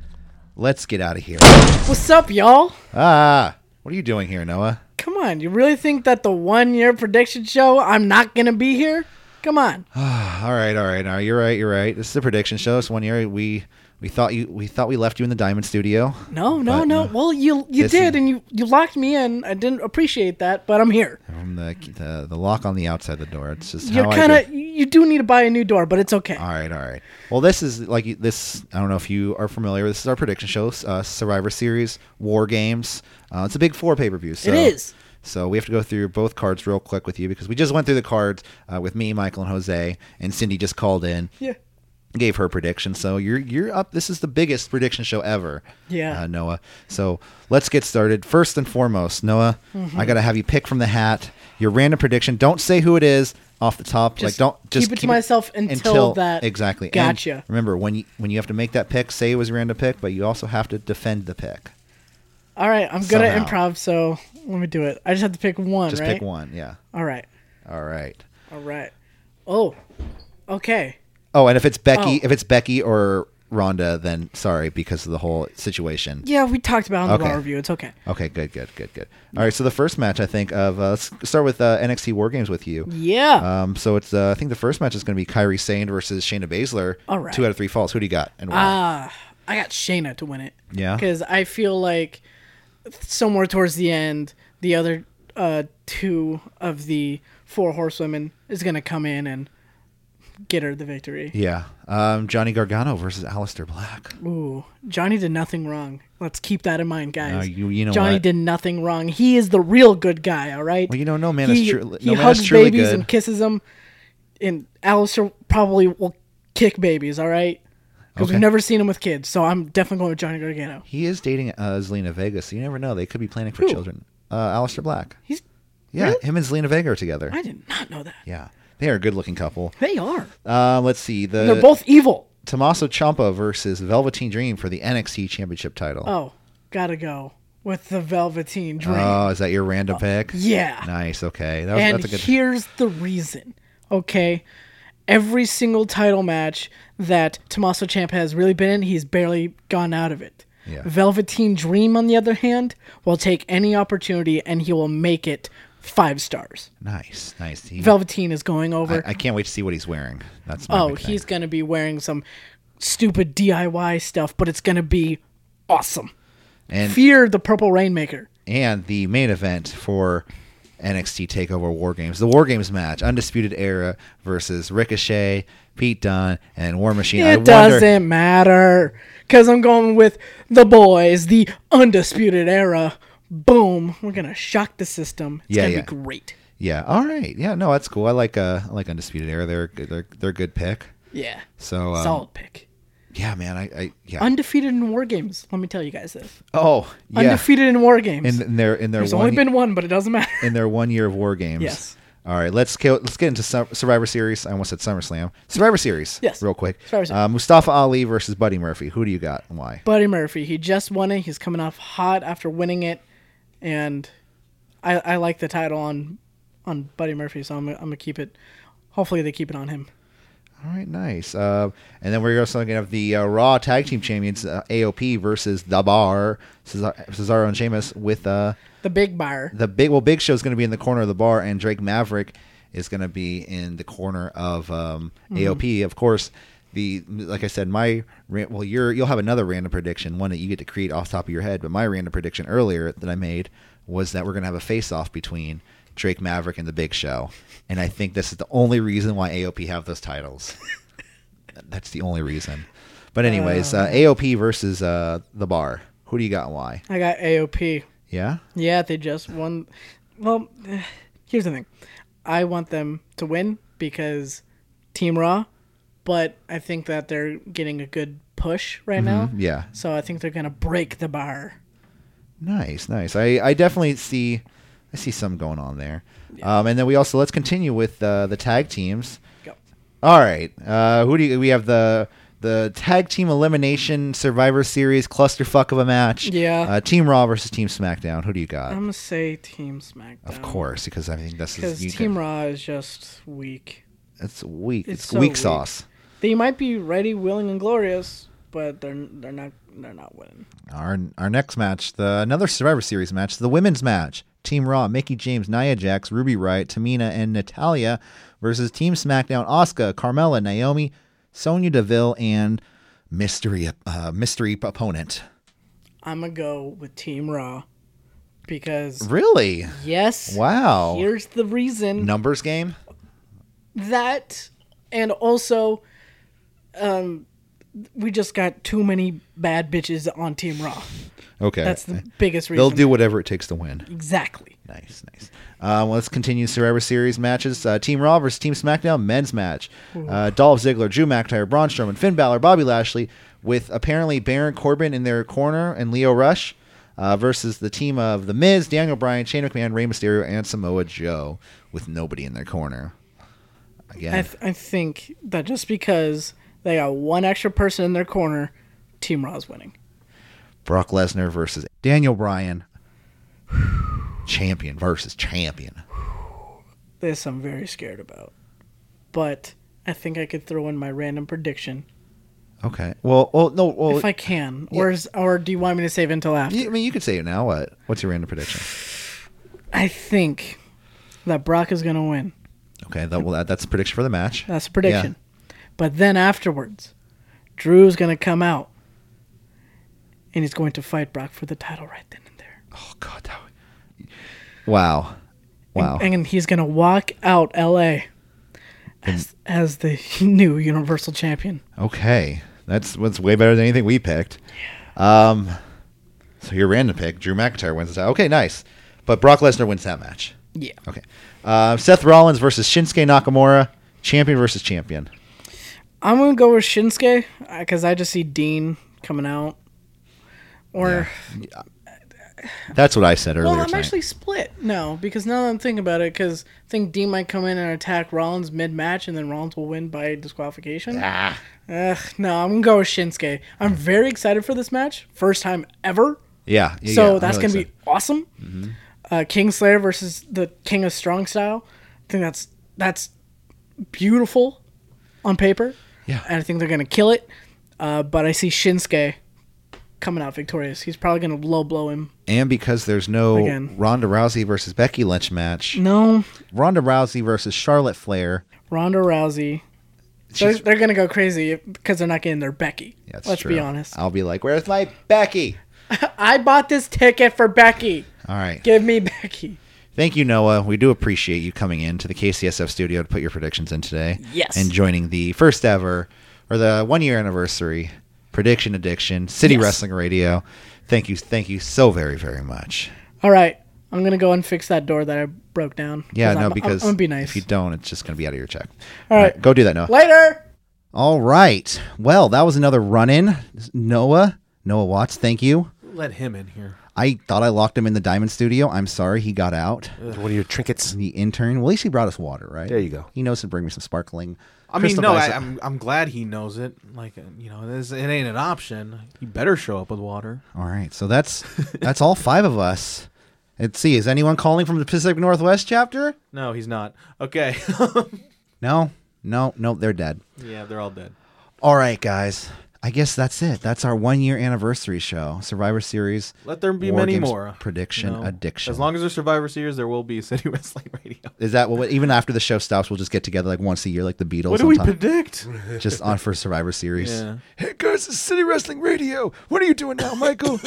Speaker 2: let's get out of here.
Speaker 7: What's up, y'all?
Speaker 2: Ah, what are you doing here, Noah?
Speaker 7: Come on, you really think that the one year prediction show I'm not gonna be here? Come on.
Speaker 2: All right, all right, all right. You're right. You're right. This is a prediction show. It's one year we we thought you we thought we left you in the diamond studio.
Speaker 7: No, no,
Speaker 2: But,
Speaker 7: no. Well, you you
Speaker 2: This
Speaker 7: did,
Speaker 2: is-
Speaker 7: and you you locked me in. I didn't appreciate that, but I'm here.
Speaker 2: From the the, the lock on the outside the door. It's just
Speaker 7: You're
Speaker 2: how
Speaker 7: kind
Speaker 2: I do.
Speaker 7: of you do need to buy a new door, but it's okay.
Speaker 2: All right, all right. Well, this is like you- this. I don't know if you are familiar. This is our prediction show, uh, Survivor Series, War Games. Uh, it's a big four pay per view. So,
Speaker 7: It is.
Speaker 2: So we have to go through both cards real quick with you because we just went through the cards uh, with me, Michael, and Jose, and Cindy just called in.
Speaker 7: Yeah.
Speaker 2: gave her prediction. So you're you're up. This is the biggest prediction show ever.
Speaker 7: Yeah.
Speaker 2: uh, Noah. So let's get started. First and foremost, Noah,
Speaker 7: Mm-hmm.
Speaker 2: I gotta have you pick from the hat your random prediction. Don't say who it is off the top. like
Speaker 7: Just
Speaker 2: don't just
Speaker 7: keep it to myself until that-
Speaker 2: exactly. And
Speaker 7: Gotcha.
Speaker 2: remember when you when you have to make that pick, say it was a random pick, but you also have to defend the pick.
Speaker 7: All right, I'm good at
Speaker 2: Somehow.
Speaker 7: improv, so let me do it. I just have to pick one,
Speaker 2: Just
Speaker 7: right?
Speaker 2: pick one. Yeah.
Speaker 7: All right,
Speaker 2: All right.
Speaker 7: all right. Oh, okay.
Speaker 2: Oh, and if it's Becky,
Speaker 7: Oh.
Speaker 2: if it's Becky or Rhonda, then sorry because of the whole situation.
Speaker 7: Yeah, we talked about it on the
Speaker 2: Okay.
Speaker 7: raw review. It's okay.
Speaker 2: Okay, good, good, good, good. All right, so the first match I think of uh, let's start with uh, NXT War Games with you.
Speaker 7: Yeah.
Speaker 2: Um, so it's uh, I think the first match is going to be Kyrie Sane versus Shayna Baszler.
Speaker 7: All right. Ah.
Speaker 2: Two out of three falls. Who do you got? And why?
Speaker 7: I got Shayna to win it.
Speaker 2: Yeah?
Speaker 7: Because I feel like somewhere towards the end, the other uh, two of the four horsewomen is going to come in and get her the victory.
Speaker 2: Yeah. Um, Johnny Gargano versus Aleister Black.
Speaker 7: Ooh, Johnny did nothing wrong. Let's keep that in mind, guys.
Speaker 2: Uh, you- you know
Speaker 7: Johnny
Speaker 2: what?
Speaker 7: did nothing wrong. He is the real good guy. All right.
Speaker 2: Well, you know, no man
Speaker 7: he,
Speaker 2: is truly
Speaker 7: he
Speaker 2: no man
Speaker 7: hugs
Speaker 2: is truly
Speaker 7: babies
Speaker 2: good.
Speaker 7: and kisses them, and Alistair probably will kick babies. All right. Because
Speaker 2: Okay.
Speaker 7: we've never seen him with kids, so I'm definitely going with Johnny Gargano.
Speaker 2: He is dating uh, Zelina Vega, so you never know. They could be planning for
Speaker 7: Who?
Speaker 2: children. Uh, Aleister Black.
Speaker 7: He's.
Speaker 2: Yeah,
Speaker 7: Really?
Speaker 2: him and Zelina Vega are together.
Speaker 7: I did not know that.
Speaker 2: yeah, they are a good-looking couple.
Speaker 7: They are.
Speaker 2: Uh, let's see. The
Speaker 7: They're both evil.
Speaker 2: Tommaso Ciampa versus Velveteen Dream for the NXT Championship title.
Speaker 7: Oh, gotta go with the Velveteen Dream.
Speaker 2: Oh, is that your random pick?
Speaker 7: yeah.
Speaker 2: Nice. Okay, that was,
Speaker 7: and
Speaker 2: that's a good.
Speaker 7: here's the reason, okay? Every single title match that Tommaso Ciampa has really been in, he's barely gone out of it.
Speaker 2: Yeah.
Speaker 7: Velveteen Dream, on the other hand, will take any opportunity and he will make it five stars.
Speaker 2: nice, nice. He,
Speaker 7: Velveteen is going over.
Speaker 2: I, I can't wait to see what he's wearing. That's my
Speaker 7: oh,
Speaker 2: big thing.
Speaker 7: he's going to be wearing some stupid DIY stuff, but it's going to be awesome.
Speaker 2: and
Speaker 7: Fear the Purple Rainmaker.
Speaker 2: and the main event for NXT Takeover War Games, the War Games match, Undisputed Era versus Ricochet, Pete Dunne, and War Machine. I
Speaker 7: It
Speaker 2: wonder-
Speaker 7: doesn't matter because I'm going with the boys, the undisputed era. Boom! We're gonna shock the system. It's
Speaker 2: Yeah,
Speaker 7: gonna
Speaker 2: yeah.
Speaker 7: be great.
Speaker 2: Yeah. All right. Yeah. No, that's cool. I like uh, I like Undisputed Era. They're good- they're they're a good pick.
Speaker 7: Yeah,
Speaker 2: So um,
Speaker 7: solid pick.
Speaker 2: Yeah, man. I, I yeah.
Speaker 7: Undefeated in war games. Let me tell you guys this.
Speaker 2: oh yeah.
Speaker 7: Undefeated in war games.
Speaker 2: in, in their in their
Speaker 7: There's
Speaker 2: one
Speaker 7: only been one, but it doesn't matter. [LAUGHS]
Speaker 2: in their one year of War Games.
Speaker 7: Yes.
Speaker 2: All right, let's kill, let's get into Sur- Survivor Series. I almost said SummerSlam. Survivor Series.
Speaker 7: Yes.
Speaker 2: Real quick.
Speaker 7: Survivor Series.
Speaker 2: Uh, Mustafa Ali versus Buddy Murphy. Who do you got and why?
Speaker 7: Buddy Murphy. He just won it. He's coming off hot after winning it, and I, I like the title on on Buddy Murphy. So I'm, I'm gonna keep it. Hopefully they keep it on him.
Speaker 2: All right, nice. Uh, and then we're also going to have the uh, Raw Tag Team Champions uh, AOP versus The Bar Cesar- Cesaro and Sheamus with uh,
Speaker 7: The big buyer.
Speaker 2: the big. Well, Big Show's going to be in the corner of the bar, and Drake Maverick is going to be in the corner of um, AOP. Of course, the like I said, my ran- well, you're you'll have another random prediction, one that you get to create off the top of your head. But my random prediction earlier that I made was that we're going to have a face off between Drake Maverick and the Big Show, and I think this is the only reason why AOP have those titles. That's the only reason. But anyways, uh, AOP versus uh, the Bar. Who do you got? and Why?
Speaker 7: I got AOP.
Speaker 2: Yeah.
Speaker 7: Yeah, they just won. Well, [SIGHS] here's the thing. I want them to win because Team Raw, but I think that they're getting a good push right now.
Speaker 2: Mm-hmm. Yeah.
Speaker 7: So I think they're going to break the bar.
Speaker 2: Nice, nice. I, I definitely see I see some going on there. Um, and then we also let's continue with uh, the tag teams.
Speaker 7: Go.
Speaker 2: All right. Uh, who do you, we have the the tag team elimination Survivor Series clusterfuck of a match?
Speaker 7: Yeah.
Speaker 2: Uh, team Raw versus Team SmackDown. Who do you got?
Speaker 7: I'm going to say Team SmackDown.
Speaker 2: of course, because I think this
Speaker 7: Because
Speaker 2: is you
Speaker 7: Team
Speaker 2: can-
Speaker 7: Raw is just weak.
Speaker 2: It's weak. It's,
Speaker 7: It's so
Speaker 2: weak,
Speaker 7: weak.
Speaker 2: sauce.
Speaker 7: They might be ready, willing, and glorious, but they're they're not they're not winning.
Speaker 2: Our our next match, the another Survivor Series match, the women's match. Team Raw, Mickey James, Nia Jax, Ruby Riot, Tamina, and Natalia versus Team SmackDown, Asuka, Carmella, Naomi, Sonya Deville, and mystery uh, mystery opponent.
Speaker 7: I'm going to go with Team Raw because
Speaker 2: Really?
Speaker 7: yes.
Speaker 2: Wow.
Speaker 7: Here's the reason.
Speaker 2: Numbers game.
Speaker 7: that and also um we just got too many bad bitches on team raw
Speaker 2: Okay.
Speaker 7: that's the biggest reason
Speaker 2: They'll do whatever it takes to win.
Speaker 7: exactly
Speaker 2: Nice, nice. Uh, well, let's continue Survivor Series matches. Uh, Team Raw versus Team SmackDown men's match. Uh, Dolph Ziggler, Drew McIntyre, Braun Strowman, Finn Balor, Bobby Lashley, with apparently Baron Corbin in their corner and Leo Rush uh, versus the team of The Miz, Daniel Bryan, Shane McMahon, Rey Mysterio, and Samoa Joe with nobody in their corner. Again,
Speaker 7: I, th- I think that just because they got one extra person in their corner team raw's winning
Speaker 2: Brock Lesnar versus Daniel Bryan. champion versus champion.
Speaker 7: this i'm very scared about but i think i could throw in my random prediction
Speaker 2: Okay. Well, well, no. Well,
Speaker 7: if i can or is, or do you want me to save until after
Speaker 2: I mean, you could say it now. What? What's your random prediction?
Speaker 7: i think that brock is going to win
Speaker 2: Okay, that, well, that, that's a prediction for the match.
Speaker 7: That's a prediction. But then afterwards, Drew's going to come out and he's going to fight Brock for the title right then and there.
Speaker 2: Oh God, that. Would... Wow, wow.
Speaker 7: And, and he's going to walk out LA as, as the [LAUGHS] new Universal Champion.
Speaker 2: Okay, that's that's way better than anything we picked. Um, so your random pick, Drew McIntyre wins the title. Okay, nice. But Brock Lesnar wins that match.
Speaker 7: Yeah.
Speaker 2: Okay. Uh, Seth Rollins versus Shinsuke Nakamura, champion versus champion.
Speaker 7: I'm gonna go with Shinsuke because I just see Dean coming out. Or
Speaker 2: That's what I said earlier.
Speaker 7: well, I'm
Speaker 2: tonight.
Speaker 7: actually split. No, because now that I'm thinking about it, because I think Dean might come in and attack Rollins mid match, and then Rollins will win by disqualification. Ah. Ugh, no, I'm gonna go with Shinsuke. I'm very excited for this match. First time ever.
Speaker 2: yeah, yeah,
Speaker 7: So
Speaker 2: yeah,
Speaker 7: that's
Speaker 2: really
Speaker 7: gonna
Speaker 2: excited. Mm-hmm.
Speaker 7: be awesome. Uh, King Slayer versus the King of Strong Style. I think that's that's beautiful on paper.
Speaker 2: Yeah.
Speaker 7: and I think they're gonna kill it. Uh, but I see Shinsuke coming out victorious. He's probably gonna low blow him.
Speaker 2: and because there's no
Speaker 7: Again.
Speaker 2: Ronda Rousey versus Becky Lynch match,
Speaker 7: No,
Speaker 2: Ronda Rousey versus Charlotte Flair.
Speaker 7: Ronda Rousey. They're,
Speaker 2: She's-
Speaker 7: they're gonna go crazy because they're not getting their Becky.
Speaker 2: Yeah, that's
Speaker 7: Let's
Speaker 2: true.
Speaker 7: be honest.
Speaker 2: I'll be like, "Where's my Becky?"
Speaker 7: I bought this ticket for Becky.
Speaker 2: All right.
Speaker 7: Give me Becky.
Speaker 2: Thank you, Noah. We do appreciate you coming in to the KCSF studio to put your predictions in today.
Speaker 7: Yes.
Speaker 2: And joining the first ever or the one year anniversary prediction addiction city
Speaker 7: Yes.
Speaker 2: wrestling radio. Thank you, thank you so very very much.
Speaker 7: All right, I'm gonna go and fix that door that I broke down.
Speaker 2: Yeah,
Speaker 7: I'm-
Speaker 2: no,
Speaker 7: I'm-
Speaker 2: because
Speaker 7: I'm, gonna be nice.
Speaker 2: if you don't, it's just gonna be out of your check.
Speaker 7: All right.
Speaker 2: go do that, Noah.
Speaker 7: Later.
Speaker 2: All right. Well, that was another run in, Noah. Noah Watts, thank you.
Speaker 3: Let him in here.
Speaker 2: I thought I locked him in the Diamond Studio. I'm sorry he got out.
Speaker 4: One of your trinkets.
Speaker 2: The intern. Well, at least he brought us water, right?
Speaker 4: There you go.
Speaker 2: He knows to bring me some sparkling.
Speaker 3: I mean,
Speaker 2: crystal
Speaker 3: no,
Speaker 2: ice-
Speaker 3: I, I'm I'm glad he knows it. Like uh, you know, this, it ain't an option. He better show up with water.
Speaker 2: All right, so
Speaker 3: [LAUGHS]
Speaker 2: that's that's all five of us. Let's see, is anyone calling from the Pacific Northwest chapter?
Speaker 3: No, he's not. Okay. [LAUGHS]
Speaker 2: No, no, no, they're dead.
Speaker 3: yeah, they're all dead.
Speaker 2: All right, guys, I guess that's it. That's our one year anniversary show, Survivor Series.
Speaker 3: Let there be
Speaker 2: War
Speaker 3: many
Speaker 2: Games
Speaker 3: more.
Speaker 2: prediction
Speaker 3: You know,
Speaker 2: addiction.
Speaker 3: As long as there's Survivor Series, there will be City [LAUGHS] Wrestling Radio.
Speaker 2: is that what? Even after the show stops, we'll just get together like once a year, like the Beatles.
Speaker 3: What do we
Speaker 2: sometime,
Speaker 3: predict?
Speaker 2: just on for Survivor Series?
Speaker 3: Yeah.
Speaker 4: Hey guys, it's City Wrestling Radio. What are you doing
Speaker 3: [COUGHS]
Speaker 4: now, Michael?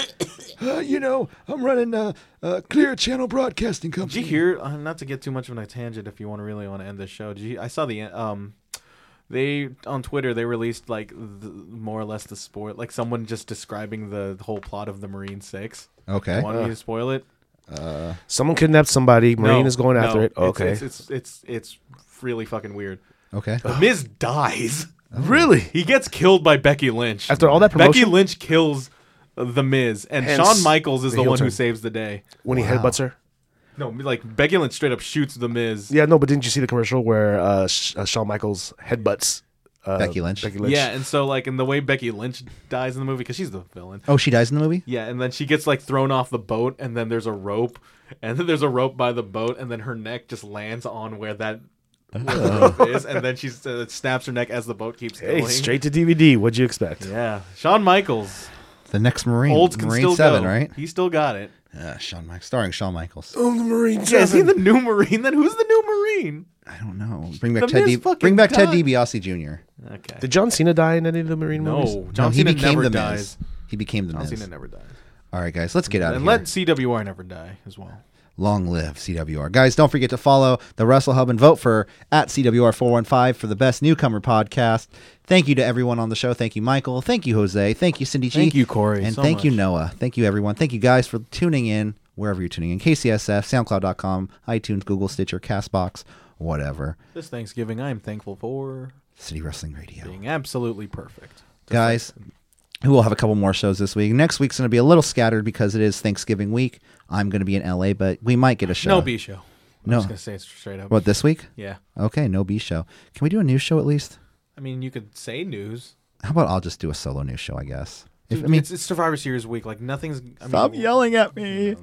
Speaker 4: uh, you know, I'm running uh, uh, Clear Channel Broadcasting
Speaker 3: Did you
Speaker 4: Company.
Speaker 3: hear? Uh, not to get too much of a tangent, if you want to really want to end this show, did you, I saw the um, they on Twitter they released like the, more or less the sport, like someone just describing the whole plot of the Marine Six.
Speaker 2: Okay.
Speaker 3: Want me to spoil it?
Speaker 4: Someone kidnapped somebody. Marine
Speaker 3: No,
Speaker 4: is going after
Speaker 3: no.
Speaker 4: it. Okay.
Speaker 3: It's it's, it's it's it's really fucking weird.
Speaker 2: Okay.
Speaker 3: The Miz
Speaker 4: [SIGHS]
Speaker 3: dies.
Speaker 4: really?
Speaker 3: He gets killed by Becky Lynch.
Speaker 4: After all that
Speaker 3: Becky
Speaker 4: promotion,
Speaker 3: Lynch kills the Miz, and
Speaker 4: Hence
Speaker 3: Shawn Michaels is
Speaker 4: the
Speaker 3: the,
Speaker 4: heel
Speaker 3: one
Speaker 4: turn.
Speaker 3: who saves the day.
Speaker 4: when he headbutts her.
Speaker 3: No, like Becky Lynch straight up shoots the Miz.
Speaker 4: Yeah, no, but didn't you see the commercial where uh, Sh- uh, Shawn Michaels headbutts uh,
Speaker 2: Becky Lynch.
Speaker 4: Becky Lynch.
Speaker 3: Yeah, and so like in the way Becky Lynch dies in the movie because she's the villain.
Speaker 2: Oh, she dies in the movie.
Speaker 3: Yeah, and then she gets like thrown off the boat, and then there's a rope, and then there's a rope by the boat, and then her neck just lands on where that where the rope is, and then she uh, snaps her neck as the boat keeps
Speaker 4: Hey,
Speaker 3: going.
Speaker 4: straight to DVD. What'd you expect?
Speaker 3: Yeah, Shawn Michaels,
Speaker 2: The next Marine,
Speaker 3: old can
Speaker 2: Marine
Speaker 3: still
Speaker 2: Seven,
Speaker 3: go.
Speaker 2: right?
Speaker 3: He still got it.
Speaker 2: Uh, Shawn Michaels, starring Shawn Michaels.
Speaker 4: Oh, the Marine.
Speaker 3: Yeah, is he [LAUGHS] the new Marine? Then who's the new Marine?
Speaker 2: I don't know. Bring back
Speaker 3: The
Speaker 2: Ted.
Speaker 3: Miz
Speaker 2: D-
Speaker 3: fucking
Speaker 2: bring back Ted
Speaker 3: died.
Speaker 2: DiBiase Jr.
Speaker 3: Okay.
Speaker 4: Did John Cena die in any of the Marine movies?
Speaker 3: no, John
Speaker 2: no, he
Speaker 3: Cena
Speaker 2: became
Speaker 3: never
Speaker 2: the Miz.
Speaker 3: dies.
Speaker 2: He became the
Speaker 3: John
Speaker 2: Miz.
Speaker 3: Cena never dies.
Speaker 2: All right, guys, let's get out of
Speaker 3: And
Speaker 2: here.
Speaker 3: let CWR never die as well.
Speaker 2: Long live CWR. Guys, don't forget to follow the Wrestle Hub and vote for at CWR415 for the best newcomer podcast. Thank you to everyone on the show. Thank you, Michael. Thank you, Jose. Thank you, Cindy G.
Speaker 3: Thank you, Corey,
Speaker 2: And
Speaker 3: so
Speaker 2: thank you,
Speaker 3: much.
Speaker 2: Noah. Thank you, everyone. Thank you guys for tuning in wherever you're tuning in. KCSF, SoundCloud.com, iTunes, Google, Stitcher, Castbox, whatever.
Speaker 3: This Thanksgiving, I am thankful for
Speaker 2: City Wrestling Radio.
Speaker 3: being absolutely perfect.
Speaker 2: guys we will have a couple more shows this week next week's going to be a little scattered because it is thanksgiving week i'm going to be in la but we might get a show
Speaker 3: No B show. I'm
Speaker 2: No.
Speaker 3: just gonna say it straight up.
Speaker 2: what this week
Speaker 3: Yeah.
Speaker 2: okay no b show can we do a news show at least
Speaker 3: I mean, you could say news.
Speaker 2: how about i'll just do a solo news show i guess if, i
Speaker 3: Dude,
Speaker 2: mean
Speaker 3: it's, it's Survivor Series week. Like nothing's. I mean,
Speaker 2: at me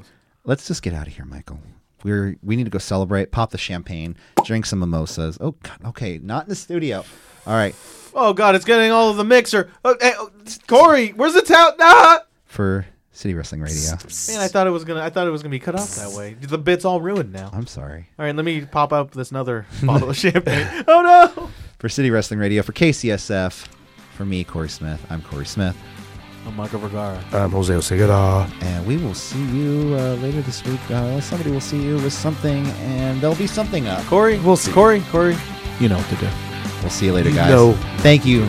Speaker 2: let's just get out of here michael we're we need to go celebrate pop the champagne drink some mimosas oh God, okay not in the studio all right
Speaker 3: Oh God, it's getting all of the mixer. Oh, hey, oh, Corey, where's the towel? Ah!
Speaker 2: for city wrestling radio
Speaker 3: Man, I thought it was gonna. I thought it was gonna be cut off that way. The bit's all ruined now.
Speaker 2: i'm sorry
Speaker 3: All right, let me pop up
Speaker 2: [LAUGHS]
Speaker 3: this another bottle of champagne. Oh no.
Speaker 2: for City Wrestling Radio, for KCSF, for me, Corey Smith. I'm Corey Smith.
Speaker 3: I'm Michael Vergara.
Speaker 4: I'm Jose Oseguera.
Speaker 2: And we will see you uh, later this week. Uh, somebody will see you with something, and there'll be something up.
Speaker 3: Corey, we'll see. Corey, Corey, you know what to do.
Speaker 2: We'll see you later, guys.
Speaker 4: No.
Speaker 2: Thank you.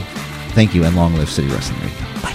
Speaker 2: Thank you, and long live City Wrestling Radio. Bye.